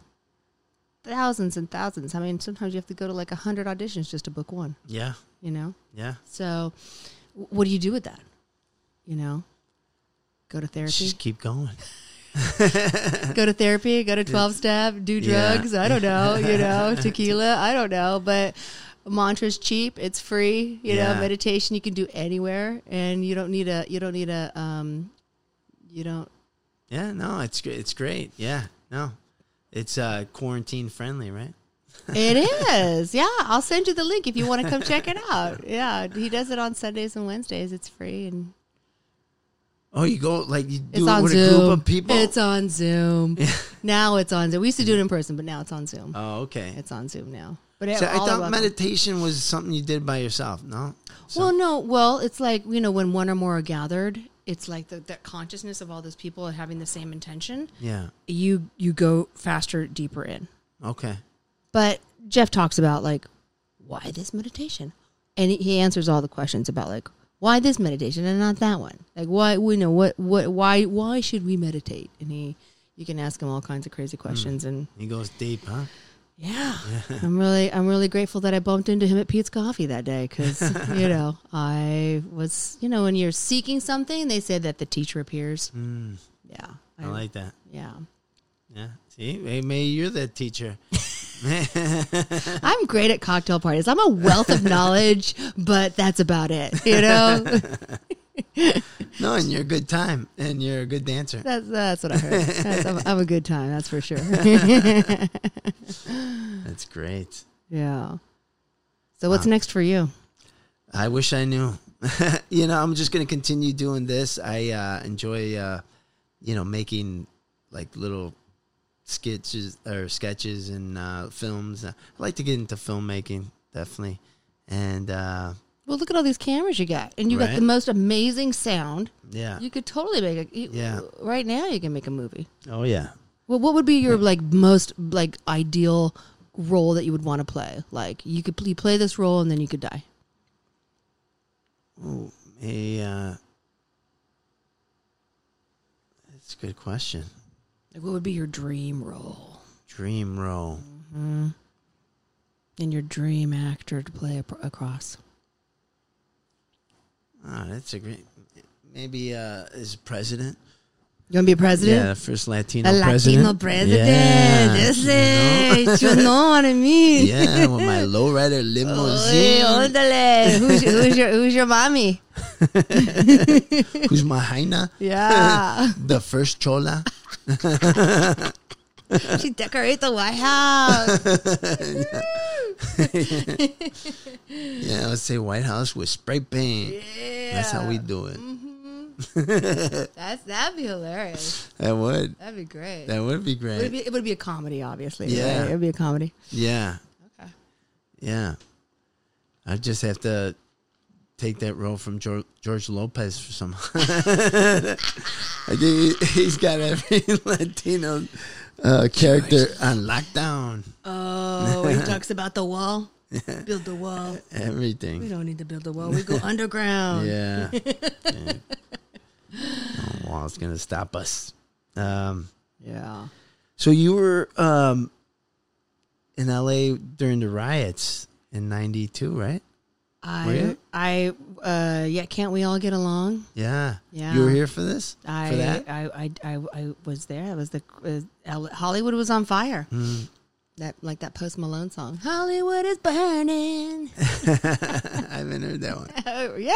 S4: thousands and thousands i mean sometimes you have to go to like 100 auditions just to book one
S3: Yeah.
S4: you know
S3: Yeah.
S4: so w- what do you do with that you know go to therapy
S3: Just keep going.
S4: go to therapy go to 12 step do
S3: Yeah.
S4: drugs i don't know you know tequila i don't know but mantra's cheap it's free you
S3: Yeah.
S4: know meditation you can do anywhere and you don't need a you don't need a um you don't
S3: Yeah. No, it's gr- it's great. Yeah. No, it's uh, quarantine friendly, right?
S4: It is. Yeah, I'll send you the link if you want to come check it out. Yeah, he does it on Sundays and Wednesdays. It's free and
S3: Oh, you go like you
S4: it's
S3: do it
S4: on
S3: with
S4: Zoom.
S3: a group of people.
S4: It's on Zoom. Now it's on Zoom. We used to do it in person, but now it's on Zoom.
S3: oh, okay.
S4: It's on Zoom now. But it,
S3: So I
S4: all
S3: thought
S4: about-
S3: meditation was something you did by yourself. No. So-
S4: Well, no. Well, it's like you know when one or more are gathered, it's like the, the consciousness of all those people and having the same intention.
S3: yeah.
S4: You you go faster, deeper in.
S3: Okay.
S4: But Jeff talks about like why this meditation, and he answers all the questions about like why this meditation and not that one. Like why we know what what why why should we meditate? And he you can ask him all kinds of crazy questions and
S3: He goes deep, huh?
S4: yeah. I'm really I'm really grateful that I bumped into him at Pete's Coffee that day cuz you know, I was, you know, when you're seeking something, they say that the teacher appears. Yeah.
S3: Mm. I like that.
S4: yeah.
S3: Yeah. See, hey, maybe you're the teacher.
S4: I'm great at cocktail parties. I'm a wealth of knowledge, but that's about it, you know?
S3: No, and you're a good time, and you're a good dancer.
S4: that's that's what I heard. That's, I'm, I'm a good time, that's for sure.
S3: That's great.
S4: yeah. So what's next for you?
S3: I wish I knew. you know, I'm just going to continue doing this. I uh, enjoy, uh, you know, making like little sketches or sketches and uh, films. I like to get into filmmaking, definitely. And uh,
S4: Well, look at all these cameras you got. And you got
S3: Right.
S4: the most amazing sound.
S3: yeah,
S4: You could totally make a you,
S3: Yeah.
S4: right now you can make a movie.
S3: oh yeah.
S4: Well, what would be your like most like ideal role that you would want to play? Like you could you play this role and then you could die.
S3: A, uh, that's a good question.
S4: Like what would be your dream role
S3: Dream role.
S4: and your dream actor to play ap- across?
S3: Ah, that's a great. Maybe uh, as president.
S4: You want to be a
S3: Yeah,
S4: president?
S3: the first Latino
S4: A
S3: president.
S4: Latino president.
S3: Yeah.
S4: That's it. You know what I mean?
S3: yeah, with my lowrider
S4: Oy,
S3: limousine.
S4: ándale. Who's, your- who's your who's your mommy?
S3: Who's my hyena?
S4: Yeah,
S3: The first chola.
S4: she decorates the White House.
S3: Yeah, let's say White House with spray paint. That's how we do it.
S4: Mm-hmm. That's that'd be hilarious.
S3: That would.
S4: That'd be great.
S3: That would be
S4: It would
S3: great.
S4: be, it would be a comedy, obviously.
S3: Yeah.
S4: right? It would be a comedy.
S3: Yeah.
S4: Okay.
S3: Yeah. I just have to take that role from George, George Lopez for some. I think he, he's got every Latino uh, character on lockdown.
S4: Oh, he talks about the wall. Build the wall. We
S3: Everything.
S4: don't need to build the wall. We go underground.
S3: Yeah. yeah. No wall's going to stop us. Um,
S4: Yeah.
S3: so you were um, in LA during the riots in 92, right? Were
S4: I,
S3: you?
S4: I, uh, yeah. Can't we all get along?
S3: Yeah.
S4: Yeah.
S3: You were here for this?
S4: I,
S3: for that?
S4: I, I, I, I was there. It was the uh, L- Hollywood was on fire.
S3: Hmm.
S4: That like that Post Malone song. Hollywood is burning.
S3: I haven't heard that one.
S4: Oh, yeah.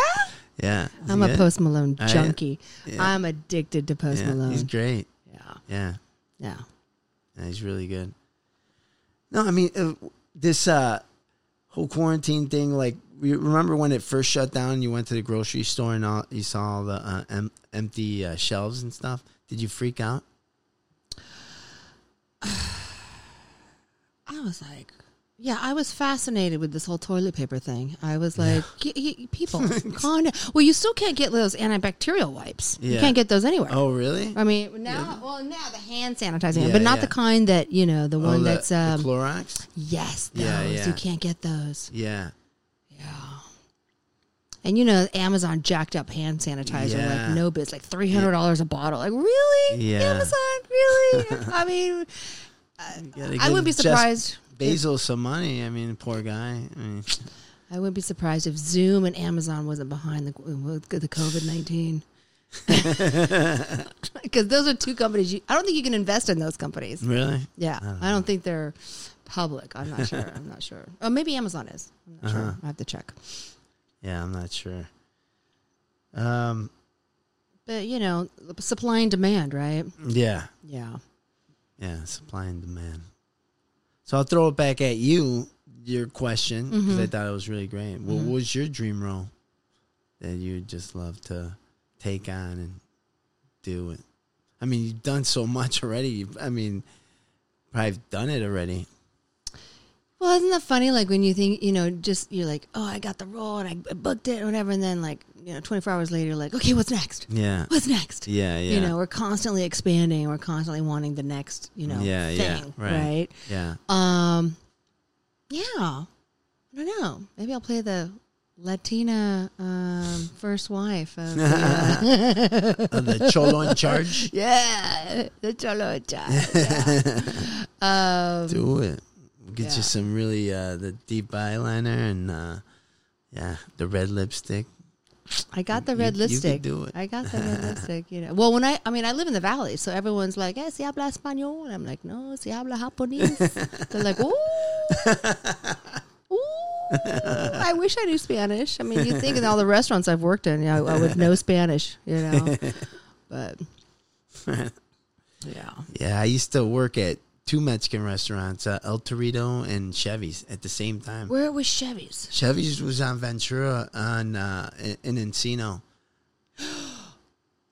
S3: Yeah. is
S4: I'm
S3: he
S4: a
S3: good?
S4: Post Malone
S3: I-
S4: junkie.
S3: yeah.
S4: I'm addicted to Post
S3: Yeah,
S4: Malone.
S3: he's great.
S4: yeah.
S3: Yeah.
S4: Yeah.
S3: Yeah, he's really good. No, I mean uh, this uh, whole quarantine thing. Like, you remember when it first shut down? You went to the grocery store and all, you saw all the uh, em- empty uh, shelves and stuff. Did you freak out?
S4: I was like, yeah, I was fascinated with this whole toilet paper thing. I was like, y- y- people, calm down. Well, you still can't get those antibacterial wipes. You
S3: Yeah.
S4: can't get those anywhere.
S3: Oh, really?
S4: I mean, now, well, now the hand sanitizing,
S3: Yeah,
S4: but not
S3: yeah.
S4: the kind that you know, the one
S3: Oh, the-
S4: that's um,
S3: the Clorox.
S4: yes, those
S3: Yeah, yeah.
S4: you can't get those.
S3: Yeah.
S4: And you know, Amazon jacked up hand sanitizer
S3: Yeah.
S4: like no bits, like three hundred dollars a bottle. Like really,
S3: Yeah.
S4: Amazon, really? I mean,
S3: Gotta
S4: I wouldn't
S3: give
S4: be
S3: Jeff
S4: surprised.
S3: Basil some money. I mean, poor guy. I mean,
S4: I wouldn't be surprised if Zoom and Amazon wasn't behind the with the COVID nineteen. Because those are two companies. You, I don't think you can invest in those companies.
S3: really?
S4: Yeah, I don't, think they're public. I'm not sure. I'm not sure. Oh, maybe Amazon is. I'm not
S3: Uh-huh.
S4: sure. I have to check.
S3: Yeah, I'm not sure. Um.
S4: But you know, supply and demand, right?
S3: Yeah.
S4: Yeah.
S3: Yeah. Supply and demand. So I'll throw it back at you, your question, because
S4: Mm-hmm.
S3: I thought it was really great. Well, What was your dream role that you would just love to take on and do it? I mean, you've done so much already. You've, I mean, probably done it already.
S4: Well, isn't that funny? Like when you think, you know, just you're like, oh, I got the role and I- I booked it or whatever. And then, like, you know, 24 hours later, you're like, okay, what's next?
S3: Yeah.
S4: What's next?
S3: Yeah, yeah.
S4: You know, we're constantly expanding. We're constantly wanting the next, you know,
S3: yeah,
S4: thing.
S3: yeah.
S4: right.
S3: Yeah.
S4: Um, yeah. I don't know. Maybe I'll play the Latina um, first wife. Of the, uh,
S3: Uh, the Cholo in charge.
S4: yeah, the Cholo Child.
S3: Do it. We'll get you some really uh, the deep eyeliner and uh, yeah, the red lipstick.
S4: I got the
S3: You-
S4: red
S3: you could
S4: lipstick.
S3: do it.
S4: I got the red lipstick. You know. Well, when I, I mean, I live in the valley, so everyone's like, "Eh, si habla español." I'm like, "No, si habla japonés." They're like, "Ooh, ooh." I wish I knew Spanish. I mean, you think in all the restaurants I've worked in, I, I would know Spanish, you know. But yeah,
S3: Yeah, I used to work at two Mexican restaurants, uh, El Torito and Chevy's, at the same time.
S4: where was Chevy's?
S3: Chevy's was on Ventura on uh, in- in Encino.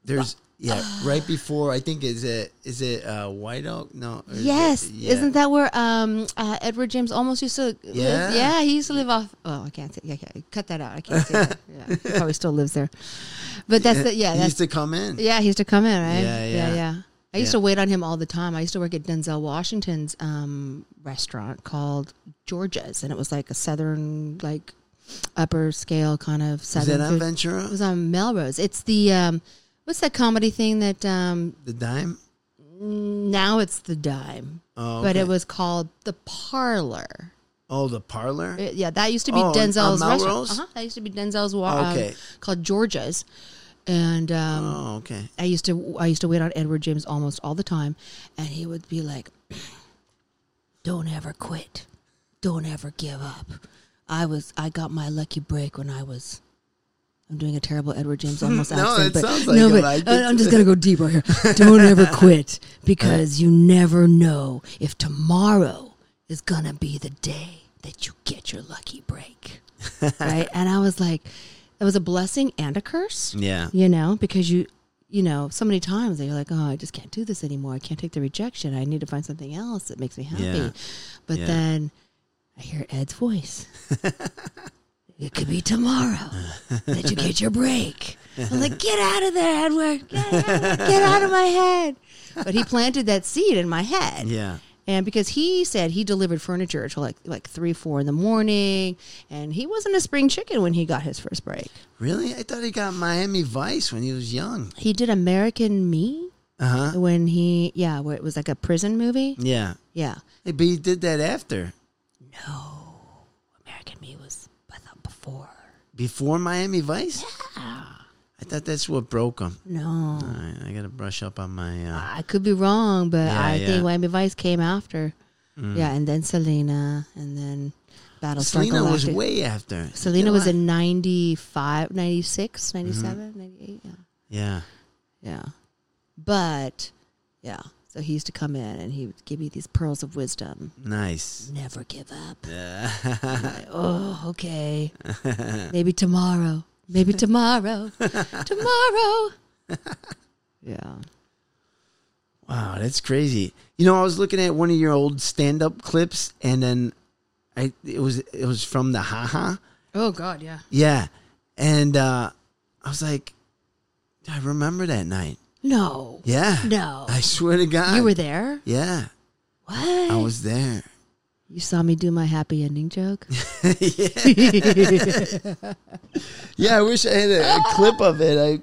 S3: There's yeah, right before I think is it is it uh, White Oak? No, or is it-
S4: Yes,
S3: yeah.
S4: isn't that where um uh, Edward James almost used to?
S3: Yeah.
S4: live? yeah, he used to live off. Oh, I can't say. Yeah, yeah, cut that out. I can't say. That. Yeah, he probably still lives there. But that's the, yeah,
S3: He
S4: that's
S3: used to come in.
S4: yeah. He used to come in, right?
S3: Yeah, yeah.
S4: yeah. I used
S3: Yeah.
S4: to wait on him all the time. I used to work at Denzel Washington's um restaurant called Georgia's, and it was like a southern, like upper scale kind of
S3: Is
S4: southern.
S3: that on
S4: food.
S3: Ventura?
S4: It was on Melrose. It's the um, what's that comedy thing that um
S3: The dime.
S4: now it's the dime
S3: Oh,
S4: but
S3: okay.
S4: it was called the parlor.
S3: oh the parlor.
S4: It- yeah, that used to be
S3: Oh, on- on
S4: Denzel's restaurant.
S3: Melrose?
S4: Uh-huh. That used to be Denzel's wa- um,
S3: Okay.
S4: called Georgia's, and um,
S3: oh okay.
S4: I used to I used to wait on Edward James almost all the time, and he would be like, "Don't ever quit, don't ever give up." I was I got my lucky break when I was. I'm doing a terrible Edward James almost
S3: No,
S4: accent,
S3: it
S4: but
S3: sounds like
S4: no,
S3: it.
S4: but
S3: I
S4: I-
S3: did-
S4: I'm just gonna go deep right here. Don't ever quit because you never know if tomorrow is gonna be the day that you get your lucky break, right? And I was like, it was a blessing and a curse
S3: Yeah.
S4: you know because you you know so many times that you're like oh i just can't do this anymore i can't take the rejection i need to find something else that makes me happy
S3: Yeah.
S4: but
S3: Yeah.
S4: then i hear ed's voice it could be tomorrow that you get your break i'm like get out of there edward get out of, there. Get out of my head but he planted that seed in my head
S3: Yeah.
S4: and because he said he delivered furniture till like like three four in the morning and he wasn't a spring chicken when he got his first break
S3: Really? I thought he got Miami Vice when he was young.
S4: he did american me
S3: Uh huh.
S4: when he yeah where it was like a prison movie
S3: Yeah.
S4: yeah
S3: Hey, but he did that after,
S4: no american me was I thought before Ah,
S3: before Miami Vice. I thought that's what broke him.
S4: no
S3: All right, I gotta brush up on my. Uh,
S4: i could be wrong but
S3: Yeah,
S4: i
S3: yeah. Mm.
S4: think whammy vice came after yeah and then selena and then battlestar
S3: Selena was
S4: Galactic.
S3: way after.
S4: selena was
S3: in.
S4: in 95
S3: Mm-hmm.
S4: 96 97 98 yeah
S3: Yeah.
S4: yeah but yeah so he used to come in and he would give me these pearls of wisdom
S3: Nice.
S4: never give up
S3: Yeah.
S4: oh, okay. Maybe tomorrow. Maybe tomorrow. tomorrow. Yeah.
S3: wow, that's crazy. You know, I was looking at one of your old stand-up clips, and then I it was it was from the haha.
S4: Oh God, yeah.
S3: Yeah, and uh, I was like, I remember that night.
S4: No.
S3: Yeah.
S4: No.
S3: I swear to God.
S4: You were there?
S3: Yeah,
S4: What?
S3: I was there.
S4: you saw me do my happy ending joke?
S3: Yeah, I wish I had a, a clip of it. I,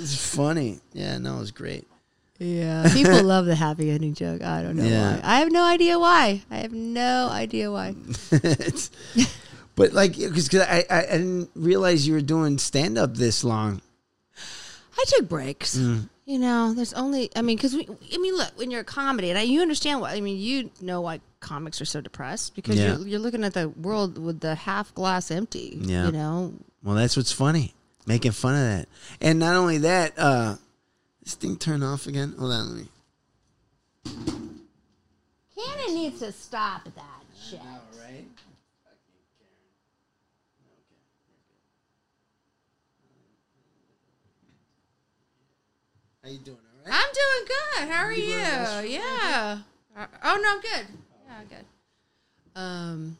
S3: it's funny. Yeah, no, it was great.
S4: yeah. People love the happy ending joke. I don't know
S3: Yeah.
S4: why. I have no idea why. I have no idea why.
S3: It's- but like, because I, I I didn't realize you were doing stand up this long.
S4: I took breaks.
S3: Mm.
S4: You know, there's only I mean, because we I mean, look when you're a comedy, and I, you understand why. I mean, you know why comics are so depressed because
S3: Yeah.
S4: you're, you're looking at the world with the half glass empty.
S3: Yeah.
S4: You know,
S3: Well, that's what's funny, making fun of that. And not only that, uh, this thing turned off again. Hold on, let me.
S5: Hannah needs to stop that shit.
S3: right? How you doing? All right.
S6: I'm doing good. How are you? Yeah. Uh, Oh no, I'm good. Yeah, I'm good. Um.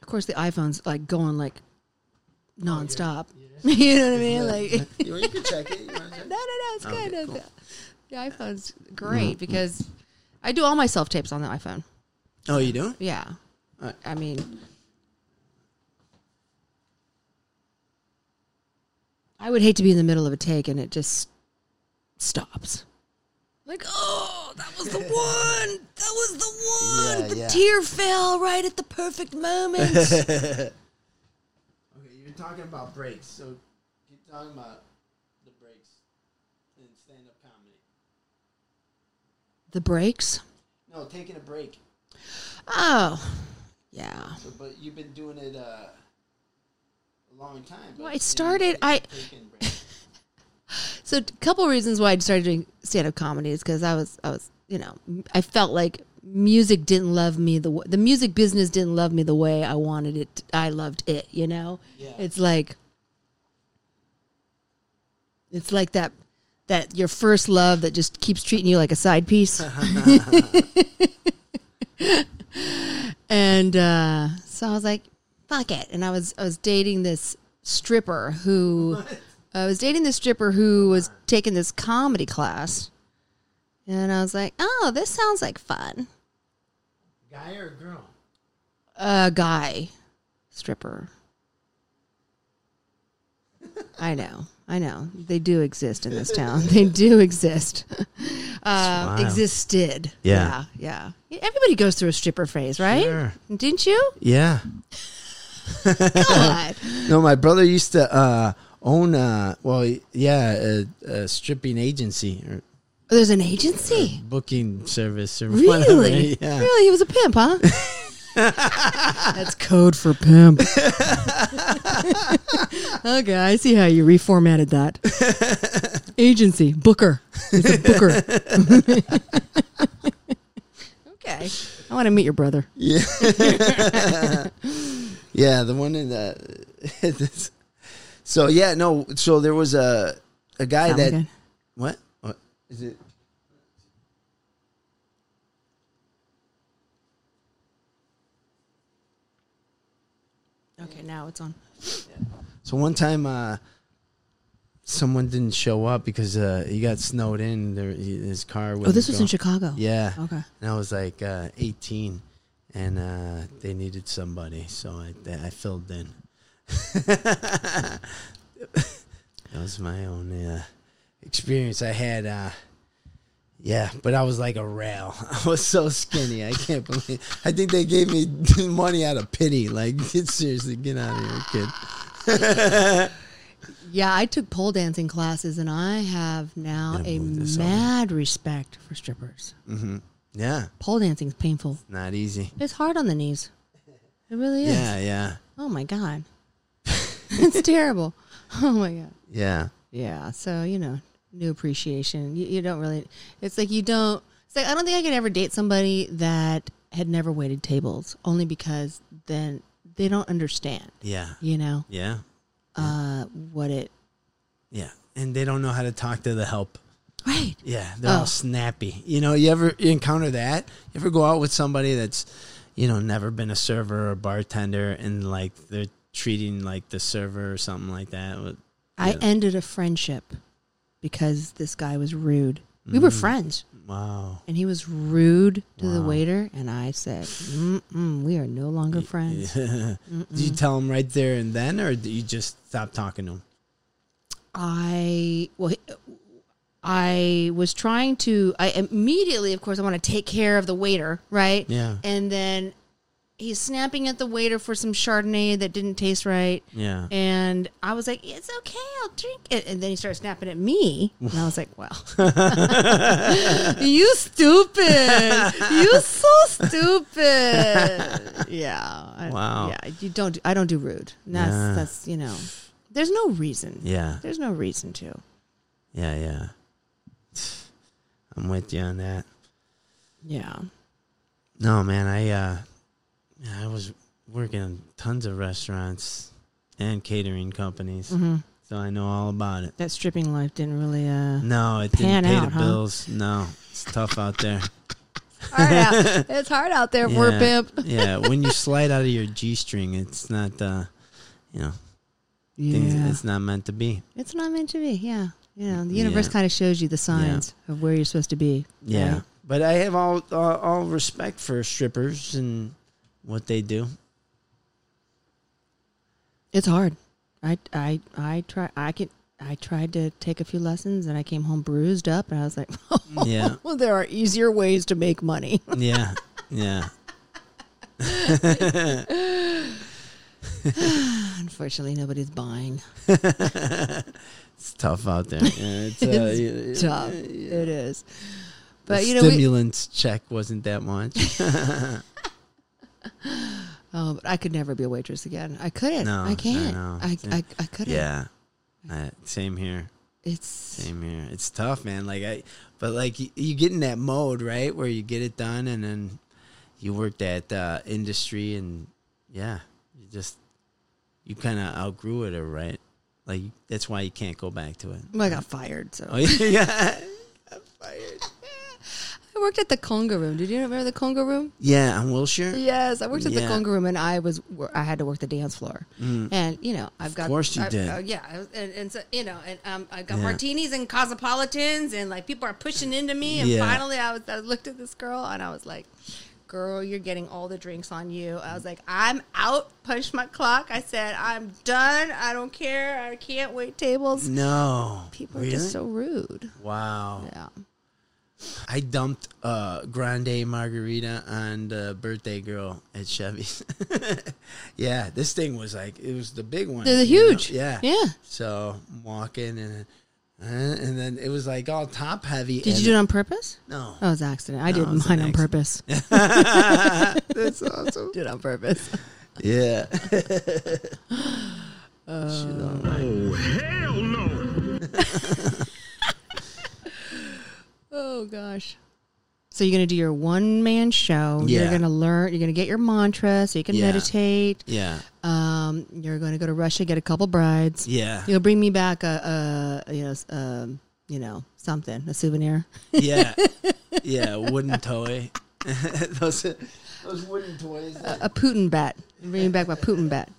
S4: Of course, the iPhone's like going like nonstop.
S6: Oh,
S4: you know what I mean? Like,
S3: You, you can check it. You wanna check?
S4: no, no, no, it's
S3: Okay,
S4: good. no,
S3: cool.
S4: it's
S6: The iPhone's great because I do all my self tapes on the iPhone.
S3: Oh, you do?
S6: Yeah.
S3: Alright.
S6: I mean,
S4: I would hate to be in the middle of a take and it just stops. Like, oh, that was the one. That was the one.
S3: Yeah,
S4: the
S3: yeah.
S4: tear fell right at the perfect moment.
S3: Okay, you're talking about breaks, so keep talking about the breaks in stand-up comedy.
S4: the breaks.
S3: No, taking a break.
S4: Oh, yeah.
S3: So, but you've been doing it uh, a long time. but
S4: Well, it
S3: you know,
S4: started-
S3: you're
S4: I-
S3: taking breaks.
S4: So, a couple reasons why I started doing stand up comedy is because I was, I was, you know, I felt like music didn't love me the w- the music business didn't love me the way I wanted it. t- I loved it, you know.
S3: Yeah.
S4: It's like, it's like that that your first love that just keeps treating you like a side piece. and uh, so I was like, fuck it. And I was I was dating this stripper who I was dating this stripper who was taking this comedy class. And I was like, oh, this sounds like fun.
S3: Guy or girl?
S4: A guy stripper. I know. I know. They do exist in this town. They do exist. Uh, existed.
S3: Yeah.
S4: Yeah. yeah. Everybody goes through a stripper phase, right?
S3: Sure.
S4: Didn't you?
S3: Yeah.
S4: God.
S3: No, my brother used to uh, own. Uh, well, yeah, a, a stripping agency or
S4: There's an agency.
S3: booking service or whatever.
S4: Really?
S3: Yeah.
S4: Really? He was a pimp, huh? That's code for pimp. okay, I see how you reformatted that. Agency, booker. He's a booker. okay. I want to meet your brother.
S3: Yeah, the one in the. this- so yeah, no. So there was a a guy
S4: Sound
S3: that
S4: good?
S3: what what is it?
S4: Okay, now it's on.
S3: So one time, uh, someone didn't show up because uh, he got snowed in. There, he- his car.
S4: Oh, this
S3: wasn't
S4: was in
S3: going-
S4: Chicago.
S3: Yeah.
S4: Okay.
S3: And I was like uh, 18, and uh, they needed somebody, so I I filled in. that was my own uh, experience I had. Uh, yeah, but I was like a rail. I was so skinny. I can't believe. I think they gave me money out of pity. Like, seriously, get out of here, kid.
S4: Yeah, I took pole dancing classes, and I have now
S3: Gotta
S4: a
S3: move this over.
S4: mad respect for strippers.
S3: Yeah,
S4: Pole dancing is painful.
S3: not easy.
S4: It's hard on the knees. It really is.
S3: Yeah, yeah,
S4: Oh my god, it's terrible. Oh my god.
S3: yeah.
S4: Yeah. So you know, new appreciation. You, you don't really. It's like you don't. It's like I don't think I could ever date somebody that had never waited tables, only because then they don't understand.
S3: Yeah.
S4: You know,
S3: Yeah.
S4: uh, what it.
S3: Yeah. And they don't know how to talk to the help.
S4: Right.
S3: Yeah. They're
S4: Oh.
S3: all snappy. You know, you ever you encounter that? You ever go out with somebody that's, you know, never been a server or bartender and like they're treating like the server or something like that? with-
S4: I
S3: Yeah.
S4: ended a friendship because this guy was rude. We were friends.
S3: Wow.
S4: And he was rude to the
S3: Wow.
S4: waiter, and I said, Mm-mm, "We are no longer friends."
S3: Did you tell them right there and then or do you just stop talking to them?
S4: I well, he- I was trying to. I immediately, of course, I want to take care of the waiter, right?
S3: Yeah.
S4: And then he's snapping at the waiter for some Chardonnay that didn't taste right,
S3: Yeah.
S4: and I was like, "It's okay, I'll drink it." And then he started snapping at me, and I was like, "Well, you stupid! you so stupid!" Yeah. I-
S3: Wow.
S4: Yeah. You don't. I don't do rude. And That's
S3: Yeah.
S4: that's you know. There's no reason.
S3: Yeah.
S4: There's no reason to.
S3: Yeah, yeah. I'm with you on that.
S4: Yeah.
S3: No, man, I uh I was working tons of restaurants and catering companies. So I know all about it.
S4: That stripping life didn't really uh
S3: No, it didn't
S4: Pan
S3: pay
S4: out,
S3: the
S4: huh?
S3: bills. No. It's tough out there.
S7: Hard out. It's hard out there for a pimp.
S3: yeah, when you slide out of your G string, it's not uh you know,
S4: yeah.
S3: things it's not meant to be.
S4: It's not meant to be. Yeah. You know, the universe
S3: Yeah.
S4: kind of shows you the signs of where you're supposed to be.
S3: Yeah.
S4: right?
S3: But I have all all all respect for strippers and what they do.
S4: It's hard. I I I try I can I tried to take a few lessons and I came home bruised up and I was like,
S3: Yeah.
S4: well, there are easier ways to make money.
S3: Yeah. Yeah.
S4: Unfortunately, nobody's buying.
S3: It's tough out there. Yeah, it's, uh, yeah,
S4: It's tough. It is.
S3: The
S4: But you know, we,
S3: stimulants check wasn't that much.
S4: oh, but I could never be a waitress again. I couldn't.
S3: No, I
S4: I can't.
S3: know.
S4: I I, I, couldn't.
S3: yeah, I, same here.
S4: It's
S3: Same here. It's tough, man. Like I, but like you, you get in that mode, right, where you get it done, and then you work that uh, industry, and yeah, you just you kind of outgrew it, or right? Like that's why you can't go back to it.
S4: well, I got fired. So
S3: Oh yeah, I'm fired.
S4: I worked at the conga room. Did you remember the conga room?
S3: Yeah, on Wilshire.
S4: Yes, I worked at
S3: Yeah. Mm.
S4: the conga room, and I was wor- I had to work the dance floor, and you know I've got
S3: Of course you
S6: I-
S3: did.
S6: uh, yeah, I was- and, and so you know, and um, I got
S3: Yeah.
S6: martinis and cosmopolitans, and like people are pushing into me, and
S3: Yeah.
S6: finally I was I looked at this girl and I was like, "Girl, you're getting all the drinks on you." I was like, "I'm out." Punched my clock. I said, "I'm done. I don't care. I can't wait tables."
S3: No,
S4: people
S3: really?
S4: are just so rude.
S3: wow.
S4: Yeah,
S3: I dumped uh, grande margarita on the birthday girl at Chevy's. yeah, this thing was like it was the big one.
S4: They're the
S3: you know?
S4: huge.
S3: Yeah,
S4: Yeah.
S3: So I'm walking and uh, and then it was like all top heavy.
S4: did you do it on purpose?
S3: No.
S4: Oh, it was an accident. I
S3: No,
S4: did
S3: it was
S4: mine
S3: an
S4: on
S3: accident.
S4: purpose.
S3: That's awesome.
S4: did it Oh, on purpose.
S3: Yeah.
S4: Oh gosh. So you're gonna do your one man show.
S3: Yeah.
S4: You're gonna learn. You're gonna get your mantra, so you can
S3: Yeah.
S4: meditate.
S3: Yeah.
S4: Um, you're gonna go to Russia, get a couple brides.
S3: Yeah.
S4: You'll bring me back a, a you know, s- um, you know, something, a souvenir.
S3: Yeah. Yeah. Wooden toy. those those wooden toys.
S4: a Putin bat. Bringing back my Putin bat.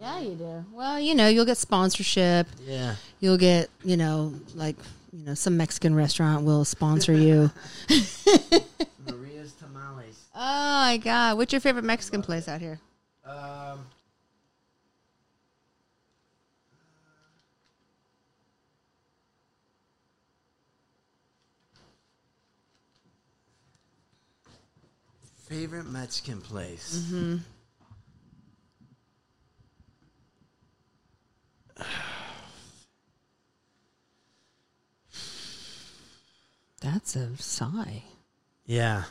S7: Yeah, you do.
S4: Well, you know, you'll get sponsorship.
S3: Yeah.
S4: You'll get, you know, like, you know, some Mexican restaurant will sponsor you.
S3: Maria's tamales.
S6: Oh my god! What's your favorite Mexican place out here?
S3: Um. Favorite Mexican place?
S4: That's a sigh.
S3: Yeah.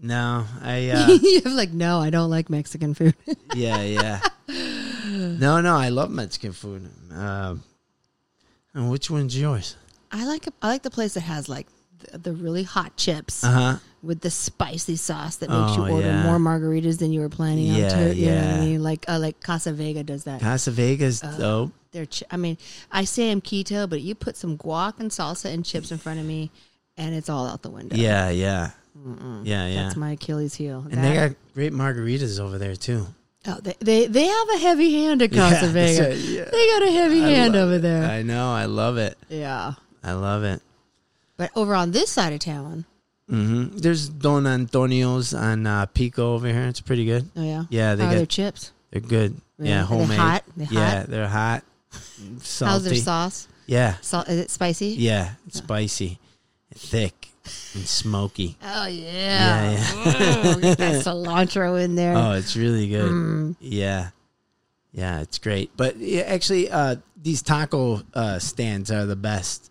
S3: No, I. Uh,
S4: You're like, no, I don't like Mexican food.
S3: yeah, yeah. No, no, I love Mexican food. Um, and which one's yours?
S4: I like I like the place that has like the, the really hot chips
S3: Uh huh.
S4: with the spicy sauce that makes
S3: Oh,
S4: you order
S3: yeah.
S4: more margaritas than you were planning
S3: Yeah,
S4: on. To, you know what
S3: yeah.
S4: I mean? Like uh, like Casa Vega does that.
S3: Casa Vega's
S4: Oh,
S3: dope.
S4: They're ch- I mean, I say I'm keto, but you put some guac and salsa and chips in front of me, and it's all out the window.
S3: Yeah, yeah. Yeah, yeah.
S4: That's my Achilles heel.
S3: And they got great margaritas over there too.
S4: oh, they, they they have a heavy hand at Casa
S3: Yeah,
S4: Vega.
S3: that's right, yeah.
S4: They got a heavy hand
S3: love
S4: over
S3: it.
S4: there.
S3: I know. I love it.
S4: yeah,
S3: I love it.
S4: but over on this side of town,
S3: hmm There's Don Antonio's on uh, Pico over here. It's pretty good.
S4: oh yeah,
S3: Yeah, they
S4: How are
S3: got-
S4: their chips?
S3: They're good.
S4: Really?
S3: Yeah,
S4: Are they
S3: homemade.
S4: hot? They
S3: yeah,
S4: hot?
S3: they're hot. Salty.
S4: How's their sauce?
S3: Yeah,
S4: Salt? Is it spicy?
S3: yeah. Spicy, thick, and smoky.
S4: Oh yeah,
S3: Yeah, yeah.
S4: that cilantro in there.
S3: Oh, it's really good.
S4: Mm.
S3: Yeah. Yeah, it's great. But yeah, actually, uh, these taco uh, stands are the best.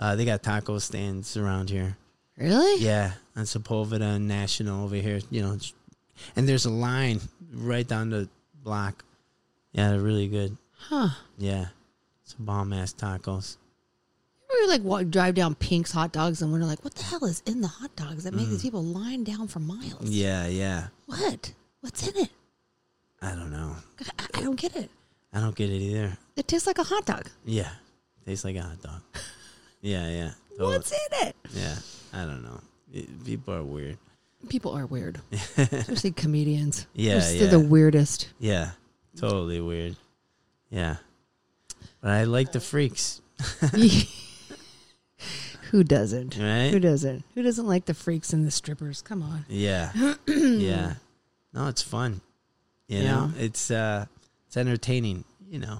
S3: Uh, they got taco stands around here.
S4: Really?
S3: Yeah, on Sepulveda and National over here, you know, it's- and there's a line right down the block. Yeah, they're really good.
S4: Huh.
S3: Yeah, it's bomb ass tacos.
S4: We like walk, drive down Pink's hot dogs and we're like, what the hell is in the hot dogs that make these people line down for miles?
S3: Mm. Yeah, yeah.
S4: What? What's in it?
S3: I don't know.
S4: God, I, I don't get it.
S3: I don't get it either.
S4: It tastes like a hot dog.
S3: Yeah, tastes like a hot dog. Yeah, yeah. totally.
S4: What's in it?
S3: Yeah, I don't know. It- people are weird.
S4: People are weird, especially comedians.
S3: Yeah,
S4: They're-
S3: yeah.
S4: they're the weirdest.
S3: Yeah, totally weird. Yeah, but I like the freaks,
S4: Who doesn't? Who
S3: right?
S4: doesn't? Who doesn't like the freaks and the strippers? Come on.
S3: Yeah, yeah. No, it's fun. You know, it's uh, it's entertaining. You know.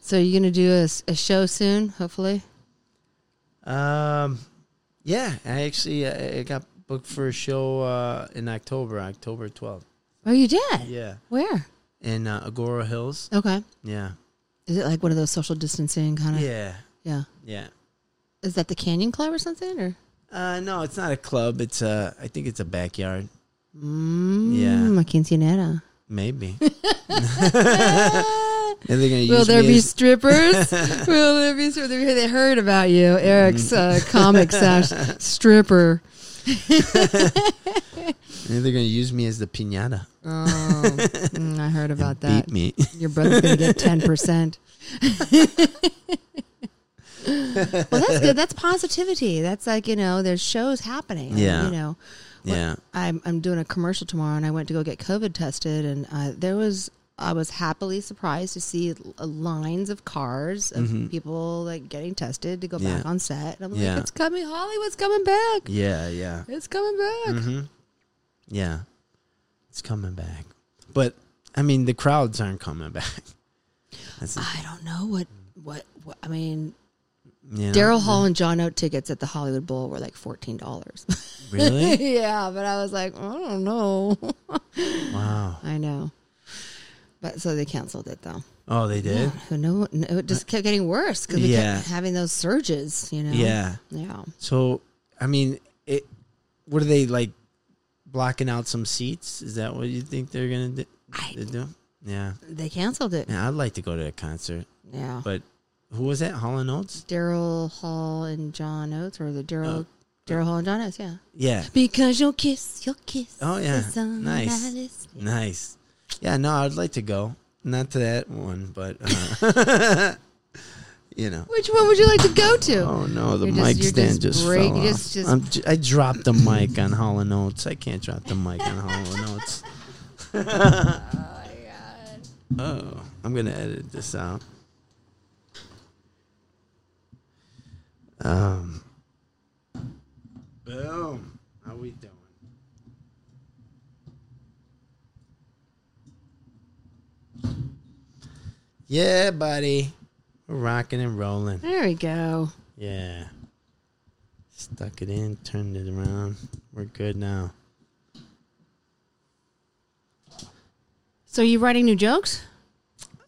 S4: So you're gonna do a, s- a show soon, hopefully.
S3: Um, yeah, I actually uh, I got booked for a show uh, in October, October twelfth.
S4: Oh, you did.
S3: Yeah,
S4: Where?
S3: in uh, Agora Hills.
S4: Okay.
S3: Yeah,
S4: Is it like one of those social distancing kind of?
S3: yeah, yeah.
S4: Is that the Canyon Club or something? Or
S3: Uh, no, it's not a club. It's a. I think it's a backyard.
S4: mm,
S3: Yeah.
S4: a quinceanera.
S3: Maybe. Are they gonna
S4: Will
S3: use
S4: there
S3: me
S4: be
S3: as-
S4: strippers? Will there be strippers? They heard about you, Eric's uh, comic slash stripper.
S3: Are they gonna use me as the pinata?
S4: Oh, mm, I heard about that.
S3: Beat me.
S4: Your brother's gonna get ten percent. well, that's good. That's positivity. That's like you know, there's shows happening.
S3: Yeah.
S4: you know,
S3: yeah.
S4: I'm I'm doing a commercial tomorrow, and I went to go get COVID tested, and uh, there was I was happily surprised to see l- lines of cars of people like getting tested to go
S3: Mm-hmm. Yeah.
S4: back on set. And I'm
S3: Yeah.
S4: like, it's coming, Hollywood's coming back.
S3: Yeah. Yeah.
S4: It's coming back.
S3: hmm Yeah. It's coming back, but I mean the crowds aren't coming back. That's it,
S4: I don't know what what, what I mean.
S3: you know?
S4: Daryl Hall and John Oates tickets at the Hollywood Bowl were like fourteen dollars.
S3: Really?
S4: yeah, but I was like, I don't know.
S3: Wow.
S4: I know. But so they canceled it though.
S3: Oh, they did.
S4: Who knew? No, it just kept getting worse because we
S3: Yeah.
S4: kept having those surges. You know.
S3: yeah.
S4: Yeah.
S3: So, I mean, it. What are they like? Blocking out some seats? Is that what you think they're gonna do?
S4: I-
S3: they do? Yeah.
S4: They canceled it.
S3: Yeah, I'd like to go to a concert,
S4: Yeah.
S3: but who was that? Hall and Oates?
S4: Daryl Hall and John Oates, or the Daryl
S3: Uh,
S4: Daryl Hall and John Oates. Yeah.
S3: Yeah.
S4: Because you'll kiss, you'll kiss.
S3: Oh yeah.
S4: is on my
S3: Nice.
S4: list.
S3: Nice. Yeah. No, I'd like to go. Not to that one, but uh, you know.
S4: Which one would you like to go to?
S3: Oh no, the
S4: You're just-
S3: mic
S4: you're
S3: stand
S4: just
S3: just,
S4: break-
S3: fell
S4: you
S3: off.
S4: just- just-
S3: I'm j- I dropped the mic on Hall and Oates. I can't drop the mic on Hall and Oates. oh, I'm gonna edit this out. Um, boom. How we doing? Yeah, buddy. We're rocking and rolling.
S4: There we go.
S3: Yeah. Stuck it in, turned it around. We're good now.
S4: So are you writing new jokes?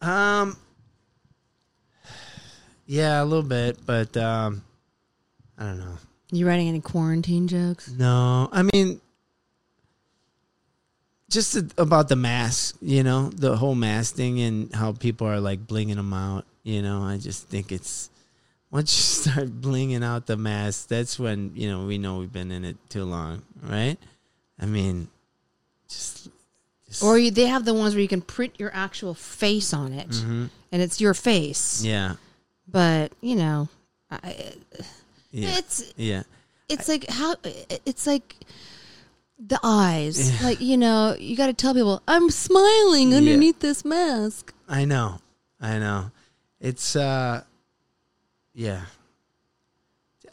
S3: Um Yeah, a little bit, but um I don't know.
S4: You writing any quarantine jokes?
S3: No, I mean just a- about the mask, you know, the whole mask thing and how people are like blinging them out, you know. I just think it's once you start blinging out the mask, that's when, you know, we know we've been in it too long, right? I mean, just just
S4: Or you, they have the ones where you can print your actual face on it, and it's your face.
S3: Mm-hmm. Yeah.
S4: But you know, I,
S3: Yeah.
S4: it's
S3: yeah.
S4: it's like how it's like the eyes. Like you know, you got to tell people I'm smiling
S3: Yeah.
S4: underneath this mask.
S3: I know. I know. It's uh yeah.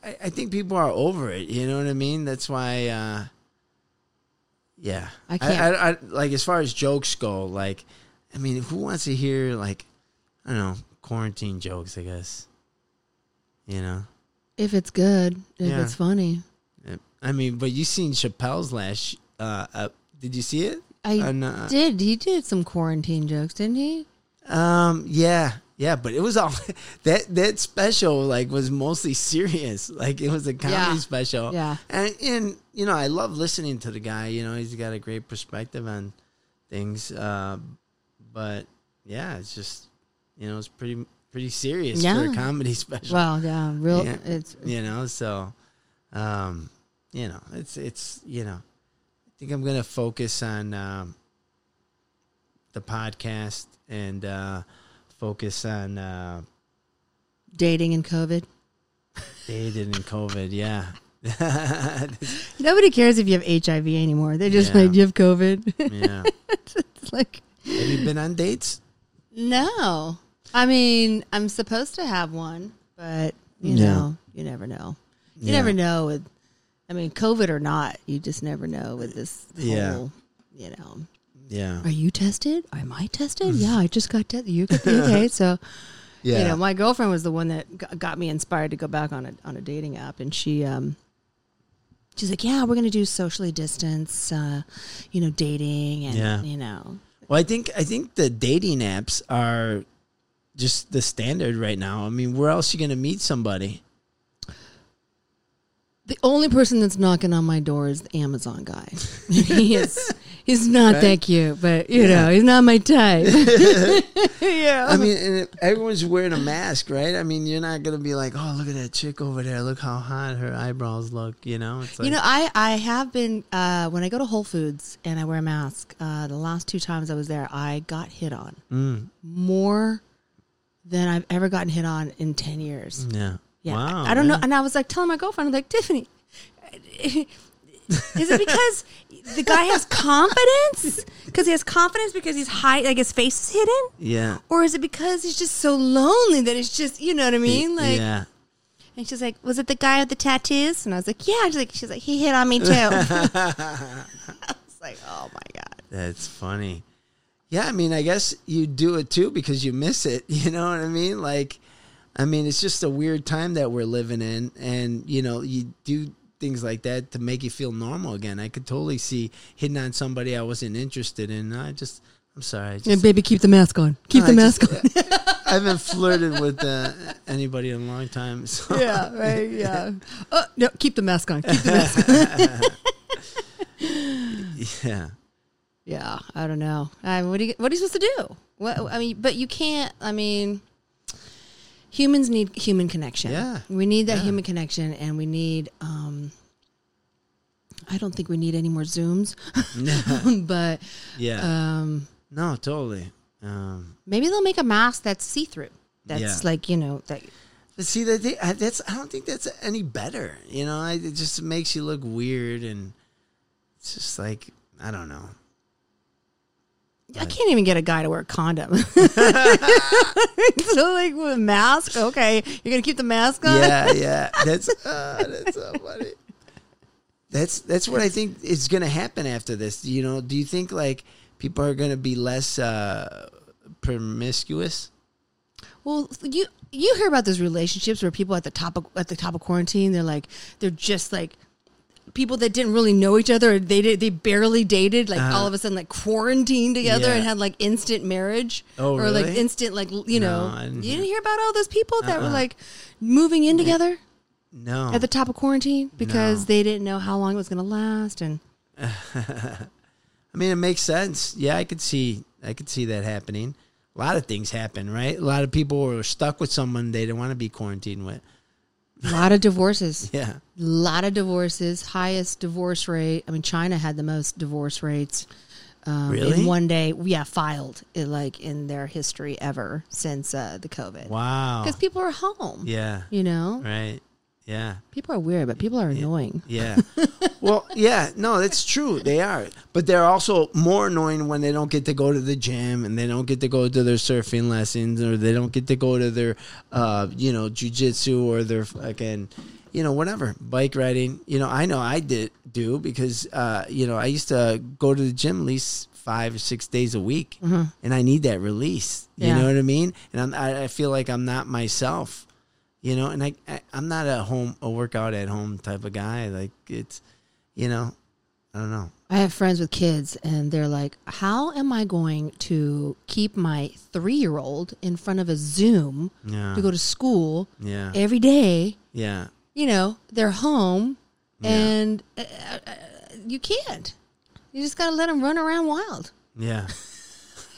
S3: I, I think people are over it, you know what I mean? That's why uh yeah.
S4: I can't-
S3: I, I, like as far as jokes go, like I mean, who wants to hear like I don't know, quarantine jokes, I guess. You know.
S4: If it's good, if
S3: Yeah.
S4: it's funny,
S3: I mean, but you seen Chappelle's last uh, uh did you see it?
S4: I
S3: On, uh,
S4: did. He did some quarantine jokes, didn't he?
S3: Um. Yeah. Yeah, but it was all that that special like was mostly serious. Like it was a comedy
S4: Yeah.
S3: special.
S4: Yeah.
S3: And and you know, I love listening to the guy, you know, he's got a great perspective on things. Uh, but yeah, it's just you know, it's pretty pretty serious for
S4: Yeah.
S3: a comedy special.
S4: Well, yeah, real.
S3: Yeah.
S4: It's
S3: you know, so um, you know, it's it's you know, I think I'm gonna focus on um, the podcast and uh, focus on uh,
S4: dating and COVID.
S3: dating and COVID. Yeah,
S4: Nobody cares if you have HIV anymore. They just
S3: Yeah. Mm.
S4: like you have COVID.
S3: yeah.
S4: it's like
S3: Have you been on dates?
S4: no. I mean, I'm supposed to have one, but you
S3: Yeah.
S4: know, you never know. You
S3: Yeah.
S4: never know with. I mean, COVID or not, you just never know with this
S3: Yeah.
S4: whole. You know,
S3: Yeah,
S4: are you tested? Am I tested? yeah, I just got tested. You got okay? So
S3: Mm. yeah,
S4: you know, my girlfriend was the one that g- got me inspired to go back on a on a dating app, and she um, she's like, "Yeah, we're gonna do socially distance, uh, you know, dating, and
S3: Yeah.
S4: you know,
S3: Well, I think I think the dating apps are just the standard right now. I mean, where else you gonna meet somebody?
S4: the only person that's knocking on my door is the Amazon guy. he is he's not that cute, but you know, he's not my type. yeah,
S3: I mean, and everyone's wearing a mask, right? I mean, you're not gonna be like, oh, look at that chick over there. Look how hot her eyebrows look. You know, it's like,
S4: you know, I, I have been uh, when I go to Whole Foods and I wear a mask. Uh, the last two times I was there, I got hit on more than I've ever gotten hit on in ten years.
S3: yeah,
S4: Yeah, I-
S3: Wow,
S4: I, don't know.
S3: yeah.
S4: And I was like telling my girlfriend, I'm like Tiffany, is it because the guy has confidence?
S6: Because he has confidence because he's high, like his face is hidden?
S3: Yeah,
S4: Or is it because he's just so lonely that it's just, you know what I mean? Like,
S3: yeah,
S6: And she's like, was it the guy with the tattoos? And I was like, yeah. She's like, she's like he hit on me too. I was like, oh my God.
S3: that's funny. Yeah, I mean, I guess you do it too because you miss it. You know what I mean? Like, I mean, it's just a weird time that we're living in, and you know, you do things like that to make you feel normal again. I could totally see hitting on somebody I wasn't interested in. I just, I'm sorry, I just,
S4: baby, keep the mask on. Keep
S3: the I mask I haven't flirted with uh, anybody in a long time. So.
S4: yeah, right, yeah. Oh, no, keep the mask on. Keep the mask on.
S3: Yeah.
S4: Yeah, I don't know. I mean, what, are you, what are you supposed to do? What, I mean, but you can't, I mean, humans need human connection.
S3: Yeah.
S4: We need that
S3: Yeah.
S4: human connection and we need, um, I don't think we need any more Zooms, but
S3: Yeah.
S4: um,
S3: no, totally. Um,
S4: maybe they'll make a mask that's see through. That's
S3: Yeah.
S4: like, you know, that
S3: But see that they, I- that's I don't think that's any better. You know, I, it just makes you look weird, and it's just like I don't know.
S4: I can't even get a guy to wear a condom. so, like, with a mask, okay, you're going to keep the mask on?
S3: Yeah, yeah, that's uh, that's so funny. That's that's what I think is going to happen after this. You know, do you think like people are going to be less uh, promiscuous?
S4: Well, you you hear about those relationships where people at the top of, at the top of quarantine, they're like they're just like people that didn't really know each other. Or they did, they barely dated, like all of a sudden like quarantined together
S3: Uh-huh. Yeah.
S4: and had like instant marriage
S3: Oh,
S4: or like
S3: really?
S4: instant like l- you
S3: No,
S4: know.
S3: I didn't
S4: you
S3: hear Uh-uh.
S4: didn't hear about all those people that were like moving in together
S3: No,
S4: at the top of quarantine because
S3: Oh. No.
S4: they didn't know how long it was going to last and
S3: I mean, it makes sense. Yeah, I could see, I could see that happening. A lot of things happen, right? A lot of people are stuck with someone they don't want to be quarantined with.
S4: a lot of divorces.
S3: Yeah,
S4: A lot of divorces, highest divorce rate. I mean, China had the most divorce rates. Um,
S3: Really?
S4: In one day, yeah, filed it, like in their history ever since uh, the COVID.
S3: wow.
S4: Because people are home.
S3: Yeah,
S4: You know,
S3: right. Yeah,
S4: people are weird, but people are annoying.
S3: yeah. well, yeah. No, that's true. They are, but they're also more annoying when they don't get to go to the gym and they don't get to go to their surfing lessons or they don't get to go to their, uh, you know, jujitsu or their fucking, you know, whatever bike riding. You know, I know I did do because, uh, you know, I used to go to the gym at least five or six days a week, and I need that release. You
S4: Yeah.
S3: know what I mean? And I'm, I, I feel like I'm not myself you know and I, I i'm not a home a workout at home type of guy like it's you know I don't know.
S4: I have friends with kids, and they're like, "How am I going to keep my three-year-old in front of a Zoom
S3: Yeah.
S4: to go to school
S3: Yeah.
S4: every day?
S3: Yeah.
S4: You know, they're home, and uh, uh, uh, you can't. You just gotta let them run around wild."
S3: Yeah.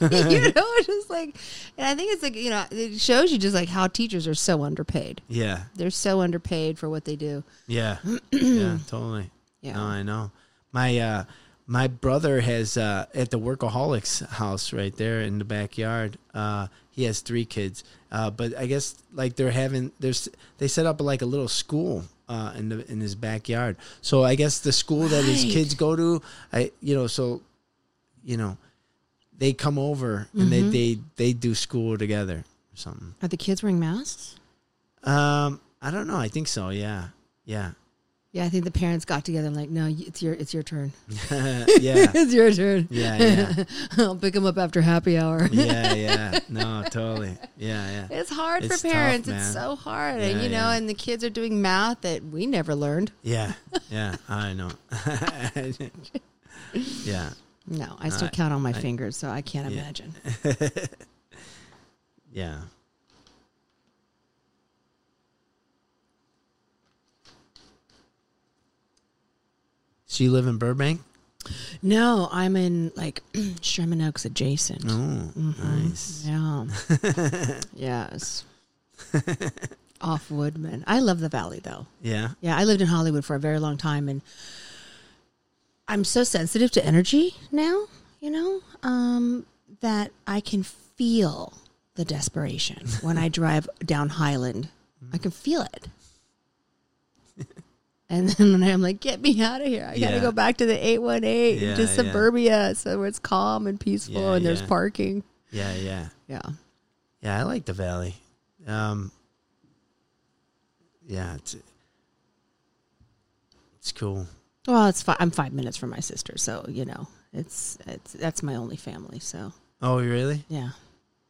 S4: you know, it's just like, and I think it's like, you know, it shows you just like how teachers are so underpaid.
S3: Yeah.
S4: They're so underpaid for what they do.
S3: Yeah. yeah, totally.
S4: Yeah.
S3: No, I know. My uh my brother has uh at the workaholics house right there in the backyard. Uh he has three kids. Uh but I guess like they're having there's they set up like a little school uh in the in his backyard. So I guess the school that his
S4: Right.
S3: kids go to, I you know, so you know, they come over and
S4: Mm-hmm.
S3: they they they do school together or something.
S4: Are the kids wearing masks?
S3: Um I don't know. I think so. Yeah. Yeah.
S4: Yeah, I think the parents got together and like, no, you- it's your, it's your turn.
S3: yeah.
S4: It's your turn.
S3: Yeah, yeah.
S4: I'll pick them up after happy hour.
S3: yeah, yeah. No, totally. Yeah, yeah.
S4: It's hard
S3: It's
S4: for
S3: tough,
S4: parents.
S3: man.
S4: it's so hard,
S3: Yeah,
S4: and you know,
S3: yeah.
S4: and the kids are doing math that we never learned.
S3: Yeah. Yeah. I know. yeah.
S4: No, I still count on my fingers, so I can't
S3: Yeah.
S4: imagine.
S3: Yeah. So you live in Burbank?
S4: No, I'm in like Sherman Oaks adjacent.
S3: Oh, nice.
S4: Yeah. yes. Off Woodman. I love the valley though.
S3: Yeah.
S4: Yeah, I lived in Hollywood for a very long time and I'm so sensitive to energy now, you know, um, that I can feel the desperation when I drive down Highland. I can feel it. And then when I'm like, get me out of here. I
S3: Yeah.
S4: gotta go back to the 818
S3: Yeah,
S4: to
S3: yeah.
S4: suburbia so where it's calm and peaceful
S3: Yeah,
S4: and there's
S3: yeah.
S4: parking.
S3: Yeah, yeah.
S4: Yeah.
S3: Yeah, I like the valley. Um Yeah, it's it's cool.
S4: Well, it's fi- I'm five minutes from my sister, so you know it's it's that's my only family. So
S3: Oh, really?
S4: yeah,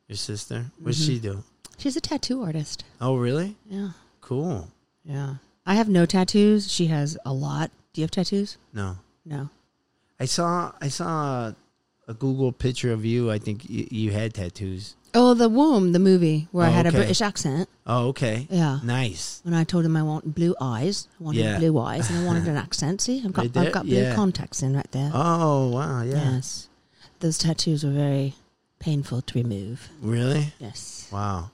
S3: Your sister? What's she do?
S4: she's a tattoo artist.
S3: Oh, really?
S4: Yeah,
S3: Cool.
S4: yeah. I have no tattoos. She has a lot. Do you have tattoos?
S3: No,
S4: No.
S3: I saw I saw a, a Google picture of you. I think you, you had tattoos.
S4: Oh, the womb, the movie where I
S3: Oh,
S4: had
S3: okay.
S4: a British accent.
S3: Oh, okay.
S4: Yeah.
S3: Nice.
S4: When I told him I want blue eyes, I wanted
S3: Yeah.
S4: blue eyes, and I wanted an accent. See, I've got
S3: Right there?
S4: I've got blue
S3: Yeah.
S4: contacts in right there.
S3: Oh, wow. Yeah.
S4: Yes, those tattoos were very painful to remove.
S3: Really?
S4: Yes.
S3: Wow.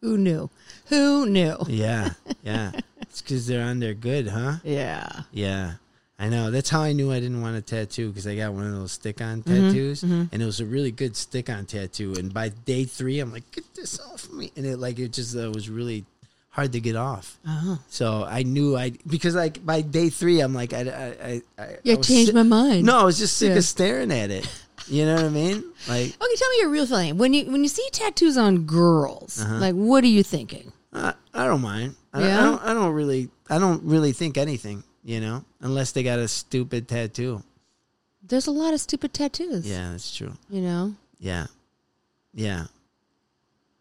S4: Who knew? Who knew?
S3: Yeah. Yeah. it's because they're on there good, huh?
S4: Yeah.
S3: Yeah. I know. That's how I knew I didn't want a tattoo because I got one of those stick on tattoos and it was a really good stick on tattoo. And by day three, I'm like, get this off me. And it like, it just uh, was really hard to get off.
S4: Oh.
S3: So I knew I, because like by day three, I'm like, I, I, I, I,
S4: You
S3: I was
S4: changed
S3: si-
S4: my mind.
S3: No, I was just sick
S4: Yeah.
S3: of staring at it. You know what I mean? Like,
S4: Okay, tell me your real feeling when you when you see tattoos on girls.
S3: Uh-huh.
S4: Like, what are you thinking?
S3: I, I don't mind. I, don't- I
S4: Yeah?
S3: don't. I don't really. I don't really think anything. You know, unless they got a stupid tattoo.
S4: There's a lot of stupid tattoos.
S3: Yeah, that's true.
S4: you know.
S3: Yeah, yeah,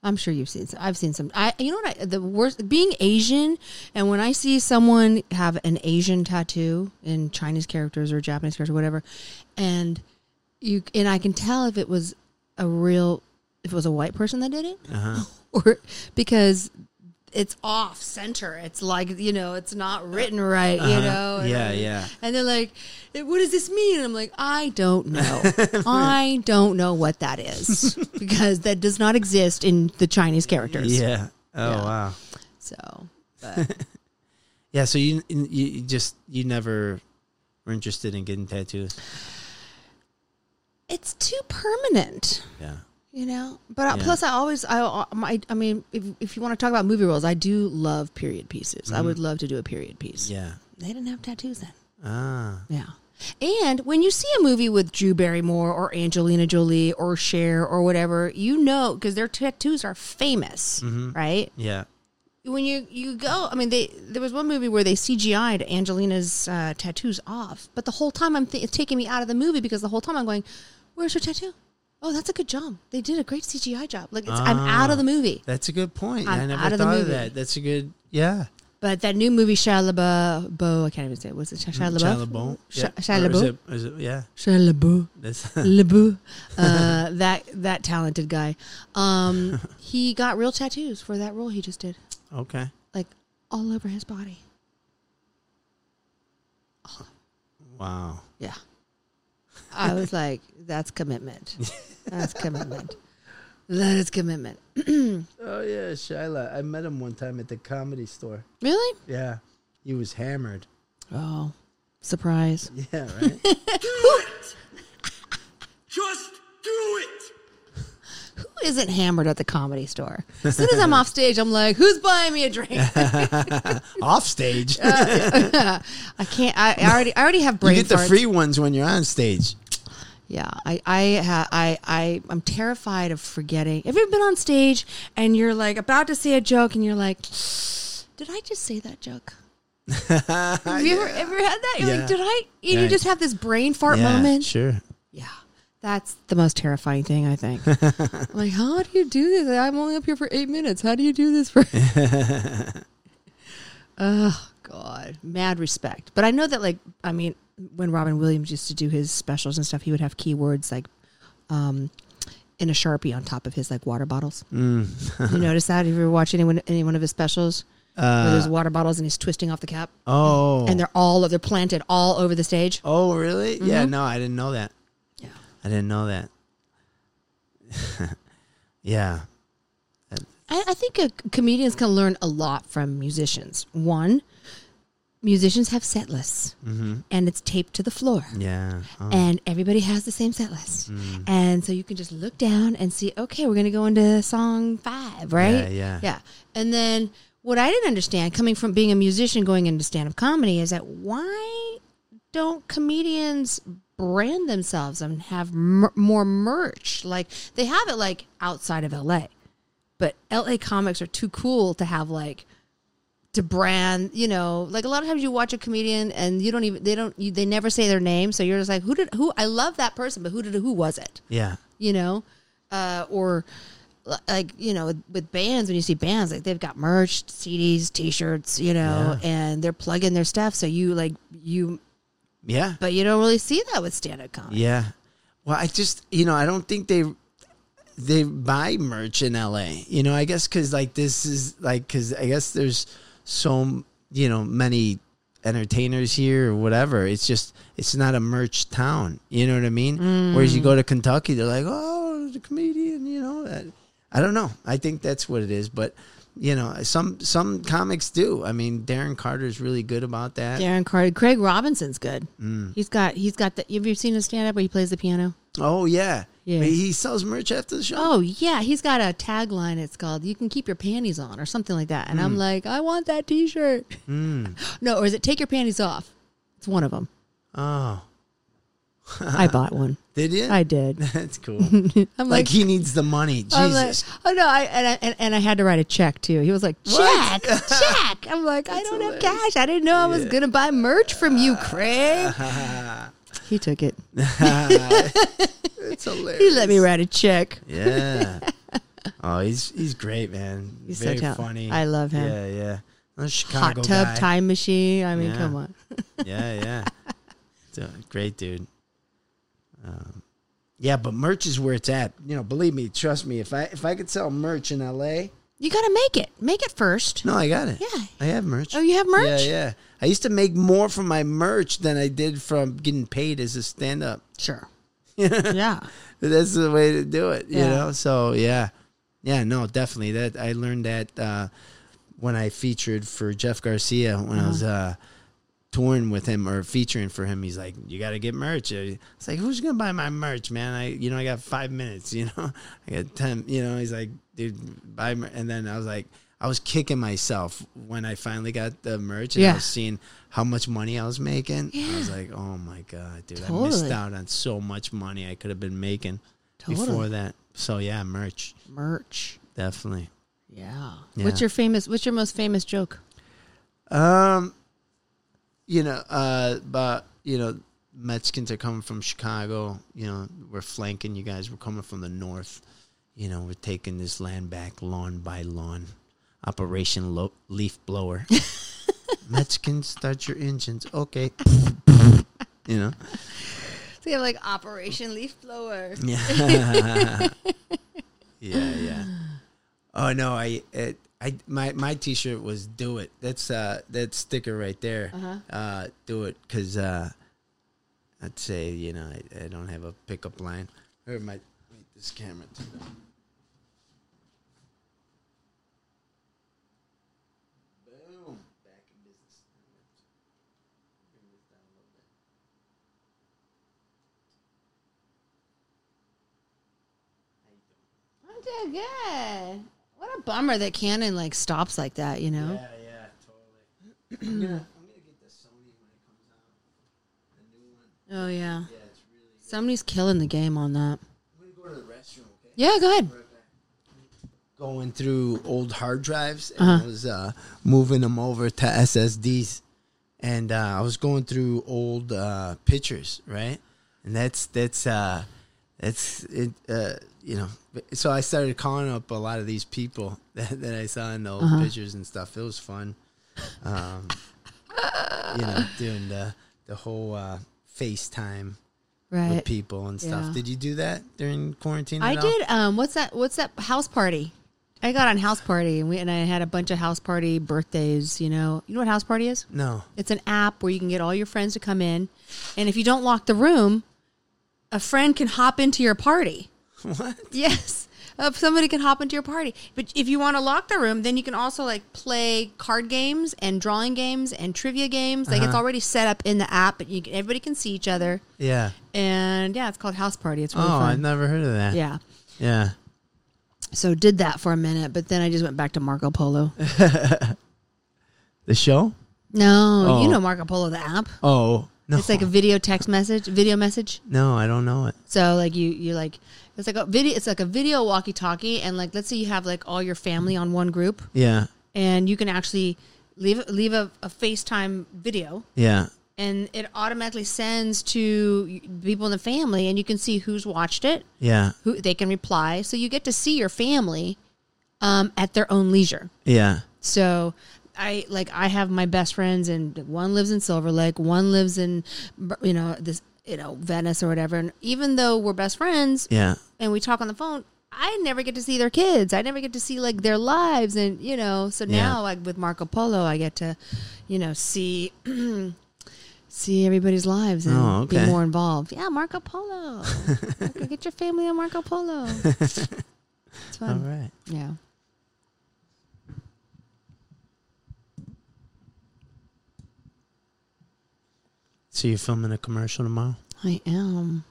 S4: I'm sure you've seen. Some. I've seen some. I, you know what? I, the worst being Asian, and when I see someone have an Asian tattoo in Chinese characters or Japanese characters, or whatever, and you and I can tell if it was a real, if it was a white person that did it,
S3: Uh-huh.
S4: or because it's off center. It's like you know, it's not written right. You know.
S3: Uh-huh.
S4: and-
S3: yeah, yeah.
S4: And they're like, "Eh, "What does this mean?" And I'm like, "I don't know. I don't know what that is because that does not exist in the Chinese characters."
S3: Yeah. Oh
S4: Yeah.
S3: wow.
S4: So, but
S3: Yeah. So you, you you just you never were interested in getting tattoos.
S4: it's too permanent,
S3: Yeah.
S4: you know. But I
S3: Yeah.
S4: plus, I always, I, um, I, I mean, if, if you want to talk about movie roles, I do love period pieces. I would love to do a period piece.
S3: Mm-hmm. Yeah.
S4: They didn't have tattoos then.
S3: Ah.
S4: Yeah. And when you see a movie with Drew Barrymore or Angelina Jolie or Cher or whatever, you know because their tattoos are famous,
S3: Mm-hmm.
S4: right?
S3: Yeah.
S4: When you you go, I mean, they there was one movie where they CGI'd Angelina's uh, tattoos off, but the whole time I'm th- it's taking me out of the movie because the whole time I'm going, "Where's her tattoo? Oh, that's a good job. They did a great
S3: Ah.
S4: CGI job. Like it's, I'm out of the movie.
S3: That's a good point. i
S4: I'm
S3: never
S4: out of the
S3: thought of
S4: movie.
S3: that. That's a good. Yeah.
S4: But that new movie, Shia LaBeouf, I can't even say it. Was it Shia Shia
S3: Mm-hmm. Shia
S4: LaBeouf?
S3: LaBeouf.
S4: Sha-
S3: Yep.
S4: Shia
S3: Or is
S4: LaBeouf?
S3: it- is it- yeah.
S4: Shia LaBeouf.
S3: This-
S4: LeBou, uh, that that talented guy. Um, he got real tattoos for that role he just did,
S3: okay.
S4: like all over his body.
S3: Wow.
S4: Yeah, I was like, that's commitment. That's commitment. That is commitment.
S3: Oh yeah, Shyla. I met him one time at the comedy store.
S4: Really?
S3: Yeah. He was hammered.
S4: Oh, surprise!
S3: Yeah, right.
S4: Who isn't hammered at the comedy store? As soon as I'm off stage, I'm like, who's buying me a drink?
S3: Off stage.
S4: I can't. I, I already. I already have
S3: you
S4: brain
S3: get the
S4: farts.
S3: free ones when you're on stage.
S4: Yeah, I, I, ha, I, I, I'm terrified of forgetting. Have you ever been on stage and you're like about to say a joke and you're like, did I just say that joke? Have you ever, ever had that? You're
S3: Yeah.
S4: like, did I? And
S3: Yeah.
S4: you just have this brain fart moment.
S3: Sure.
S4: Yeah, that's the most terrifying thing I think. like, how do you do this? I'm only up here for eight minutes. How do you do this for? oh God, mad respect. But I know that, like, I mean, when Robin Williams used to do his specials and stuff, he would have keywords like, um, in a sharpie on top of his like water bottles. you notice that? Have you ever watched anyone any one of his specials? where there's water bottles and he's twisting off the cap,
S3: Oh.
S4: and they're all they're planted all over the stage.
S3: oh, really? Yeah. No, I didn't know that.
S4: Yeah.
S3: I didn't know that. yeah.
S4: I, I think uh comedians can learn a lot from musicians. One, musicians have set lists, and it's taped to the floor,
S3: Yeah. Oh.
S4: and everybody has the same set list, and so you can just look down and see. Okay, we're gonna go into song five, right?
S3: yeah.
S4: yeah. And then what I didn't understand, coming from being a musician going into stand-up comedy, is that why don't comedians brand themselves and have mer- more merch? Like they have it like outside of LA but LA comics are too cool to have like to brand, you know, like a lot of times you watch a comedian and you don't even they don't you, they never say their name, so you're just like who did who I love that person, but who did who was it?
S3: yeah.
S4: You know? Uh or li- like, you know, with, with bands when you see bands like they've got merch, CDs, t-shirts, you know, and they're plugging their stuff so you like you
S3: Yeah.
S4: but you don't really see that with stand-up comedy.
S3: Yeah. Well, I just you know I don't think they they buy merch in L.A. You know I guess because like this is like because I guess there's so you know many entertainers here or whatever. It's just it's not a merch town. You know what I mean?
S4: Mm.
S3: Whereas you go to Kentucky, they're like, oh, the comedian. You know that. I don't know. I think that's what it is, but. You know, some some comics do. I mean, Darren Carter's really good about that.
S4: Darren Carter, Craig Robinson's good. He's got he's got the have you seen his stand up where he plays the piano?
S3: Oh yeah,
S4: Yeah.
S3: But He sells merch after the show.
S4: Oh yeah, he's got a tagline. It's called "You can keep your panties on" or something like that. And I'm like, I want that T-shirt. No, or is it "Take your panties off"? It's one of them.
S3: Oh,
S4: I bought one.
S3: did you?
S4: I did.
S3: That's cool. like,
S4: I'm like,
S3: he needs the money.
S4: I'm like,
S3: Jesus.
S4: oh no, I and, I and and I had to write a check too. He was like, check, check. I'm like, I don't have cash. I didn't know I was gonna buy merch from you, Craig. he took it.
S3: That's hilarious.
S4: He let me write a check.
S3: Yeah. oh, he's he's great, man.
S4: He's so
S3: Very
S4: talented.
S3: funny.
S4: I love him.
S3: Yeah, yeah. Another
S4: Hot
S3: Chicago
S4: tub
S3: guy.
S4: time machine. I mean,
S3: Yeah.
S4: come on.
S3: Yeah, yeah. So, great dude. Um, yeah, but merch is where it's at. You know, believe me, trust me. If I if I could sell merch in L.A.,
S4: You gotta make it. Make it first.
S3: no, I got it.
S4: Yeah.
S3: I have merch.
S4: Oh, you have merch.
S3: Yeah, yeah. I used to make more from my merch than I did from getting paid as a stand up.
S4: Sure. yeah.
S3: that's the way to do it you
S4: Yeah.
S3: know so yeah yeah no definitely that i learned that uh when i featured for jeff garcia when i was
S4: Uh-huh.
S3: uh touring with him or featuring for him he's like you gotta get merch it's like who's gonna buy my merch man i you know i got five minutes you know i got ten you know he's like dude buy mer-. and then i was like i was kicking myself when i finally got the merch and i
S4: Yeah.
S3: was seeing how much money i was making i was like oh my god dude i missed
S4: Totally.
S3: out on so much money i could have been making before
S4: Totally.
S3: that. So yeah, merch
S4: Merch.
S3: definitely.
S4: Yeah.
S3: Yeah.
S4: What's your famous? What's your most famous joke?
S3: Um, you know, uh, but you know, Mexicans are coming from Chicago. You know, we're flanking you guys. We're coming from the north. You know, we're taking this land back lawn by lawn. Operation Lo- Leaf Blower. Mexicans, start your engines. Okay. you know?
S8: So you have like Operation Leaf Blower.
S3: Yeah. yeah, yeah. Oh no, I it, I my my t-shirt was do it. That's uh that sticker right there. uh do it cuz uh I'd say, you know, I, I don't have a pickup line. Or my wait, this camera too. though. Boom. Back in business. Bring this down a little bit.
S9: I'm doing good.
S4: What a bummer that Canon like stops like that, you know?
S3: Yeah, yeah, totally. I'm gonna, I'm gonna get the Sony when it comes out. The new one.
S4: Oh yeah.
S3: Yeah, it's really. Good.
S4: Somebody's killing the game on that.
S3: I'm gonna go to the restroom. Okay.
S4: Yeah, go ahead.
S3: Be right back. Going through old hard drives, and I was uh, moving them over to SSDs, and uh, I was going through old uh, pictures, right? And that's that's uh, that's it. Uh, you know, so I started calling up a lot of these people that, that I saw in the old pictures and stuff. It was fun. Um, you know, doing the the whole uh, FaceTime with
S4: Right.
S3: people and stuff.
S4: Yeah.
S3: Did you do that during quarantine?
S4: I
S3: at all?
S4: did um what's that what's that house party? I got on house party and we and I had a bunch of house party birthdays, you know. You know what house party is?
S3: No.
S4: It's an app where you can get all your friends to come in, and if you don't lock the room, a friend can hop into your party.
S3: What?
S4: Yes. Uh, somebody can hop into your party. But if you want to lock the room, then you can also like play card games and drawing games and trivia games. Like
S3: Uh-huh.
S4: it's already set up in the app, but you can, everybody can see each other.
S3: Yeah.
S4: And yeah, it's called House Party. It's really
S3: Oh, I've
S4: fun.
S3: never heard of that.
S4: Yeah.
S3: Yeah.
S4: So did that for a minute, but then I just went back to Marco Polo.
S3: The show?
S4: No,
S3: Oh.
S4: you know Marco Polo the app.
S3: Oh no.
S4: It's like a video text message, video message.
S3: no, I don't know it.
S4: So like you you like it's like a video it's like a video walkie talkie and like let's say you have like all your family on one group
S3: Yeah.
S4: and you can actually leave leave a, a FaceTime video
S3: Yeah.
S4: and it automatically sends to people in the family and you can see who's watched it
S3: Yeah.
S4: who they can reply so you get to see your family um, at their own leisure
S3: Yeah.
S4: so I like I have my best friends, and one lives in Silver Lake, one lives in you know this you know Venice or whatever. And even though we're best friends
S3: Yeah.
S4: and we talk on the phone, I never get to see their kids. I never get to see like their lives, and you know. So
S3: Yeah.
S4: now, like with Marco Polo, I get to you know see. See everybody's lives and
S3: Oh, okay.
S4: be more involved. Yeah, Marco Polo. Okay, Get your family on Marco Polo. It's fun.
S3: All right.
S4: Yeah.
S3: So you're filming a commercial tomorrow?
S4: I am.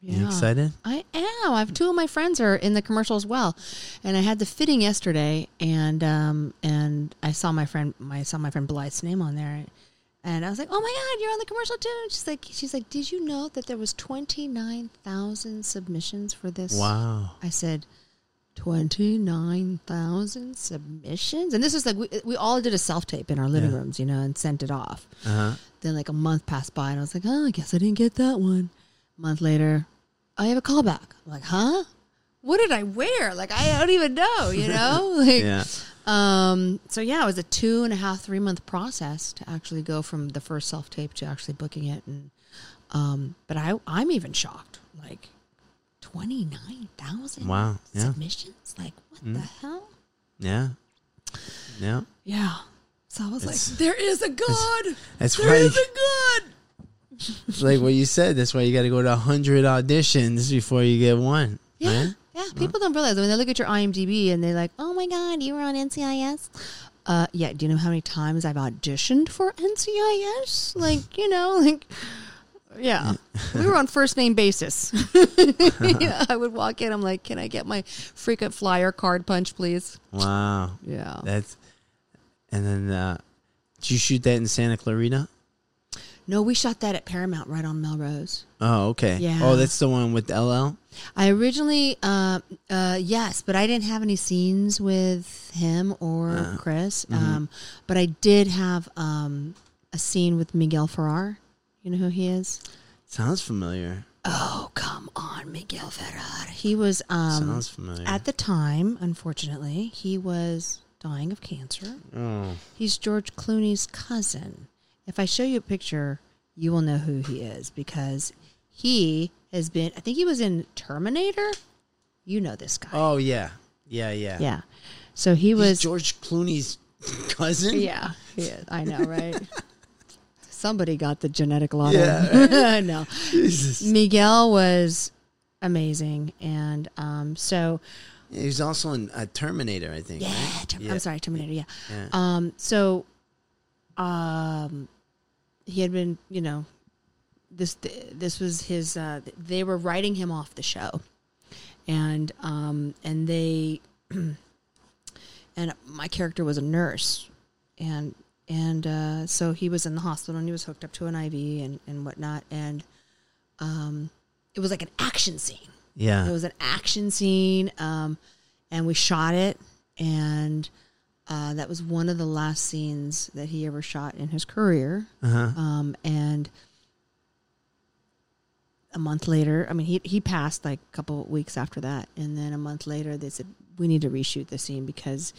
S4: Yeah.
S3: You excited?
S4: I am. I've two of my friends are in the commercial as well, and I had the fitting yesterday, and um, and I saw my friend, my I saw my friend Blythe's name on there, and I was like, oh my god, you're on the commercial too. And she's like, she's like, did you know that there was twenty nine thousand submissions for this?
S3: Wow.
S4: I said, 29,000 submissions. And this is like, we, we all did a self tape in our living
S3: Yeah.
S4: rooms, you know, and sent it off.
S3: Uh-huh.
S4: Then, like, a month passed by, and I was like, oh, I guess I didn't get that one. month later, I have a callback. I'm like, huh? What did I wear? Like, I don't even know, you know? Like,
S3: Yeah.
S4: um, so yeah, it was a two and a half, three month process to actually go from the first self tape to actually booking it. And, um, but I, I'm even shocked. Like, 29,000
S3: Wow, yeah. Mm.
S4: submissions? Like, what the hell?
S3: Yeah. Yeah.
S4: Yeah. So I was like, there is a God.
S3: That's
S4: There
S3: why
S4: is a God.
S3: it's like what you said, that's why you gotta go to hundred auditions before you get one.
S4: Yeah.
S3: right?
S4: Yeah. People don't realize when they look at your IMDb and they're like, oh my God, you were on NCIS. Uh, yeah. Do you know how many times I've auditioned for NCIS? Like, you know, like, yeah. we were on first name basis. yeah. I would walk in. I'm like, can I get my frequent flyer card punch, please?
S3: Wow.
S4: Yeah.
S3: That's and then uh did you shoot that in Santa Clarita?
S4: No, we shot that at Paramount right on Melrose.
S3: Oh, okay.
S4: Yeah.
S3: Oh, that's the one with LL?
S4: I originally, uh, uh, yes, but I didn't have any scenes with him or Chris. Um, but I did have um, a scene with Miguel Ferrar. You know who he is?
S3: Sounds familiar.
S4: Oh, come on, Miguel Ferrar. He was um,
S3: Sounds familiar.
S4: at the time, unfortunately, he was dying of cancer.
S3: Oh,
S4: He's George Clooney's cousin. If I show you a picture, you will know who he is because he has been, I think he was in Terminator. You know this guy.
S3: oh yeah, yeah, yeah.
S4: Yeah. So he
S3: He's
S4: was.
S3: George Clooney's cousin?
S4: Yeah. He is. I know, right? Somebody got the genetic lottery. no.
S3: Jesus.
S4: Miguel was amazing. And um, so.
S3: Yeah, He was also in uh, Terminator, I think.
S4: Yeah,
S3: right?
S4: Term-
S3: Yeah.
S4: I'm sorry, Terminator. Yeah.
S3: Yeah.
S4: Um. So, um, he had been, you know, this th- this was his. Uh, th- they were writing him off the show, and um, and they, and my character was a nurse, and and uh, so he was in the hospital and he was hooked up to an IV and and whatnot, and um, it was like an action scene. It
S3: Yeah.
S4: was an action scene, um, and we shot it, and uh, that was one of the last scenes that he ever shot in his career.
S3: Uh-huh.
S4: Um, and a month later, I mean, he he passed like a couple of weeks after that, and then a month later, they said we need to reshoot the scene because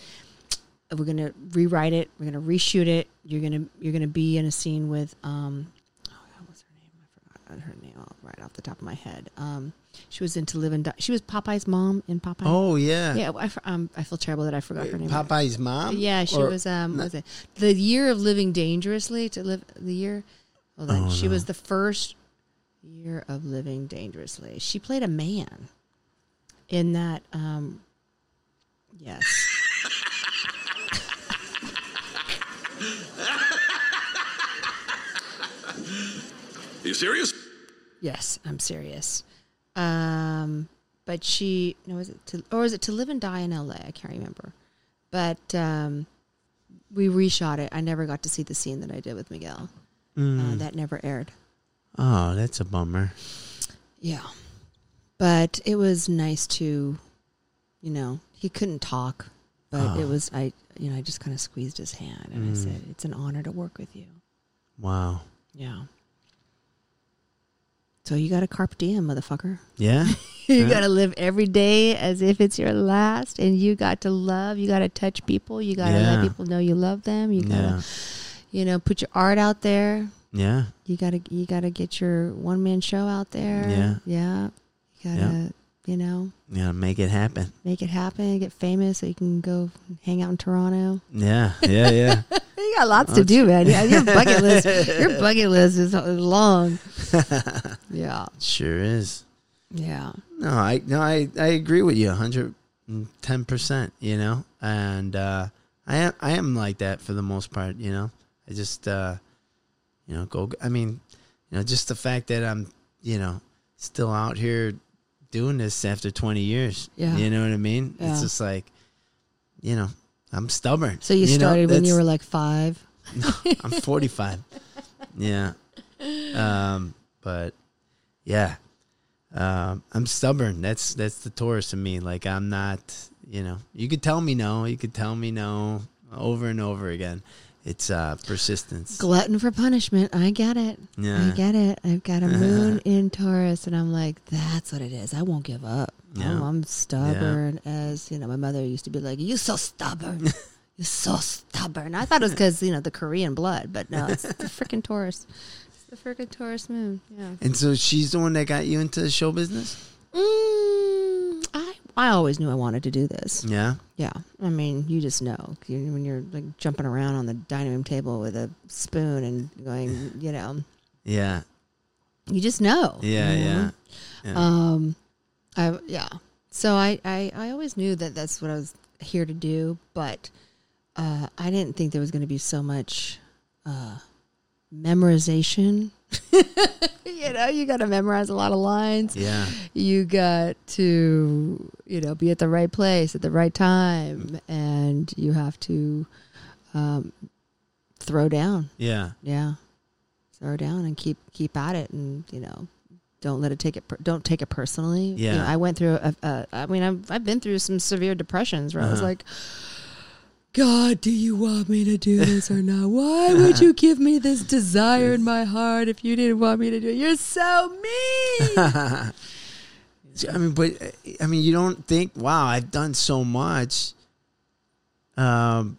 S4: we're gonna rewrite it, we're gonna reshoot it. You're gonna you're gonna be in a scene with um, oh God, what's her name? I forgot her name off- right off the top of my head. Um, she was in To Live and Die. She was Popeye's mom in Popeye.
S3: Oh yeah.
S4: yeah. I, f- um, I feel terrible that I forgot her name.
S3: Popeye's mom.
S4: Yeah, she
S3: Or-
S4: was. Um,
S3: no-
S4: what was it the year of living dangerously? To live the year. Hold on.
S3: Oh,
S4: she
S3: no.
S4: was the first year of living dangerously. She played a man in that. Um, yes.
S10: Are you serious?
S4: Yes, I'm serious. Um, but she no, is it to or is it to live and die in L.A.? I can't remember. But um, we reshot it. I never got to see the scene that I did with Miguel. Uh,
S3: Hmm.
S4: that never aired.
S3: Mm. Oh, that's a bummer.
S4: Yeah. But it was nice to, you know, he couldn't talk, but it was, I, you know, I just kind of squeezed his hand and I said, it's an honor to work with you.
S3: Wow.
S4: Yeah. So you got to carp diem, motherfucker.
S3: Yeah.
S4: You
S3: Yeah.
S4: got to live every day as if it's your last, and you got to love. You got to touch people. You got to
S3: Yeah.
S4: let people know you love them. You got to,
S3: yeah.
S4: you know, put your art out there.
S3: Yeah.
S4: you gotta you gotta get your one man show out there.
S3: Yeah.
S4: yeah. You gotta
S3: Yeah.
S4: you know
S3: Yeah. Make it happen.
S4: make it happen, get famous, so you can go hang out in Toronto.
S3: Yeah. Yeah. Yeah.
S4: You got lots to do, man. Yeah, your bucket list, your bucket list is long. yeah,
S3: sure is.
S4: yeah,
S3: No, I no, I, I agree with you hundred and ten percent, you know? And uh I am I am like that for the most part, you know. I just uh you know, go I mean, you know, just the fact that I'm, you know, still out here doing this after twenty years.
S4: Yeah.
S3: You know what I mean?
S4: Yeah.
S3: It's just like you know, I'm stubborn.
S4: So you,
S3: know?
S4: started when you
S3: That's-
S4: were like five.
S3: I'm 45. yeah. Um, but yeah, um, I'm stubborn. That's that's the Taurus in me. Like I'm not. You know, you could tell me no. You could tell me no over and over again. It's uh, persistence.
S4: Glutton for punishment. I get it.
S3: Yeah.
S4: I get it. I've got a moon in Taurus, and I'm like, that's what it is. I won't give up.
S3: Yeah.
S4: Oh, I'm stubborn as you know. My mother used to be like, "You so stubborn. you so stubborn." I thought it was because you know the Korean blood, but no, it's the freaking Taurus. It's the freaking Taurus moon. Yeah.
S3: And so she's the one that got you into the show business.
S4: Mm, I I always knew I wanted to do this.
S3: Yeah.
S4: Yeah, I mean, you just know you, when you're like jumping around on the dining room table with a spoon and going, you know,
S3: Yeah.
S4: you just know.
S3: Yeah.
S4: you know?
S3: Yeah.
S4: Um, I yeah. So I, I I always knew that that's what I was here to do, but uh, I didn't think there was going to be so much uh, memorization. you know, you got to memorize a lot of lines.
S3: Yeah.
S4: You got to you know be at the right place at the right time, and you have to um, throw down.
S3: Yeah.
S4: Yeah, throw down and keep keep at it, and you know, don't let it take it. Per- don't take it personally. You know,
S3: Yeah.
S4: I went through. A, a, I mean, I've I've been through some severe depressions where I was
S3: Uh-huh.
S4: like. God, do you want me to do this or not? Why
S3: Uh-huh.
S4: would you give me this desire in my heart if you didn't want me to do it? You're so mean.
S3: So, I mean, but uh, I mean, you don't think, wow, I've done so much. Um,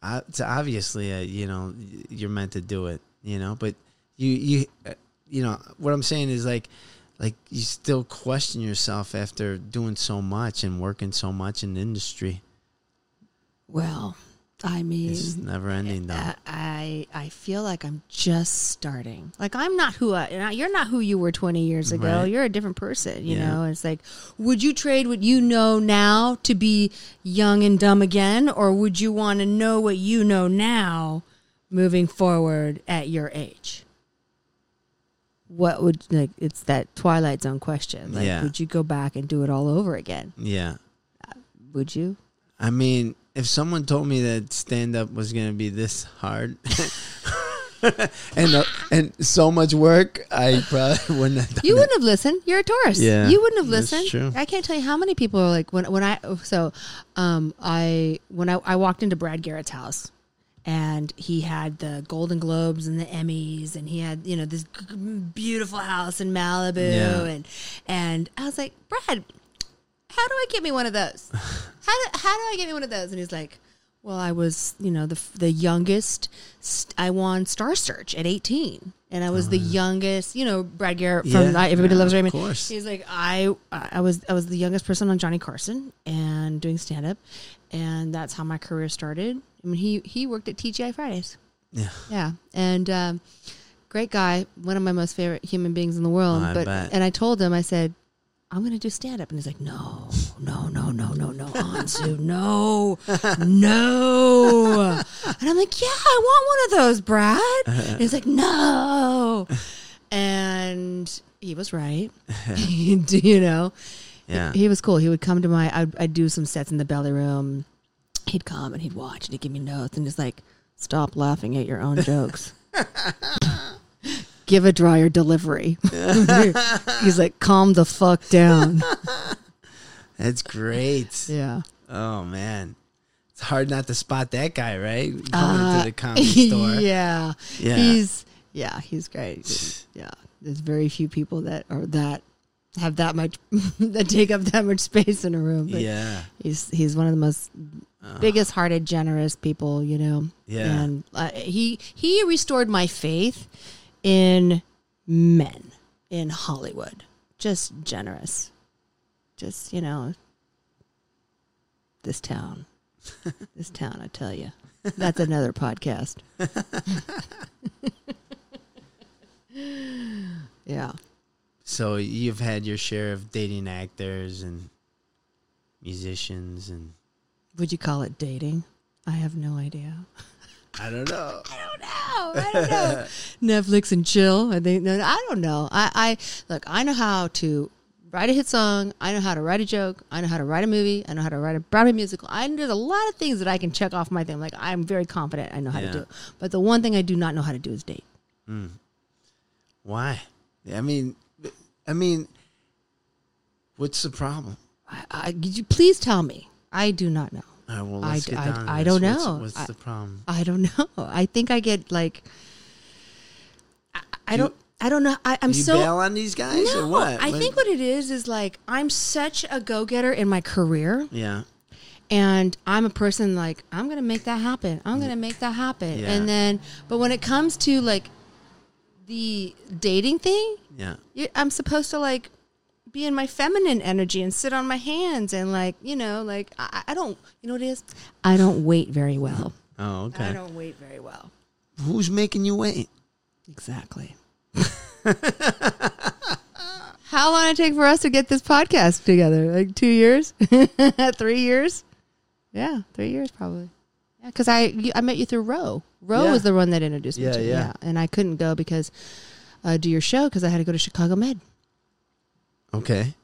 S3: I, it's obviously a, you know y- you're meant to do it, you know. But you you uh, you know what I'm saying is like like you still question yourself after doing so much and working so much in the industry.
S4: Well, I mean,
S3: It's just never ending though.
S4: I- I I feel like I'm just starting. Like I'm not who I. you're not- You're not who you were 20 years ago.
S3: Right.
S4: You're a different person. You
S3: Yeah.
S4: know. It's like, would you trade what you know now to be young and dumb again, or would you want to know what you know now, moving forward at your age? What would like? It's that Twilight Zone question. Like,
S3: Yeah.
S4: would you go back and do it all over again?
S3: yeah.
S4: Would you?
S3: I mean, if someone told me that stand up was gonna be this hard and uh, and so much work, I probably wouldn't have done
S4: You
S3: it.
S4: wouldn't have listened. You're a Taurus.
S3: Yeah,
S4: you wouldn't have
S3: that's
S4: listened.
S3: true.
S4: I can't tell you how many people are like when when I so um I when I, I walked into Brad Garrett's house and he had the Golden Globes and the Emmys and he had you know this g- g- beautiful house in Malibu
S3: Yeah.
S4: and and I was like Brad, how do I get me one of those? How do how do I get me one of those? And he's like. Well, I was, you know, the the youngest. St- I won Star Search at eighteen, and I was the youngest. You know, Brad Garrett from
S3: Mm. Yeah,
S4: I, Everybody
S3: yeah,
S4: Loves
S3: of
S4: Raymond.
S3: course.
S4: He's like, I, I was, I was the youngest person on Johnny Carson and doing stand up, and that's how my career started. I mean, he he worked at TGI Fridays.
S3: Yeah.
S4: yeah, and um, great guy, one of my most favorite human beings in the world.
S3: I
S4: but
S3: bet.
S4: and I told him, I said. I'm gonna do stand up, and he's like, "No, no, no, no, no, no, Anzu, no, no." And I'm like, "Yeah, I want one of those, Brad." And he's like, "No," and he was right. you know,
S3: Yeah.
S4: he was cool. He would come to my. I'd, I'd do some sets in the belly room. He'd come and he'd watch and he'd give me notes and he's like, "Stop laughing at your own jokes. give a dryer delivery." he's like, "Calm the fuck down."
S3: That's great.
S4: Yeah.
S3: Oh man. It's hard not to spot that guy, right? Coming into the comedy store.
S4: Uh, yeah.
S3: Yeah.
S4: He's yeah, he's great. Yeah. There's very few people that are that have that much that take up that much space in a room. But
S3: Yeah.
S4: He's he's one of the most biggest hearted, generous people, you know.
S3: Yeah.
S4: And uh, he he restored my faith in men in Hollywood. Just generous. Just, you know, this town. this town, I tell you. That's another podcast. yeah.
S3: So you've had your share of dating actors and musicians and
S4: Would you call it dating? I have no idea.
S3: I don't know.
S4: know. I don't know. Netflix and chill. I think. No, I don't know. I, I look. I know how to write a hit song. I know how to write a joke. I know how to write a movie. I know how to write a Broadway musical. I there's a lot of things that I can check off my thing. Like I'm very confident. I know how
S3: Yeah.
S4: to do. it. But the one thing I do not know how to do is date.
S3: Why? I mean I mean what's the problem?
S4: I, I, could you please tell me? I do not know.
S3: All right, Uh, well,
S4: I
S3: let's
S4: d-
S3: get
S4: I-
S3: down to
S4: I
S3: this.
S4: don't
S3: What's-
S4: know.
S3: What's,
S4: I-
S3: the problem?
S4: I don't know. I think I get like. I, I
S3: You-
S4: don't. I don't know. I, I'm
S3: you
S4: so
S3: bail on these guys or
S4: No,
S3: what?
S4: I think what it is is like I'm such a go getter in my career,
S3: Yeah.
S4: and I'm a person like I'm gonna make that happen. I'm gonna make that happen,
S3: Yeah.
S4: and then but when it comes to like the dating thing,
S3: Yeah.
S4: you- I'm supposed to like be in my feminine energy and sit on my hands and like you know like I, I don't you know what it is I don't wait very well.
S3: Oh,
S4: I
S3: okay.
S4: don't wait very well.
S3: Who's making you wait?
S4: Exactly. How long it take for us to get this podcast together? Like two years, three years? Yeah, three years probably. Yeah, because I you, I met you through Roe. Roe
S3: Yeah.
S4: was the one that introduced me
S3: Yeah,
S4: to you.
S3: yeah.
S4: Yeah, and I couldn't go because uh, do your show because I had to go to Chicago Med.
S3: Okay.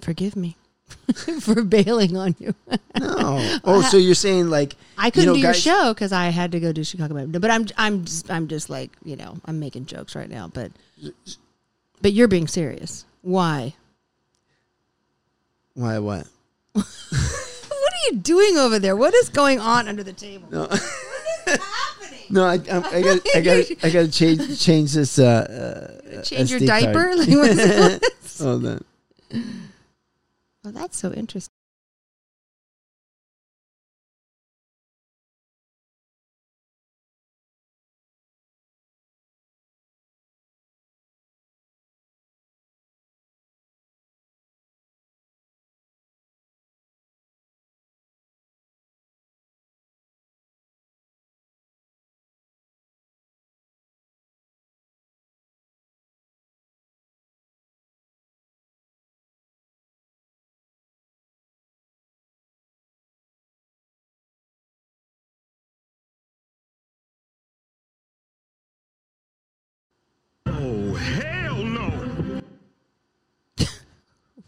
S4: Forgive me for bailing on you.
S3: No. Oh, so you're saying like
S4: I couldn't
S3: know,
S4: do your
S3: guys-
S4: show because I had to go to Chicago Med. No, But I'm I'm just, I'm just like you know I'm making jokes right now, but but you're being serious. Why?
S3: Why what?
S4: What are you doing over there? What is going on under the table?
S3: No, I, I, I got, I got, I got to change, change this. Uh, uh,
S4: Change your
S3: SD card.
S4: diaper? Like, what is-
S3: Hold on.
S4: oh, that's so interesting.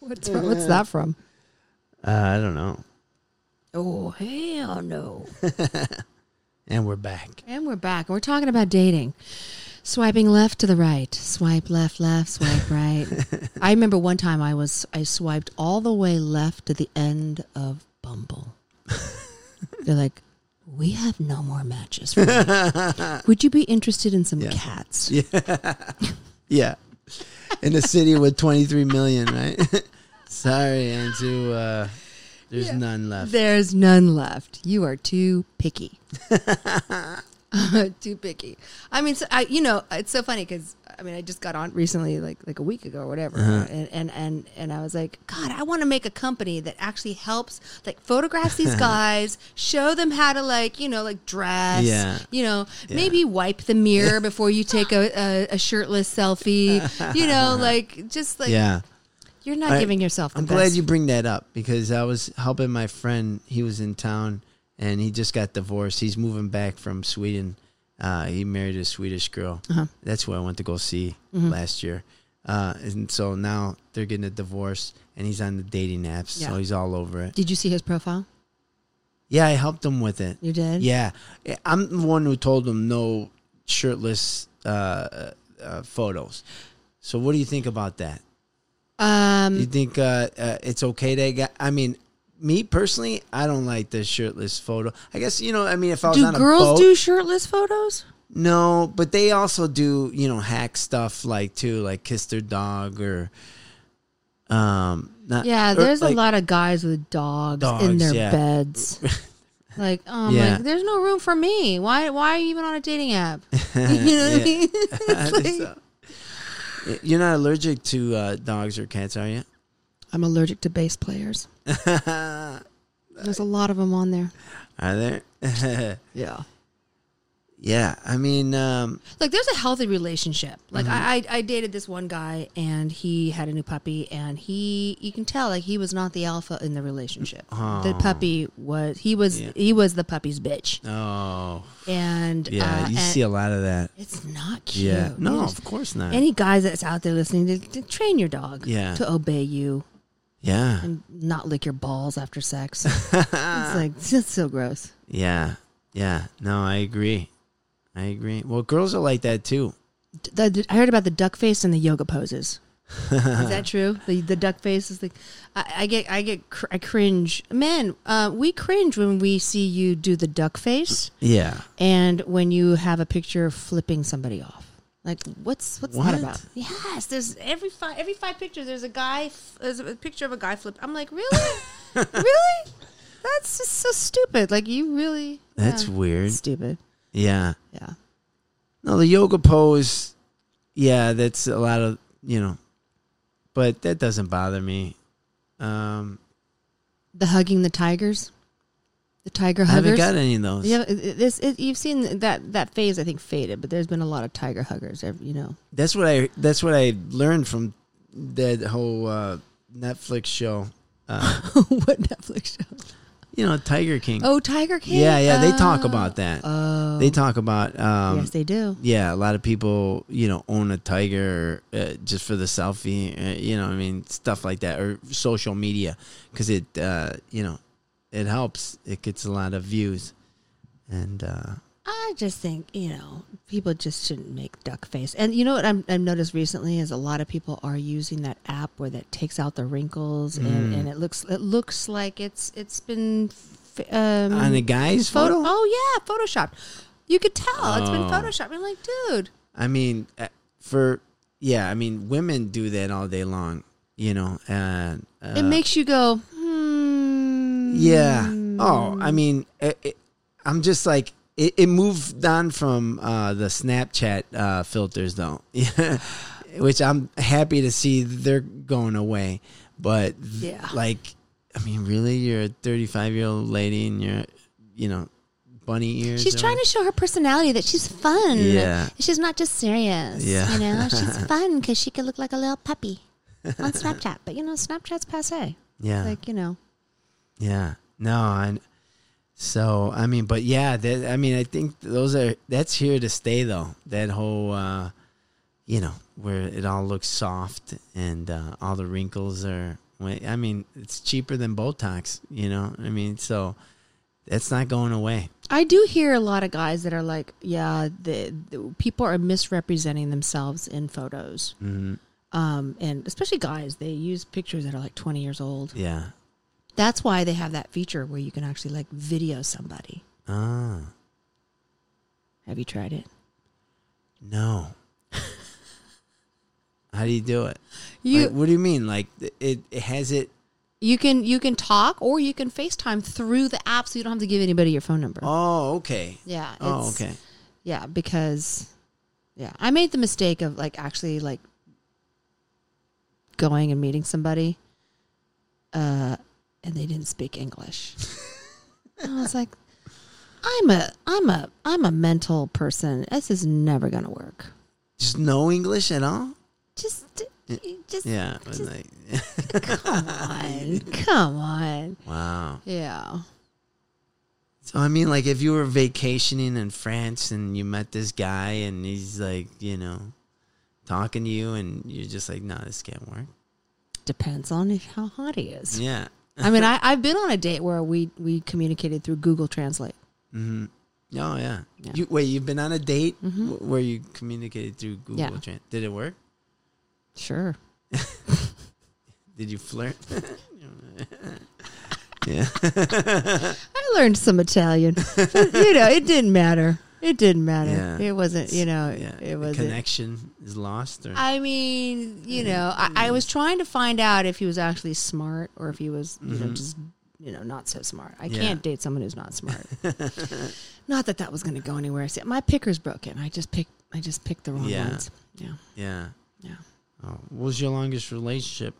S4: What's fro- what's that from?
S3: Uh, I don't know.
S4: Oh hell no!
S3: And we're back.
S4: And we're back, and we're talking about dating. Swiping left to the right, swipe left, left, swipe right. I remember one time I was I swiped all the way left to the end of Bumble. They're like, "We have no more matches. For you. Would you be interested in some cats?"
S3: Yeah. In a city with 23 million, right? Sorry, Andrew. Uh, there's none left.
S4: There's none left. You are too picky.
S11: too picky. I mean, so I, you know, it's so funny because I mean, I just got on recently, like like a week ago or whatever,
S3: Uh-huh.
S11: and, and and and I was like, God, I want to make a company that actually helps, like, photographs these guys, show them how to like, you know, like dress,
S3: Yeah.
S11: you know, maybe wipe the mirror before you take a, a, a shirtless selfie, you know, like just like
S3: Uh-huh. yeah.
S4: You're not
S3: I-
S4: giving yourself the
S3: I'm
S4: best.
S3: glad you bring that up because I was helping my friend. He was in town and he just got divorced. He's moving back from Sweden. Uh, he married a Swedish girl.
S4: Uh-huh.
S3: That's who I went to go see
S4: Mm-hmm.
S3: last year. Uh, and so now they're getting a divorce and he's on the dating apps. So
S4: Yeah.
S3: he's all over it.
S4: Did you see his profile?
S3: Yeah, I helped him with it.
S4: You did?
S3: Yeah, Yeah, I'm the one who told him no shirtless uh, uh, photos. So what do you think about that?
S4: Um,
S3: Do you think uh, uh, it's okay to? Get, I mean, me personally, I don't like the shirtless photo. I guess you know. I mean, if I was
S4: do
S3: on a boat,
S4: girls do shirtless photos?
S3: no, but they also do you know hack stuff like too, like kiss their dog or um. Not,
S4: Yeah,
S3: or,
S4: there's a
S3: like,
S4: lot of guys with dogs,
S3: Dogs,
S4: in their
S3: yeah.
S4: beds. like, oh
S3: Yeah.
S4: my, there's no room for me. Why? Why are you even on a dating app? You know what I
S3: Yeah. uh,
S4: mean?
S3: So- You're not allergic to uh, dogs or cats, are you?
S4: I'm allergic to bass players. There's a lot of them on there.
S3: Are there?
S4: Yeah.
S3: yeah, I mean, um,
S4: Like, there's a healthy relationship.
S3: Mm-hmm.
S4: Like, I, I I dated this one guy, and he had a new puppy, and he you can tell like he was not the alpha in the relationship. The puppy was he was
S3: Yeah.
S4: he was the puppy's bitch,
S3: oh,
S4: and
S3: yeah,
S4: uh,
S3: you
S4: and
S3: see a lot of that.
S4: it's not cute.
S3: Yeah, no,
S4: It is
S3: of course not.
S4: any guys that's out there listening to, to train your dog
S3: Yeah.
S4: to obey you
S3: yeah,
S4: and not lick your balls after sex it's like it's so gross
S3: yeah, yeah. No, I agree. I agree. Well, girls are like that too.
S4: D- the- i heard about the duck face and the yoga poses is that true the, the duck face is like I, I get i get cr- i cringe men uh, we cringe when we see you do the duck face
S3: Yeah.
S4: and when you have a picture flipping somebody off like what's what's
S3: What?
S4: that about
S11: Yes, there's every five every five pictures. There's a guy. f- There's a picture of a guy flip. I'm like, really, really?
S4: that's just so stupid like you really
S3: That's weird.
S4: stupid
S3: Yeah.
S4: yeah
S3: No, the yoga pose. Yeah, that's a lot of you know, but that doesn't bother me. Um,
S4: The hugging the tigers, the tiger huggers.
S3: I haven't got any of those.
S4: yeah, it- it- this it, you've seen that that phase I think faded, but there's been a lot of tiger huggers. ev- You know,
S3: That's what I. That's what I learned from that whole uh, Netflix show.
S4: what Netflix show?
S3: You know, Tiger King.
S4: Oh, Tiger King.
S3: Yeah, yeah, they talk
S11: Uh.
S4: Oh.
S3: about that. they talk about um,
S4: yes, they do.
S3: yeah, a lot of people you know own a tiger uh, just for the selfie, uh, you know, what I mean stuff like that or social media because it uh, you know it helps, it gets a lot of views, and uh,
S4: I just think you know people just shouldn't make duck face. And you know what I'm, I've noticed recently is a lot of people are using that app where that takes out the wrinkles and,
S3: Mm.
S4: and it looks it looks like it's it's been f- um,
S3: on a guy's
S4: photo.
S3: photo,
S4: Oh yeah, Photoshop. You could tell it's been
S3: Oh.
S4: Photoshop. I'm like, dude.
S3: I mean, uh, for yeah, I mean women do that all day long, you know, and uh,
S4: It makes you go, hmm.
S3: Yeah. Oh,
S4: Mm.
S3: I mean, it, it, I'm just like it, it moved on from uh, the Snapchat uh, filters, though, which I'm happy to see they're going away. But yeah. like, I mean, really, you're a 35 year old lady, and you're, you know, bunny ears.
S4: She's
S3: or
S4: trying to show her personality that she's fun.
S3: Yeah.
S4: She's not just serious.
S3: Yeah.
S4: You know, she's fun because she could look like a little puppy on Snapchat. But, you know, Snapchat's passe.
S3: yeah,
S4: Like, you know,
S3: yeah. No, I. So I mean, but yeah, that, I mean, I think those are that's here to stay though. That whole, uh, you know, where it all looks soft and uh, all the wrinkles are Wait, I mean, it's cheaper than Botox, you know? I mean, so it's not going away.
S4: I do hear a lot of guys that are like, yeah, the, the people are misrepresenting themselves in photos.
S3: Mm-hmm.
S4: Um, and especially guys, they use pictures that are like 20 years old.
S3: Yeah.
S4: That's why they have that feature where you can actually like video somebody.
S3: Ah,
S4: Have you tried it?
S3: no. How do you do it?
S4: You
S3: Like, what do you mean? Like it, it has it?
S4: you can you can talk or you can FaceTime through the app so you don't have to give anybody your phone number.
S3: Oh, okay.
S4: Yeah.
S3: Oh,
S4: it's-
S3: okay.
S4: Yeah, because yeah, I made the mistake of like actually like going and meeting somebody uh and they didn't speak English. I was like I'm a I'm a I'm a mental person. This is never going to work.
S3: Just no English at all?
S4: Just just
S3: Yeah. but like,
S4: come on. Come on.
S3: wow.
S4: Yeah.
S3: So I mean, like, if you were vacationing in France and you met this guy and he's like, you know, talking to you, and you're just like, no, this can't work.
S4: Depends on if, how hot he is.
S3: Yeah.
S4: I mean, I, I've been on a date where we we communicated through Google Translate.
S3: Oh yeah.
S4: Yeah. Mm-hmm.
S3: You wait. You've been on a date wh- where you communicated through Google
S4: Yeah.
S3: Trans. Did it work?
S4: Sure.
S3: Did you flirt? yeah.
S4: I learned some Italian. But, you know, it didn't matter. It didn't matter.
S3: Yeah.
S4: It wasn't, you know,
S3: Yeah.
S4: it
S3: The
S4: wasn't.
S3: connection is lost, or
S4: I mean, you know,
S3: Mm.
S4: I, I was trying to find out if he was actually smart or if he was, you know, just, you know, not so smart. I
S3: Mm-hmm. Yeah.
S4: can't date someone who's not smart. not that that was going to go anywhere. I said, my picker's broken. I just picked, I just picked the wrong
S3: Yeah.
S4: ones. Yeah.
S3: yeah.
S4: Yeah.
S3: Oh, what was your longest relationship?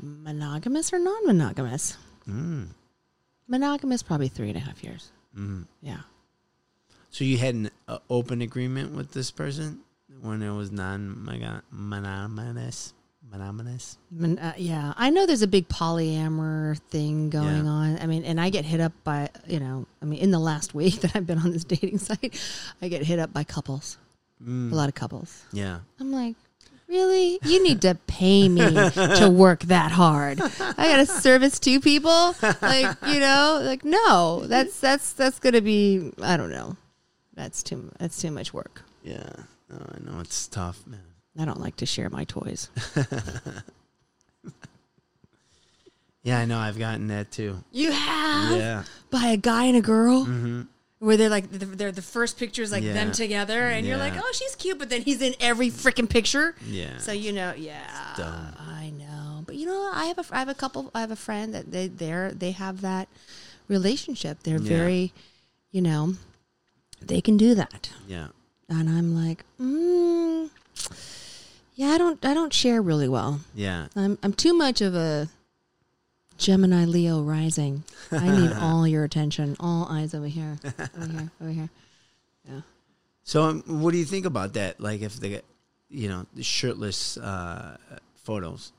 S4: monogamous or non-monogamous
S3: Mm.
S4: monogamous probably three and a half years
S3: Mm.
S4: yeah
S3: So you had an uh, open agreement with this person when it was non monogamous, monogamous.
S4: Mon- uh, yeah i know there's a big polyamor thing going
S3: Yeah.
S4: on i mean and i get hit up by you know i mean in the last week that i've been on this dating site i get hit up by couples a lot of couples
S3: Yeah.
S4: i'm like really you need to pay me to work that hard i gotta service two people like you know like no that's that's that's gonna be i don't know that's too that's too much work
S3: Yeah. Oh, I know it's tough, man.
S4: I don't like to share my toys.
S3: Yeah, I know. I've gotten that too.
S4: You have
S3: Yeah.
S4: by a guy and a girl, where they're like th- they're the first picture is like
S3: Mm-hmm. Yeah.
S4: them together, and you're like,
S3: Yeah.
S4: oh, she's cute, but then he's in every freaking picture.
S3: Yeah.
S4: So you know, yeah,
S3: dumb.
S4: I know, but you know, I have a I have a couple, I have a friend that they they're they have that relationship. They're
S3: Yeah.
S4: very, you know, they can do that,
S3: Yeah.
S4: and I'm like, mm, yeah, I don't I don't share really well.
S3: Yeah.
S4: I'm I'm too much of a Gemini Leo rising. I need all your attention, all eyes over here, over here, over here.
S3: So, um, what do you think about that? Like, if they, you know, the shirtless uh, photos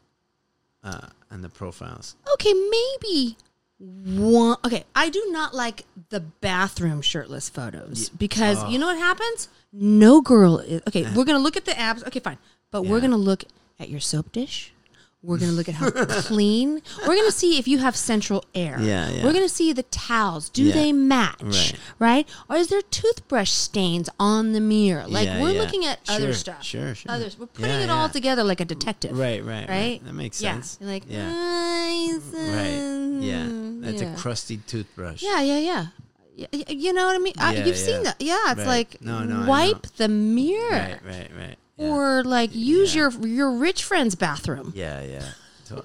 S3: uh, and the profiles.
S4: Okay, maybe one. Okay, I do not like the bathroom shirtless photos because
S3: uh.
S4: you know what happens? No girl. Is, okay, we're gonna look at the abs. Okay, fine, but we're
S3: Eh. Yeah.
S4: gonna look at your soap dish. We're gonna look at how clean. We're gonna see if you have central air.
S3: Yeah, yeah.
S4: We're gonna see the towels. Do
S3: Yeah.
S4: they match?
S3: Right.
S4: right? Or is there toothbrush stains on the mirror? Like
S3: Yeah,
S4: we're
S3: yeah.
S4: looking at
S3: Sure,
S4: other stuff.
S3: sure, sure.
S4: Others. We're putting
S3: Yeah,
S4: it all
S3: yeah.
S4: together like a detective.
S3: Right, right, right.
S4: Right?
S3: That makes
S4: Yeah.
S3: sense.
S4: You're like, "Mm,
S3: yeah.
S4: "Eyes,
S3: Right. Yeah.
S4: um,
S3: That's
S4: yeah.
S3: a crusty toothbrush.
S4: Yeah, yeah, yeah. Y- y- You know what I mean? I-
S3: Yeah,
S4: You've seen
S3: yeah.
S4: that. Yeah, it's
S3: Right.
S4: like
S3: No, no, I know.
S4: wipe the mirror
S3: Right, right, right. Yeah.
S4: or like use your your rich friend's bathroom.
S3: Yeah, yeah. So-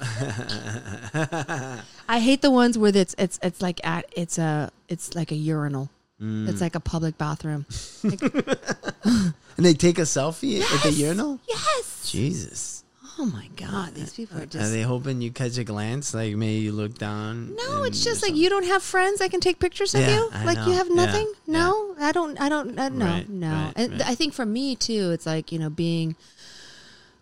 S4: I hate the ones where it's it's it's like at it's a it's like a urinal.
S3: Mm.
S4: It's like a public bathroom.
S3: and they take a selfie at the urinal?
S4: Yes.
S3: Jesus.
S4: Oh my god, these people are
S3: Are
S4: just
S3: they hoping you catch a glance? Like maybe you look down.
S4: No,
S3: and-
S4: it's just like you don't have friends that can take pictures of
S3: Yeah,
S4: you.
S3: I
S4: like
S3: know.
S4: you have
S3: Yeah,
S4: nothing. No, I don't. I don't. I, no,
S3: Right,
S4: no.
S3: right,
S4: and
S3: right.
S4: I think for me too, it's like you know being.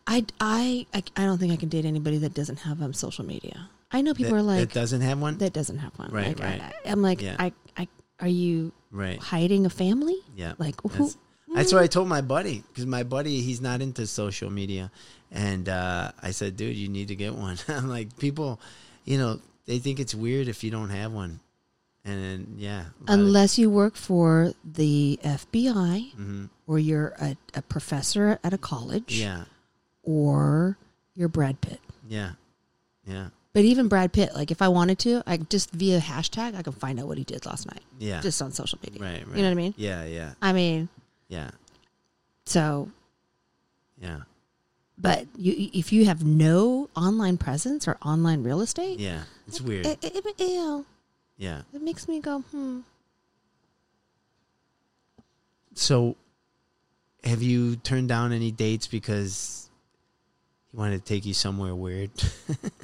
S4: I I I I don't think I can date anybody that doesn't have um social media. I know
S3: that,
S4: people are like
S3: that doesn't have one.
S4: that doesn't have one.
S3: Right,
S4: like, I-
S3: right.
S4: I, am like
S3: Yeah.
S4: I I are you
S3: right.
S4: hiding a family?
S3: Yeah.
S4: Like who? Mm.
S3: that's- That's what I told my buddy because my buddy he's not into social media, and uh, I said, "Dude, you need to get one." I'm like, people, you know, they think it's weird if you don't have one, and then, yeah, a lot of-
S4: Unless you work for the FBI or you're a, a professor at a college
S3: Mm-hmm. yeah,
S4: or you're Brad Pitt.
S3: yeah, yeah,
S4: But even Brad Pitt, like if I wanted to, I just via hashtag, I can find out what he did last night
S3: yeah,
S4: just on social media.
S3: right, right.
S4: You know what I mean?
S3: Yeah, yeah,
S4: I mean,
S3: yeah,
S4: so,
S3: yeah,
S4: but you, if you have no online presence or online real estate,
S3: yeah. It's weird.
S4: it, it, it- you know,
S3: yeah.
S4: it makes me go, hmm.
S3: So, have you turned down any dates because he wanted to take you somewhere weird?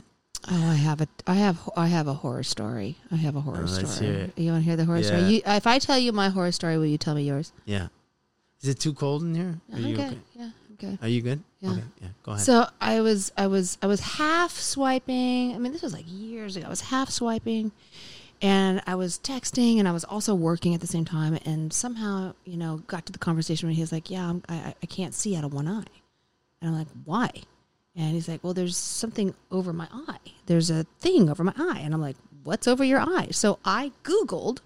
S4: Oh, I have a, I have, I have a horror story. I have a horror
S3: Oh,
S4: story.
S3: let's hear it.
S4: You want to hear the horror story?
S3: Yeah.
S4: You, if I tell you my horror story, will you tell me yours?
S3: yeah. Is it too cold in here? Are you okay?
S4: Yeah. Okay.
S3: Are you good?
S4: Yeah.
S3: Okay, yeah. Go ahead.
S4: So I was, I was, I was half swiping. I mean, this was like years ago. I was half swiping, and I was texting, and I was also working at the same time. And somehow, you know, got to the conversation where he was like, "Yeah, I'm, I, I- I can't see out of one eye," and I'm like, "Why?" And he's like, "Well, there's something over my eye. There's a thing over my eye." And I'm like, "What's over your eye?" So I Googled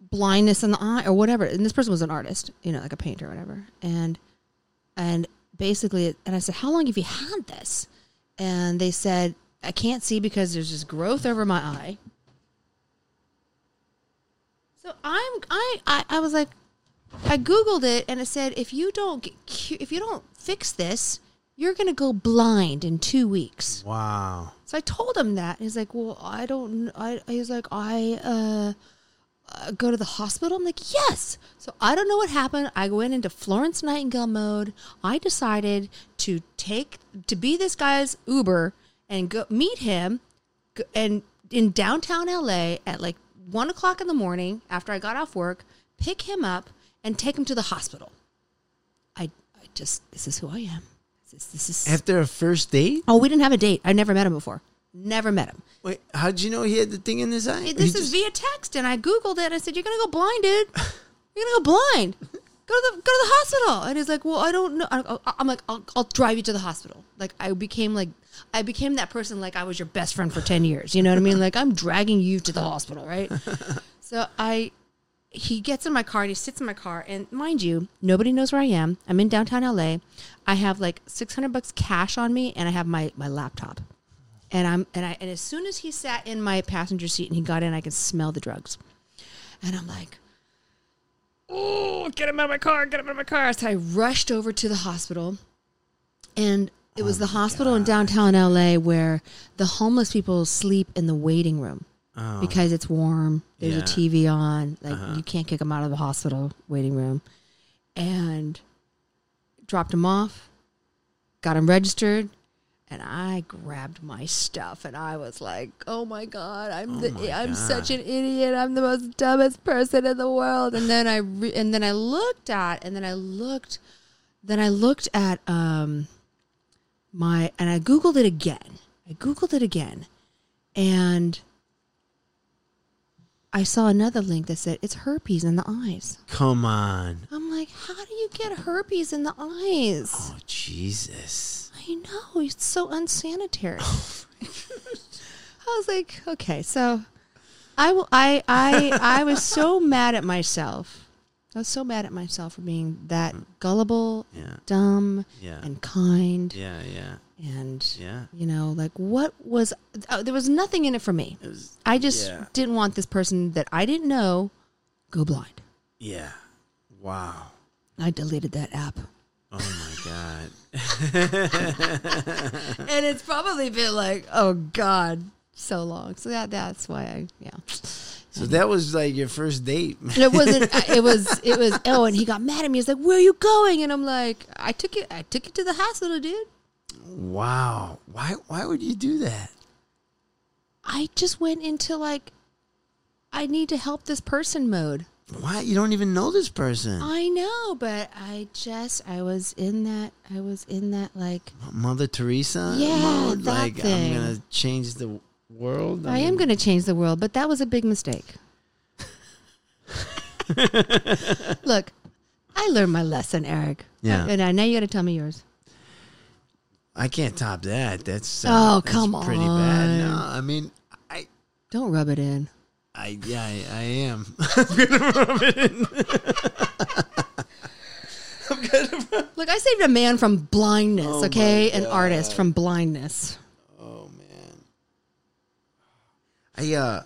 S4: blindness in the eye or whatever. And this person was an artist, you know, like a painter or whatever. And and basically and I said, How long have you had this? And they said, I can't see because there's this growth over my eye. So I'm I I, I was like I googled it and it said if you don't get cu- if you don't fix this, you're going to go blind in 2 weeks.
S3: wow.
S4: So I told him that. He's like, "Well, I don't." kn- I he's like, "I uh, uh, go to the hospital." I'm like, "Yes." So I don't know what happened. I went into Florence Nightingale mode. I decided to take to be this guy's Uber and go meet him, go- and in downtown LA at like one o'clock in the morning after I got off work, pick him up and take him to the hospital. I, I just this is who I am. This is, this is
S3: After a first date?
S4: Oh, we didn't have a date. I never met him before. Never met him.
S3: Wait, how'd you know he had the thing in his eye?
S4: This
S3: He
S4: is
S3: just-
S4: via text, and I googled it. I said, "You're gonna go blind, dude. You're gonna go blind. Go to the go to the hospital." And he's like, "Well, I don't know." I- I- I'm like, "I'll, I'll drive you to the hospital." Like I became like I became that person. Like I was your best friend for ten years. You know what I mean? Like I'm dragging you to the hospital, right? so I he gets in my car and he sits in my car and mind you nobody knows where i am i'm in downtown la i have like 600 bucks cash on me and i have my, my laptop and i'm and i and as soon as he sat in my passenger seat and he got in i could smell the drugs and i'm like oh get him out of my car get him out of my car so i rushed over to the hospital and it was the hospital in downtown la where the homeless people sleep in the waiting room because it's warm there's
S3: Yeah.
S4: a tv on like you can't kick them out of the hospital waiting room and dropped him off got him registered and I grabbed my stuff and I was like, "Oh my god, I'm the, I'm such an idiot. I'm the most dumbest person in the world." And then I re- and then I looked at and then I looked then I looked at um my and I googled it again. I googled it again and I saw another link that said it's herpes in the eyes.
S3: Come on.
S4: I'm like, "How do you get herpes in the eyes?"
S3: Oh, Jesus.
S4: I know. It's so unsanitary. I was like, okay, so I, w- I, I, I was so mad at myself. I was so mad at myself for being that gullible,
S3: Mm. Yeah.
S4: dumb,
S3: Yeah.
S4: and kind.
S3: Yeah, yeah,
S4: And,
S3: yeah.
S4: you know, like what was, oh, there was nothing in it for me. I just
S3: yeah.
S4: didn't want this person that I didn't know go blind.
S3: Yeah. Wow.
S4: I deleted that app.
S3: Oh, my God.
S4: and it's probably been like, oh God, so long. So that that's why I yeah.
S3: So that was like your first date.
S4: And it wasn't. I- It was. It was. Oh, and he got mad at me. He's like, "Where are you going?" And I'm like, "I took you. I took you to the hospital, dude.
S3: Wow. Why why would you do that?
S4: I just went into like, I need to help this person mode.
S3: Why you don't even know this person.
S4: I know, but I just I was in that. I was in that like.
S3: Mother Teresa
S4: Yeah,
S3: mode?
S4: that
S3: like
S4: thing.
S3: I'm gonna change the world.
S4: I am going to change the world, but that was a big mistake. Look, I learned my lesson, Eric.
S3: Yeah.
S4: And I, now you got to tell me yours.
S3: I can't top that. That's uh,
S4: Oh,
S3: that's
S4: come
S3: pretty bad. No, I mean, I,
S4: Don't rub it in.
S3: I, yeah, I, I am.
S4: Look, I saved a man from blindness,
S3: Oh
S4: okay? An artist from blindness.
S3: I uh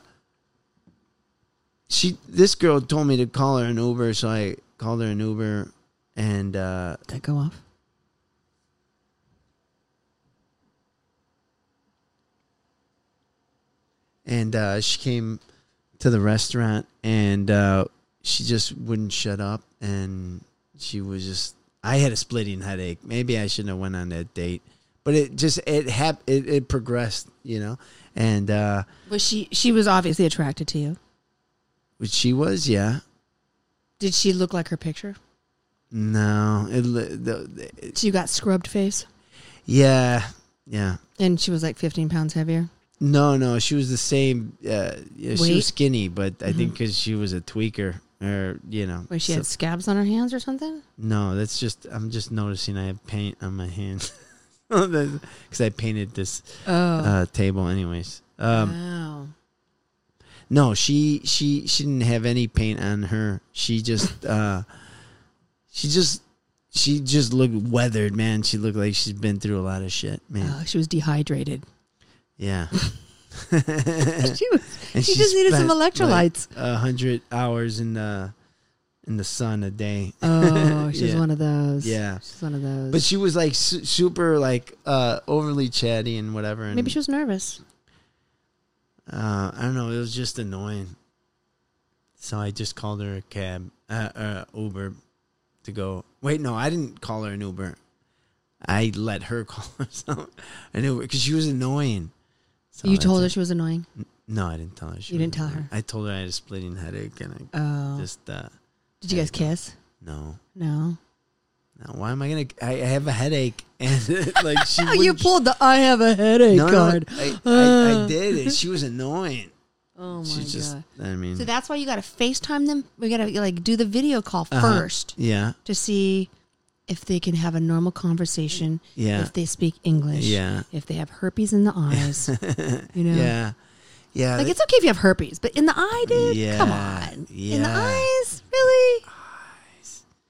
S3: she this girl told me to call her an Uber, so I called her an Uber and uh
S4: Did that go off?
S3: and uh she came to the restaurant and uh she just wouldn't shut up and she was just I had a splitting headache. Maybe I shouldn't have went on that date. But it just it hap- it, it progressed, you know. And uh
S12: Was she? She was obviously attracted to you.
S3: what she was, yeah.
S12: Did she look like her picture?
S3: No, it, li- the, it
S12: She got scrubbed face,
S3: yeah, yeah.
S12: and she was like 15 pounds heavier.
S3: No, no, she was the same. Uh, yeah, she
S12: Weight?
S3: was skinny, but I think
S4: Mm-hmm.
S3: because she was a tweaker, or you know,
S12: Wait, she
S3: so-
S12: had scabs on her hands or something?
S3: no, that's just I'm just noticing I have paint on my hands because I painted this
S4: Oh.
S3: uh, table, anyways. Um,
S12: Oh,
S4: Uh-huh.
S12: Wow.
S3: No, she she she didn't have any paint on her. She just uh she just she just looked weathered, man. She looked like she's been through a lot of shit, man.
S4: Uh.
S12: Oh, she was dehydrated.
S3: yeah.
S4: She was.
S3: And
S4: She just needed some
S3: spent, like,
S4: electrolytes.
S3: A hundred hours in the in the sun a day.
S4: Oh, she's
S3: Yeah.
S4: one of those.
S3: Yeah.
S4: She's one of those.
S3: But she was like su- super like uh overly chatty and whatever. And,
S12: Maybe she was nervous.
S4: Oh,
S3: uh, I don't know. It was just annoying. So I just called her a cab, uh, uh, Uber, to go. Wait, no, I didn't call her an Uber. I let her call herself an Uber because she was annoying. So
S12: you
S3: I
S12: told her
S3: said-
S12: she was annoying.
S3: No, I didn't tell her. She
S12: You
S3: was
S12: didn't tell
S3: annoying.
S12: her?
S3: I told her I had a splitting headache and I
S12: Oh.
S3: just uh,
S12: Did you guys kiss?
S3: no.
S12: No.
S3: No, why am I gonna? I, I have a headache, and like she.
S4: Oh, you
S3: wouldn't-
S4: pulled the I have a headache
S3: no, no,
S4: card.
S3: I, I, I did it. She was annoying.
S4: Oh, my
S3: She just. Mm.
S4: God.
S3: I mean.
S4: So that's why you got to FaceTime them. We got to like do the video call
S3: uh-huh.
S4: first
S3: Yeah.
S12: To see if they can have a normal conversation,
S3: Yeah.
S12: if they speak English,
S3: Yeah.
S12: if they have herpes in the eyes. you know?
S3: Yeah. Yeah.
S4: Like
S3: th-
S4: it's okay if you have herpes, but in the eye, dude. Come
S3: Yeah,
S4: on. In the
S3: yeah.
S4: eyes, really?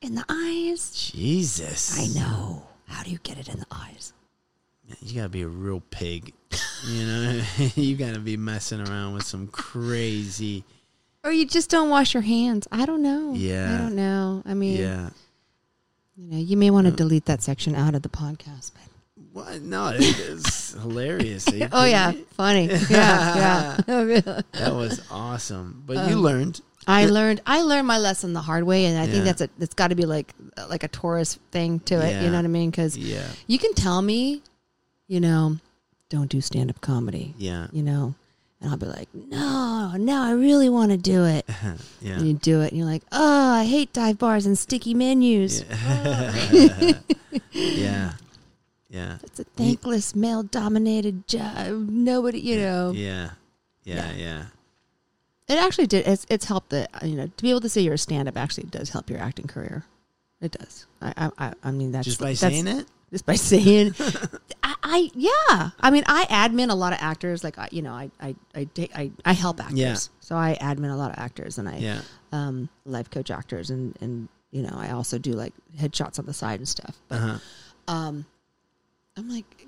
S4: In the eyes.
S3: Jesus.
S4: I know. How do you get it in the eyes?
S3: You gotta be a real pig. You know, you gotta be messing around with some crazy.
S4: Or you just don't wash your hands. I don't know. I
S3: Yeah.
S4: don't know. I mean,
S3: Yeah. Uh.
S4: you know, you may want to delete that section out of the podcast. But.
S3: What? No, it is hilarious. Are you
S4: Oh
S3: kidding
S4: yeah,
S3: me?
S4: funny. Yeah, yeah.
S3: That was awesome. But
S4: Um,
S3: you learned.
S4: I learned I learned my lesson the hard way, and I
S3: Yeah.
S4: think that's a that's got to be like like a Taurus thing to it. You
S3: Yeah.
S4: know what I mean? Because
S3: Yeah.
S4: you can tell me, you know, don't do stand up comedy.
S3: Yeah.
S4: You know, and I'll be like, no, no, I really want to do it.
S3: Yeah.
S4: And you do it, and you're like, oh, I hate dive bars and sticky menus.
S3: Yeah. Yeah.
S4: It's a thankless, male dominated job. Nobody, you know.
S3: Yeah. Yeah. Yeah.
S4: It actually did. It's, it's helped that you know to be able to say you're a stand up actually does help your acting career. It does. I I, I- I mean that's
S3: Just by
S4: that's-
S3: saying it?
S4: Just by saying, I, I yeah. I mean I admin a lot of actors. Like I you know I I I ta- I, I help actors.
S3: Yeah.
S4: So I admin a lot of actors and I
S3: Yeah.
S4: um life coach actors and and you know I also do like headshots on the side and stuff. But
S3: Uh-huh.
S4: um, I'm like.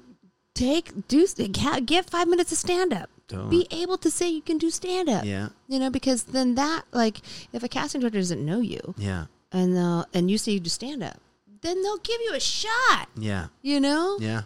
S4: Take do ha- get five minutes of stand up.
S3: Don't-
S4: Be able to say you can do stand up.
S3: Yeah.
S4: You know, because then that like if a casting director doesn't know you
S3: Yeah.
S4: and they'll and you say you do stand up, then they'll give you a shot.
S3: Yeah.
S4: You know,
S3: Yeah.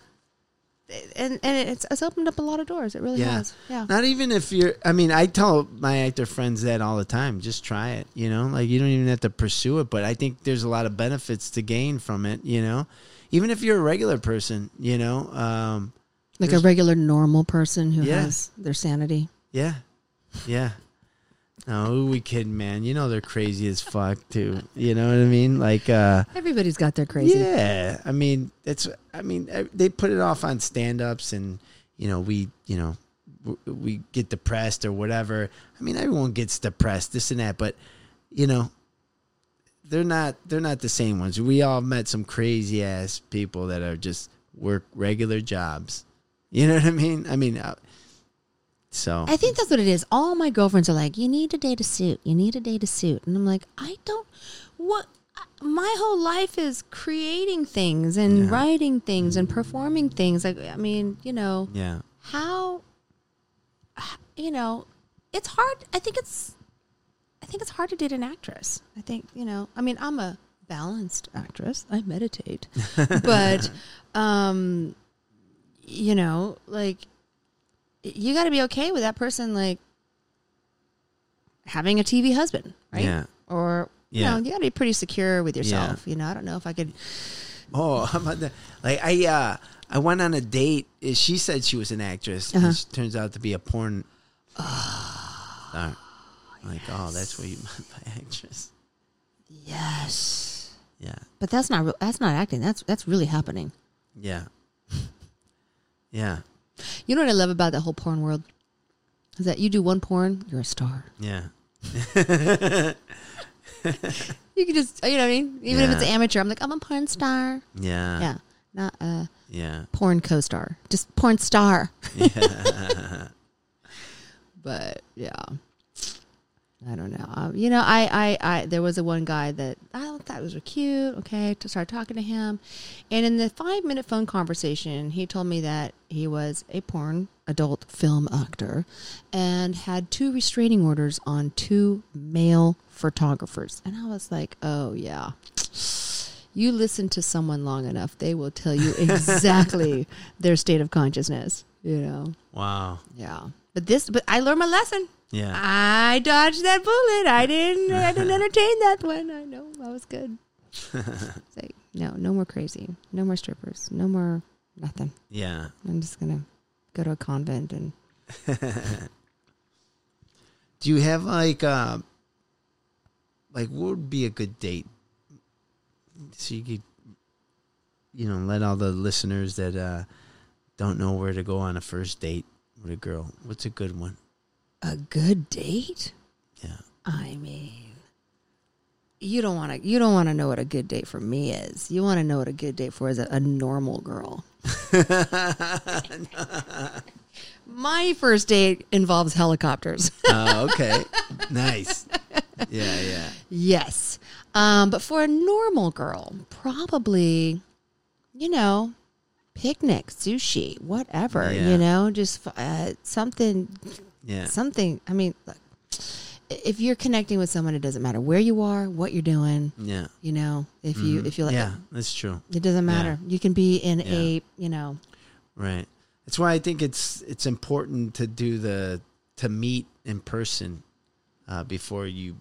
S4: and and it's it's opened up a lot of doors. It really
S3: Yeah.
S4: has. Yeah.
S3: Not even if you're. I mean, I tell my actor friends that all the time. Just try it. You know, like you don't even have to pursue it. But I think there's a lot of benefits to gain from it. You know, even if you're a regular person. You know, um,
S12: Like a regular normal person who
S3: Yeah.
S12: has their sanity.
S3: yeah, yeah. No, who we kidding, man? You know they're crazy as fuck too. You know what I mean? Like, uh,
S12: Everybody's got their crazy.
S3: yeah. I mean, it's. I mean, I- they put it off on stand-ups, and you know, we, you know, w- we get depressed or whatever. I mean, everyone gets depressed, this and that. But you know, they're not they're not the same ones. We all met some crazy ass people that are just work regular jobs. You know what I mean? I mean, uh, so
S4: I think that's what it is. All my girlfriends are like, "You need to date a suit. You need to date a suit," and I'm like, "I don't. What? I- My whole life is creating things and writing things and performing things. Like, I mean, you know,
S3: yeah,
S4: how? You know, it's hard. I think it's. I think it's hard to date an actress. I think you know. I mean, I'm a balanced actress. I meditate, but, um, you know, like you got to be okay with that person like having a TV husband, right?
S3: yeah.
S4: Or you
S3: Yeah.
S4: know, you got to be pretty secure with yourself. You know, I don't know if I could.
S3: Oh, how about that? Like I, uh, I went on a date. Uh, She said she was an actress. and She turns out to be a porn. star. I'm like, oh, that's what you meant by actress.
S4: Yes,
S3: Yeah,
S4: but that's not real that's not acting. That's that's really happening.
S3: yeah, yeah,
S4: You know what I love about that whole porn world is that you do one porn, you're a star.
S3: yeah,
S4: You can just, you know what I mean? Even if it's
S3: Yeah.
S4: amateur, I'm like, I'm a porn star.
S3: yeah,
S4: yeah, uh, not a
S3: yeah.
S4: porn co-star, just porn star. but yeah, I don't know. Um, you know, I, I, I, there was a one guy that I thought was cute. Okay, to start talking to him, and in the five minute phone conversation, he told me that he was a porn adult film actor, and had two restraining orders on two male photographers, and I was like, oh yeah. You listen to someone long enough, they will tell you exactly their state of consciousness. You know,
S3: Wow.
S4: yeah. But this, but I learned my lesson.
S3: Yeah.
S4: I dodged that bullet. I didn't. I didn't entertain that one. I know I was good. It's like, no, no more crazy. No more strippers. No more nothing.
S3: Yeah.
S4: I'm just gonna go to a convent and
S3: Do you have like uh like what would be a good date? So you could you know, let all the listeners that uh don't know where to go on a first date with a girl. What's a good one?
S4: a good date.
S3: Yeah.
S4: I mean, you don't want to. You don't want to know what a good date for me is. You want to know what a good date for is a, a normal girl. My first date involves helicopters.
S3: Oh, okay. nice. Yeah, yeah.
S4: Yes. Um, but for a normal girl, probably, you know, picnic, sushi, whatever,
S3: Yeah.
S4: you know, just uh, something,
S3: Yeah.
S4: something. I mean, look, if you're connecting with someone, it doesn't matter where you are, what you're doing,
S3: Yeah.
S4: you know, if you, if you like,
S3: Mm-hmm. Yeah, that's true.
S4: it doesn't matter. You can be in
S3: Yeah.
S4: a, you know,
S3: Right. That's why I think it's it's important to do the to meet in person uh before you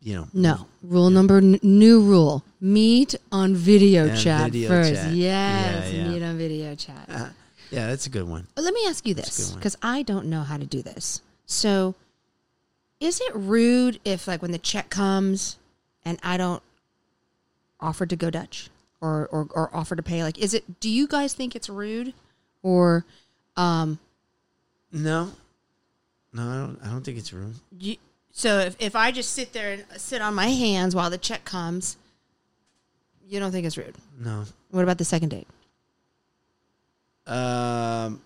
S3: you know
S4: no. Rule number n- new rule. Meet on video
S3: Yeah,
S4: chat
S3: video
S4: first.
S3: chat.
S4: Yes,
S3: Yeah, yeah.
S4: meet on video chat.
S3: Yeah, that's a good one.
S4: But let me ask you
S3: a
S4: this
S3: good one.
S4: because I don't know how to do this. So, is it rude if, like, when the check comes and I don't offer to go Dutch or, or, or offer to pay? Like, is it, do you guys think it's rude or um,
S3: No, no, I don't. I don't think it's rude.
S4: you, so if, if I just sit there and sit on my hands while the check comes, you don't think it's rude?
S3: No.
S4: What about the second date?
S3: Um,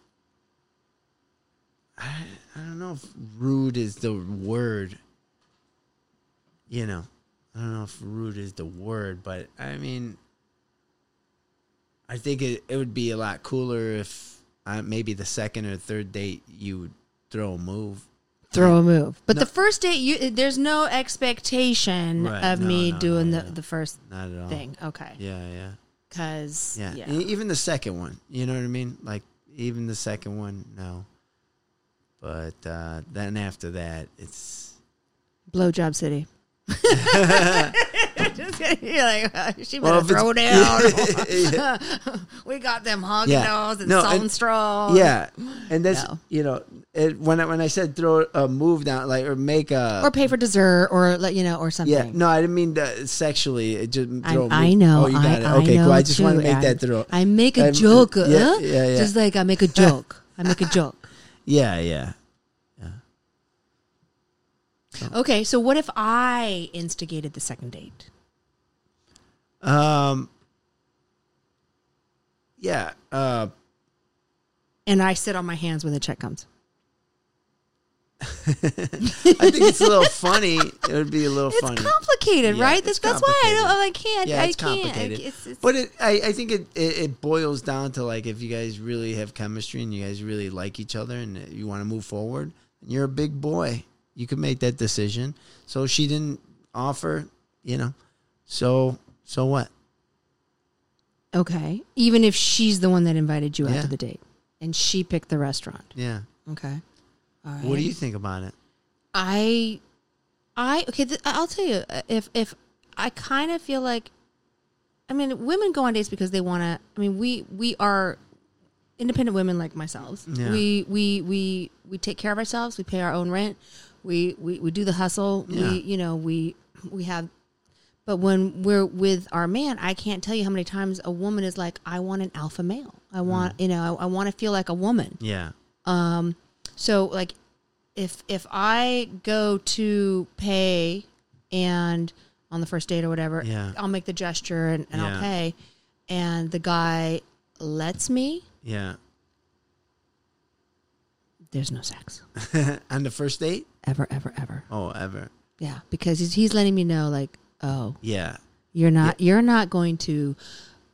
S3: I I don't know if rude is the word. You know, I don't know if rude is the word, but I mean, I think it it would be a lot cooler if uh, maybe the second or third date you would throw a move.
S4: Throw a move. But
S3: No.
S4: the first date, you, there's no expectation
S3: Right,
S4: of
S3: no,
S4: me
S3: no, no,
S4: doing
S3: no.
S4: the, the first
S3: Not at all.
S4: thing. Okay.
S3: Yeah, yeah.
S4: Cause
S3: Yeah.
S4: yeah.
S3: E- Even the second one. You know what I mean? Like even the second one, no. But uh then after that it's
S4: blowjob city. Just kidding. You're like, "Uh, she better
S3: Well, if it's-
S4: throw down.
S3: yeah.
S4: we got them hog
S3: Yeah.
S4: and
S3: No,
S4: salt
S3: and-
S4: and, straw.
S3: yeah. And that's
S4: No.
S3: you know, it when I when I said throw a move down like or make a
S4: Or pay for dessert or let you know or something.
S3: yeah, no, I didn't mean that sexually. It just
S4: I,
S3: throw a
S4: I
S3: move-
S4: know.
S3: Oh, you got
S4: I,
S3: it.
S4: I
S3: Okay,
S4: know
S3: cool. I just want to
S4: too,
S3: make
S4: Adam.
S3: that throw.
S4: I make a
S3: I'm-
S4: joke.
S3: yeah, yeah,
S4: uh,
S3: yeah.
S4: Just like I make a joke. I make a joke.
S3: yeah, yeah.
S4: Okay, so what if I instigated the second date?
S3: Um, yeah. Uh,
S4: And I sit on my hands when the check comes.
S3: I think it's a little funny. It would be a little
S4: It's
S3: funny.
S4: complicated,
S3: Yeah,
S4: right?
S3: it's
S4: That's, that's why I
S3: complicated.
S4: don't. I can't.
S3: yeah,
S4: I
S3: it's
S4: can't. I-
S3: complicated.
S4: it's, it's,
S3: but it, I, I think it, it, it boils down to like if you guys really have chemistry and you guys really like each other and you want to move forward, you're a big boy. You can make that decision. So she didn't offer, you know. So so what?
S4: okay. Even if she's the one that invited you out
S3: Yeah.
S4: to the date, and she picked the restaurant.
S3: Yeah.
S4: Okay. All right.
S3: What do you think about it?
S4: I, I okay. Th- I'll tell you uh, if if I kind of feel like, I mean, women go on dates because they want to. I mean, we we are independent women like myself.
S3: Yeah.
S4: We we we we take care of ourselves. We pay our own rent. We we we do the hustle.
S3: Yeah.
S4: We you know we we have. But when we're with our man, I can't tell you how many times a woman is like, "I want an alpha male. I want,
S3: Mm.
S4: you know, I, I want to feel like a woman."
S3: Yeah.
S4: So like if if I go to pay and on the first date or whatever,
S3: Yeah.
S4: I'll make the gesture and, and
S3: Yeah.
S4: I'll pay and the guy lets me,
S3: Yeah.
S4: there's no sex.
S3: On the first date?
S4: Ever, ever, ever.
S3: Oh, ever.
S4: Yeah. Because he's he's letting me know like, oh,
S3: Yeah.
S4: you're not you're not going to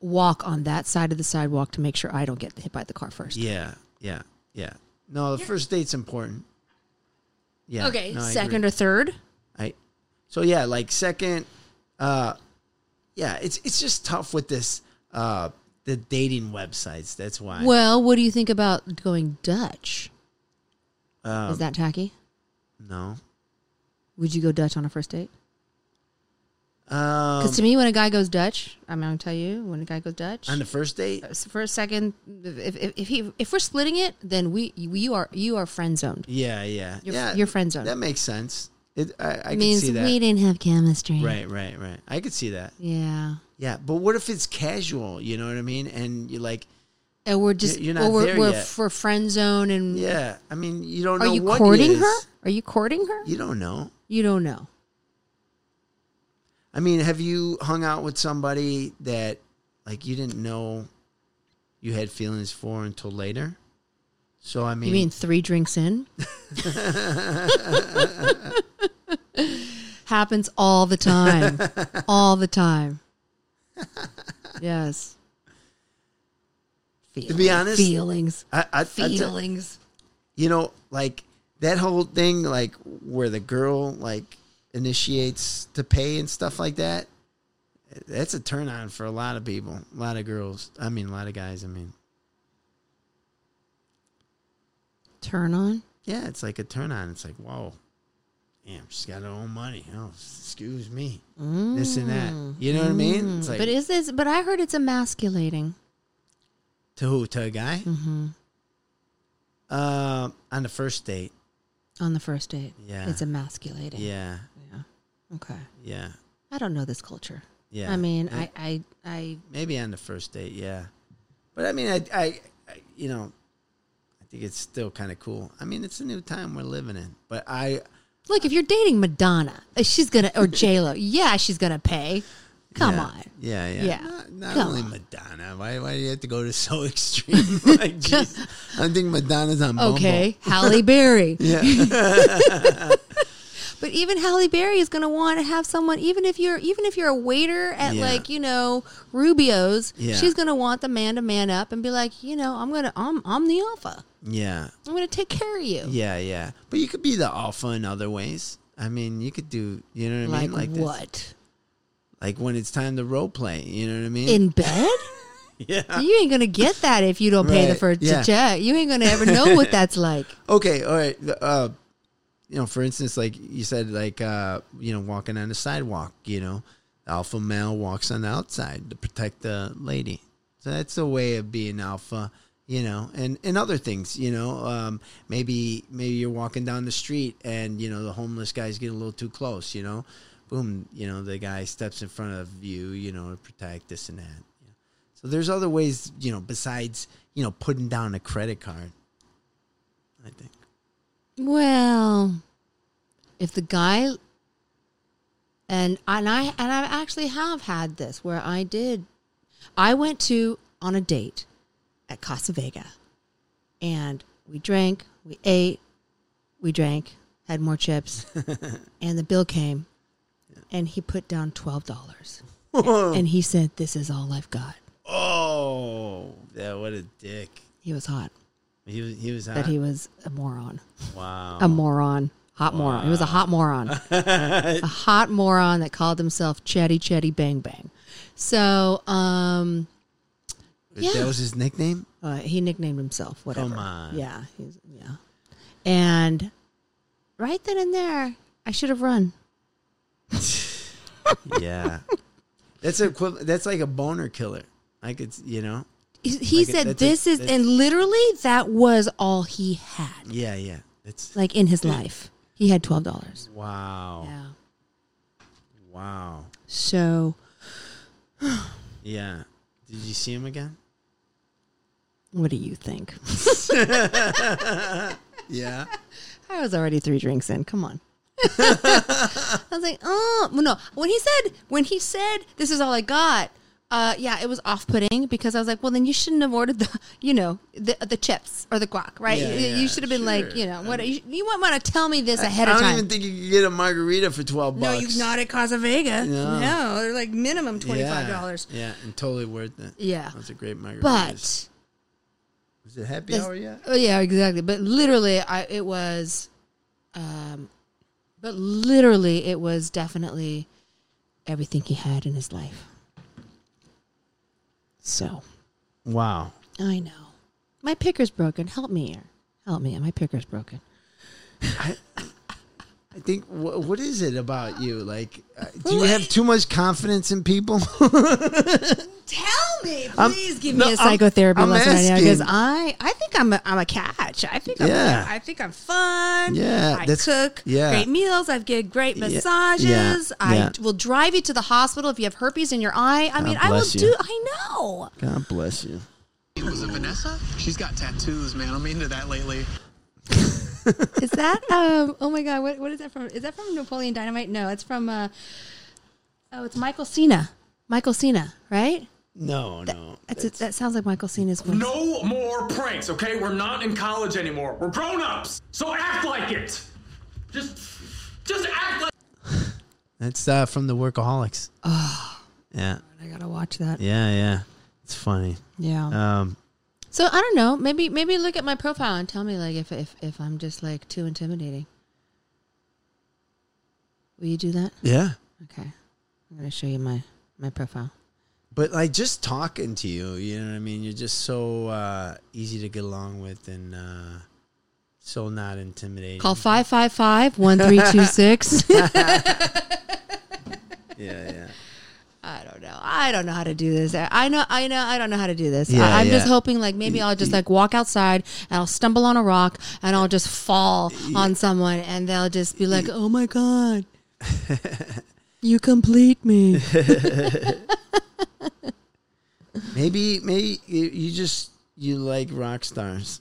S4: walk on that side of the sidewalk to make sure I don't get hit by the car first.
S3: Yeah. Yeah. Yeah. No, the first date's important. Yeah.
S4: Okay.
S3: no, I
S4: second or third.
S3: I so yeah, like second uh yeah, it's it's just tough with this uh the dating websites. That's why.
S4: Well, what do you think about going Dutch?
S3: Um,
S4: Is that tacky?
S3: no.
S4: Would you go Dutch on a first date?
S3: Um
S4: Because to me, when a guy goes Dutch, I'm gonna tell you, when a guy goes Dutch,
S3: on the first date?
S4: for a second, if, if, if he if we're splitting it, then we you are you are friend zoned.
S3: Yeah, yeah.
S4: Your-
S3: yeah.
S4: your friend zone.
S3: That makes sense. It I, I
S4: It
S3: can
S4: means
S3: see that.
S4: we didn't have chemistry.
S3: Right, right, right. I could see that.
S4: Yeah.
S3: Yeah, but what if it's casual? You know what I mean? And you like,
S4: And we're just
S3: You're not
S4: or we're,
S3: there
S4: we're,
S3: yet.
S4: we're friend zone and
S3: yeah. I mean, you don't
S4: are
S3: know
S4: you
S3: what he
S4: courting her?
S3: is.
S4: Are you courting her?
S3: You don't know.
S4: You don't know.
S3: I mean, have you hung out with somebody that like you didn't know you had feelings for until later? So I mean,
S4: You mean three drinks in? Happens all the time. All the time. Yes.
S3: to be honest,
S4: Feelings.
S3: I, I, I tell-
S4: Feelings.
S3: you know, like that whole thing, like where the girl like initiates to pay and stuff like that. That's a turn on for a lot of people, a lot of girls. I mean, a lot of guys. I mean,
S4: Turn on.
S3: yeah, it's like a turn on. It's like, whoa, damn, she's got her own money. Oh, excuse me, this and that. You know what I mean? It's like,
S4: But is this but I heard it's emasculating.
S3: To who? To a guy? Mm-hmm. Uh, on the first date.
S4: On the first date.
S3: Yeah.
S4: It's emasculating.
S3: Yeah.
S4: Okay.
S3: Yeah.
S4: I don't know this culture.
S3: Yeah.
S4: I mean, I, I I
S3: Maybe on the first date, yeah. But I mean, I, I, I you know, I think it's still kind of cool. I mean, it's a new time we're living in. But I,
S4: Look, if you're dating Madonna, uh, she's gonna or J Lo. Yeah, she's gonna pay. Come
S3: yeah,
S4: on.
S3: Yeah, yeah.
S4: Yeah.
S3: Not, not
S4: Come
S3: only
S4: on.
S3: Madonna. Why, why do you have to go to so extreme? like, geez. I think Madonna's on Bumble.
S4: Okay, Halle Berry.
S3: Yeah.
S4: But even Halle Berry is gonna want to have someone. Even if you're even if you're a waiter at
S3: Yeah.
S4: like you know Rubio's,
S3: Yeah.
S4: she's gonna want the man to man up and be like, you know, I'm gonna I'm I'm the alpha.
S3: yeah.
S4: I'm gonna take care of you.
S3: Yeah, yeah. But you could be the alpha in other ways. I mean, you could do, you know what I
S4: Like,
S3: mean? Like this.
S4: what?
S3: Like when it's time to role play, you know what I mean?
S4: In bed?
S3: yeah.
S4: you ain't gonna get that if you don't pay the
S3: Right,
S4: first
S3: yeah.
S4: check. You ain't gonna ever know what that's like.
S3: Okay, all right. The, Uh, you know, for instance, like you said, like uh, you know, walking on the sidewalk. You know, the alpha male walks on the outside to protect the lady. So that's a way of being alpha. You know, and and other things. You know, um, maybe maybe you're walking down the street and you know the homeless guy's getting a little too close. You know, boom. You know, the guy steps in front of you. You know, to protect this and that. So there's other ways. You know, besides you know putting down a credit card. I think.
S4: Well, if the guy and and I and I actually have had this where I did. I went to on a date at Casa Vega, and we drank, we ate, we drank, had more chips, and the bill came, and he put down twelve dollars, and he said, "This is all I've got."
S3: Oh, yeah, what a dick.
S4: He was hot,
S3: He was, he was hot.
S4: but he Oh, was a moron.
S3: wow.
S4: a moron. Hot moron. He was a hot moron. a hot moron that called himself Chetty Chetty Bang Bang. So, um, yeah.
S3: That was his nickname?
S4: uh, he nicknamed himself whatever.
S3: Come on.
S4: Yeah, he's, yeah. And right then and there, I should have run.
S3: Yeah. that's equivalent. That's like a boner killer. I could, s- you know?
S4: He, he
S3: Like,
S4: said,
S3: that's a-
S4: "This is,"
S3: that's-
S4: and literally, that was all he had,
S3: Yeah, yeah. That's
S4: like in his life. He had twelve dollars.
S3: wow.
S4: Yeah.
S3: Wow.
S4: So
S3: Yeah. Did you see him again?
S4: What do you think?
S3: Yeah.
S4: I was already three drinks in. Come on. I was like, oh well, no. When he said, when he said, this is all I got. Uh, yeah, it was off-putting because I was like, well, then you shouldn't have ordered the, you know, the the chips or the guac, right?
S3: Yeah,
S4: you,
S3: yeah,
S4: you should have been like,
S3: sure.
S4: you know,
S3: I
S4: what you, you want want to tell me this ahead
S3: I
S4: of
S3: don't
S4: time.
S3: even think you could get a margarita for 12
S4: no,
S3: bucks.
S4: you not at Casa Vega.
S3: No.
S4: No. they're like minimum
S3: Yeah.
S4: twenty five dollars.
S3: Yeah. and totally worth it.
S4: Yeah.
S3: That's a great margarita.
S4: But
S3: Is it happy
S4: this-
S3: hour yet?
S4: Oh yeah, exactly. But literally, I it was, um, but literally, it was definitely everything he had in his life. So
S3: Wow.
S4: I know my picker's broken. Help me here. Help me. My picker's broken.
S3: I think wh- what is it about you? Like, uh, do you have too much confidence in people?
S4: Tell me,
S3: I'm-
S4: please give
S3: no,
S4: me a
S3: I'm-
S4: psychotherapy
S3: I'm
S4: lesson right now
S3: asking.
S4: because I I think I'm a, I'm a catch. I think I'm
S3: Yeah.
S4: I think I'm fun.
S3: Yeah,
S4: I
S3: that's-
S4: cook
S3: yeah.
S4: great meals. I've get great
S3: yeah,
S4: massages. I
S3: yeah.
S4: will drive you to the hospital if you have herpes in your eye. I mean, I will
S3: bless you.
S4: do. I know.
S3: God bless you.
S10: Was it Vanessa? She's got tattoos, man. I'm into that lately.
S4: Is that um? Oh my god, what what is that from? Is that from Napoleon Dynamite? No, it's from uh. Oh, it's Michael Cena. Michael Cena, right?
S3: No, no.
S4: That's, that sounds like Michael Cena's voice.
S13: No more pranks, okay? We're not in college anymore. We're grown-ups. So act like it. Just just act like
S3: That's uh, from the Workaholics. Oh.
S4: Ah.
S3: Yeah,
S4: I gotta watch that.
S3: yeah, yeah. It's funny.
S4: Yeah.
S3: Um,
S4: So I don't know. Maybe maybe look at my profile and tell me like if if, if I'm just like too intimidating. Will you do that?
S3: yeah,
S4: Okay. I'm gonna show you my my profile.
S3: but like just talking to you, you know what I mean. You're just so uh, easy to get along with, and uh, so not intimidating.
S4: Call 555-1326.
S3: yeah, yeah.
S4: I don't know. I don't know how to do this. I- I know I know I don't know how to do this.
S3: Yeah,
S4: I, I'm just
S3: yeah.
S4: hoping like maybe I'll just like walk outside and I'll stumble on a rock and I'll just fall on someone and they'll just be like, "Oh my god. you complete me."
S3: Maybe, maybe you, you just you like rock stars.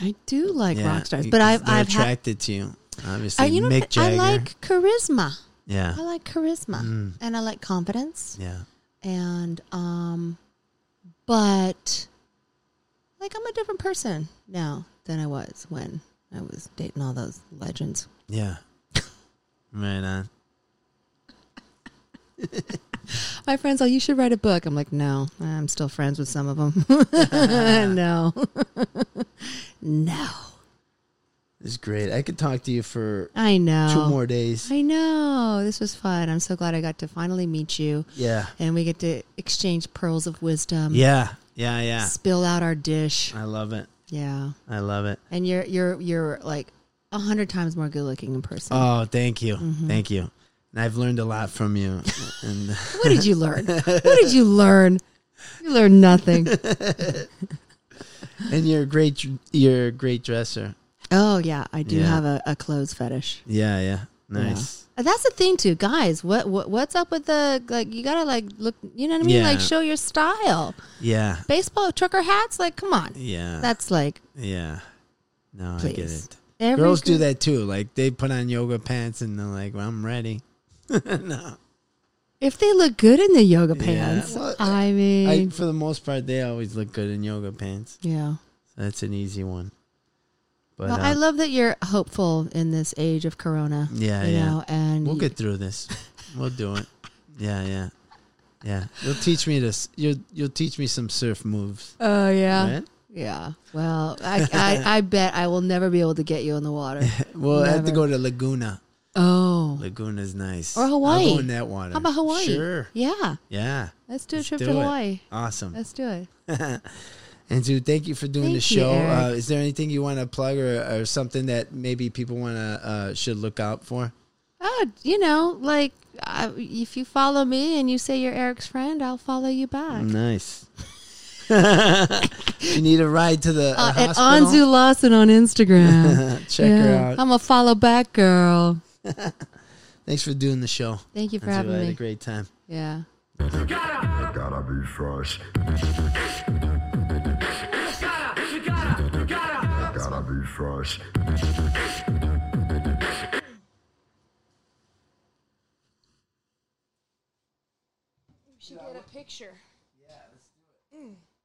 S4: I do like
S3: yeah.
S4: rock stars,
S3: you-
S4: but I've
S3: they're
S4: I've had
S3: attracted to you. Obviously,
S4: I, you know,
S3: Mick
S4: what?
S3: Jagger. Mm.
S4: I like charisma.
S3: yeah,
S4: I like charisma, and I like confidence,
S3: yeah.
S4: and um, but like I'm a different person now than I was when I was dating all those legends.
S3: Yeah. Right on.
S4: My friends, all you should write a book. I'm like, no, I'm still friends with some of them. no, no,
S3: This is great. I could talk to you for
S4: I know.
S3: two more days.
S4: I know. This was fun. I'm so glad I got to finally meet you,
S3: Yeah.
S4: and we get to exchange pearls of wisdom.
S3: Yeah. Yeah. Yeah.
S4: Spill out our dish.
S3: I love it.
S4: Yeah.
S3: I love it.
S4: and you're you're you're like a hundred times more good looking in person.
S3: Oh, thank you. Thank you. And I've learned a lot from you. and
S4: what did you learn? What did you learn? You learned nothing.
S3: and you're a great dr- you're a great dresser.
S4: oh yeah, I do
S3: Yeah.
S4: have a, a clothes fetish.
S3: Yeah, yeah. Nice.
S4: Uh, That's the thing too, guys. What, what what's up with the like? You gotta like look. You know what I mean?
S3: Yeah.
S4: Like show your style.
S3: Yeah.
S4: Baseball trucker hats. Like come on.
S3: Yeah.
S4: That's like
S3: yeah. No, I get
S4: Please.
S3: it.
S4: every
S3: Girls do
S4: gr-
S3: that too. Like they put on yoga pants and they're like, well, "I'm ready." no.
S4: If they look good in the yoga pants,
S3: well,
S4: I
S3: I,
S4: mean,
S3: for the most part, they always look good in yoga pants.
S4: yeah.
S3: That's an easy one. But
S4: Well,
S3: uh,
S4: I love that you're hopeful in this age of Corona.
S3: Yeah,
S4: you
S3: yeah.
S4: Know, and
S3: we'll
S4: you-
S3: get through this. We'll do it. Yeah, yeah, yeah. You'll teach me this. You'll you'll teach me some surf moves.
S4: Oh yeah,
S3: right?
S4: yeah. Well, I, I I bet I will never be able to get you in the water.
S3: We'll have to
S4: Never.
S3: go to Laguna.
S4: Oh,
S3: Laguna's nice.
S4: Or
S3: I'll
S4: Hawaii.
S3: go in that water.
S4: how about Hawaii?
S3: Sure.
S4: Yeah,
S3: Yeah.
S4: let's do a
S3: Let's
S4: trip
S3: do
S4: to
S3: it.
S4: Hawaii.
S3: Awesome.
S4: Let's do it.
S3: And dude, thank you for doing the
S4: Thank you,
S3: show. uh,
S4: Eric.
S3: is there anything you want to plug or, or something that maybe people want to uh, should look out for?
S4: Oh, you know, like I, if you follow me and you say you're Eric's friend, I'll follow you back.
S3: Mm. Nice. you need a ride to the uh,
S4: Uh, at Anzu
S3: hospital?
S4: Lawson on Instagram.
S3: Check her
S4: Yeah.
S3: out.
S4: I'm a follow back girl.
S3: Thanks for doing the show.
S4: Thank you for
S3: Anzu, I
S4: having
S3: had a
S4: me.
S3: great time.
S4: Yeah.
S14: Gotta be fresh. Gotta be fresh.
S15: should get a picture. Yeah, let's do it.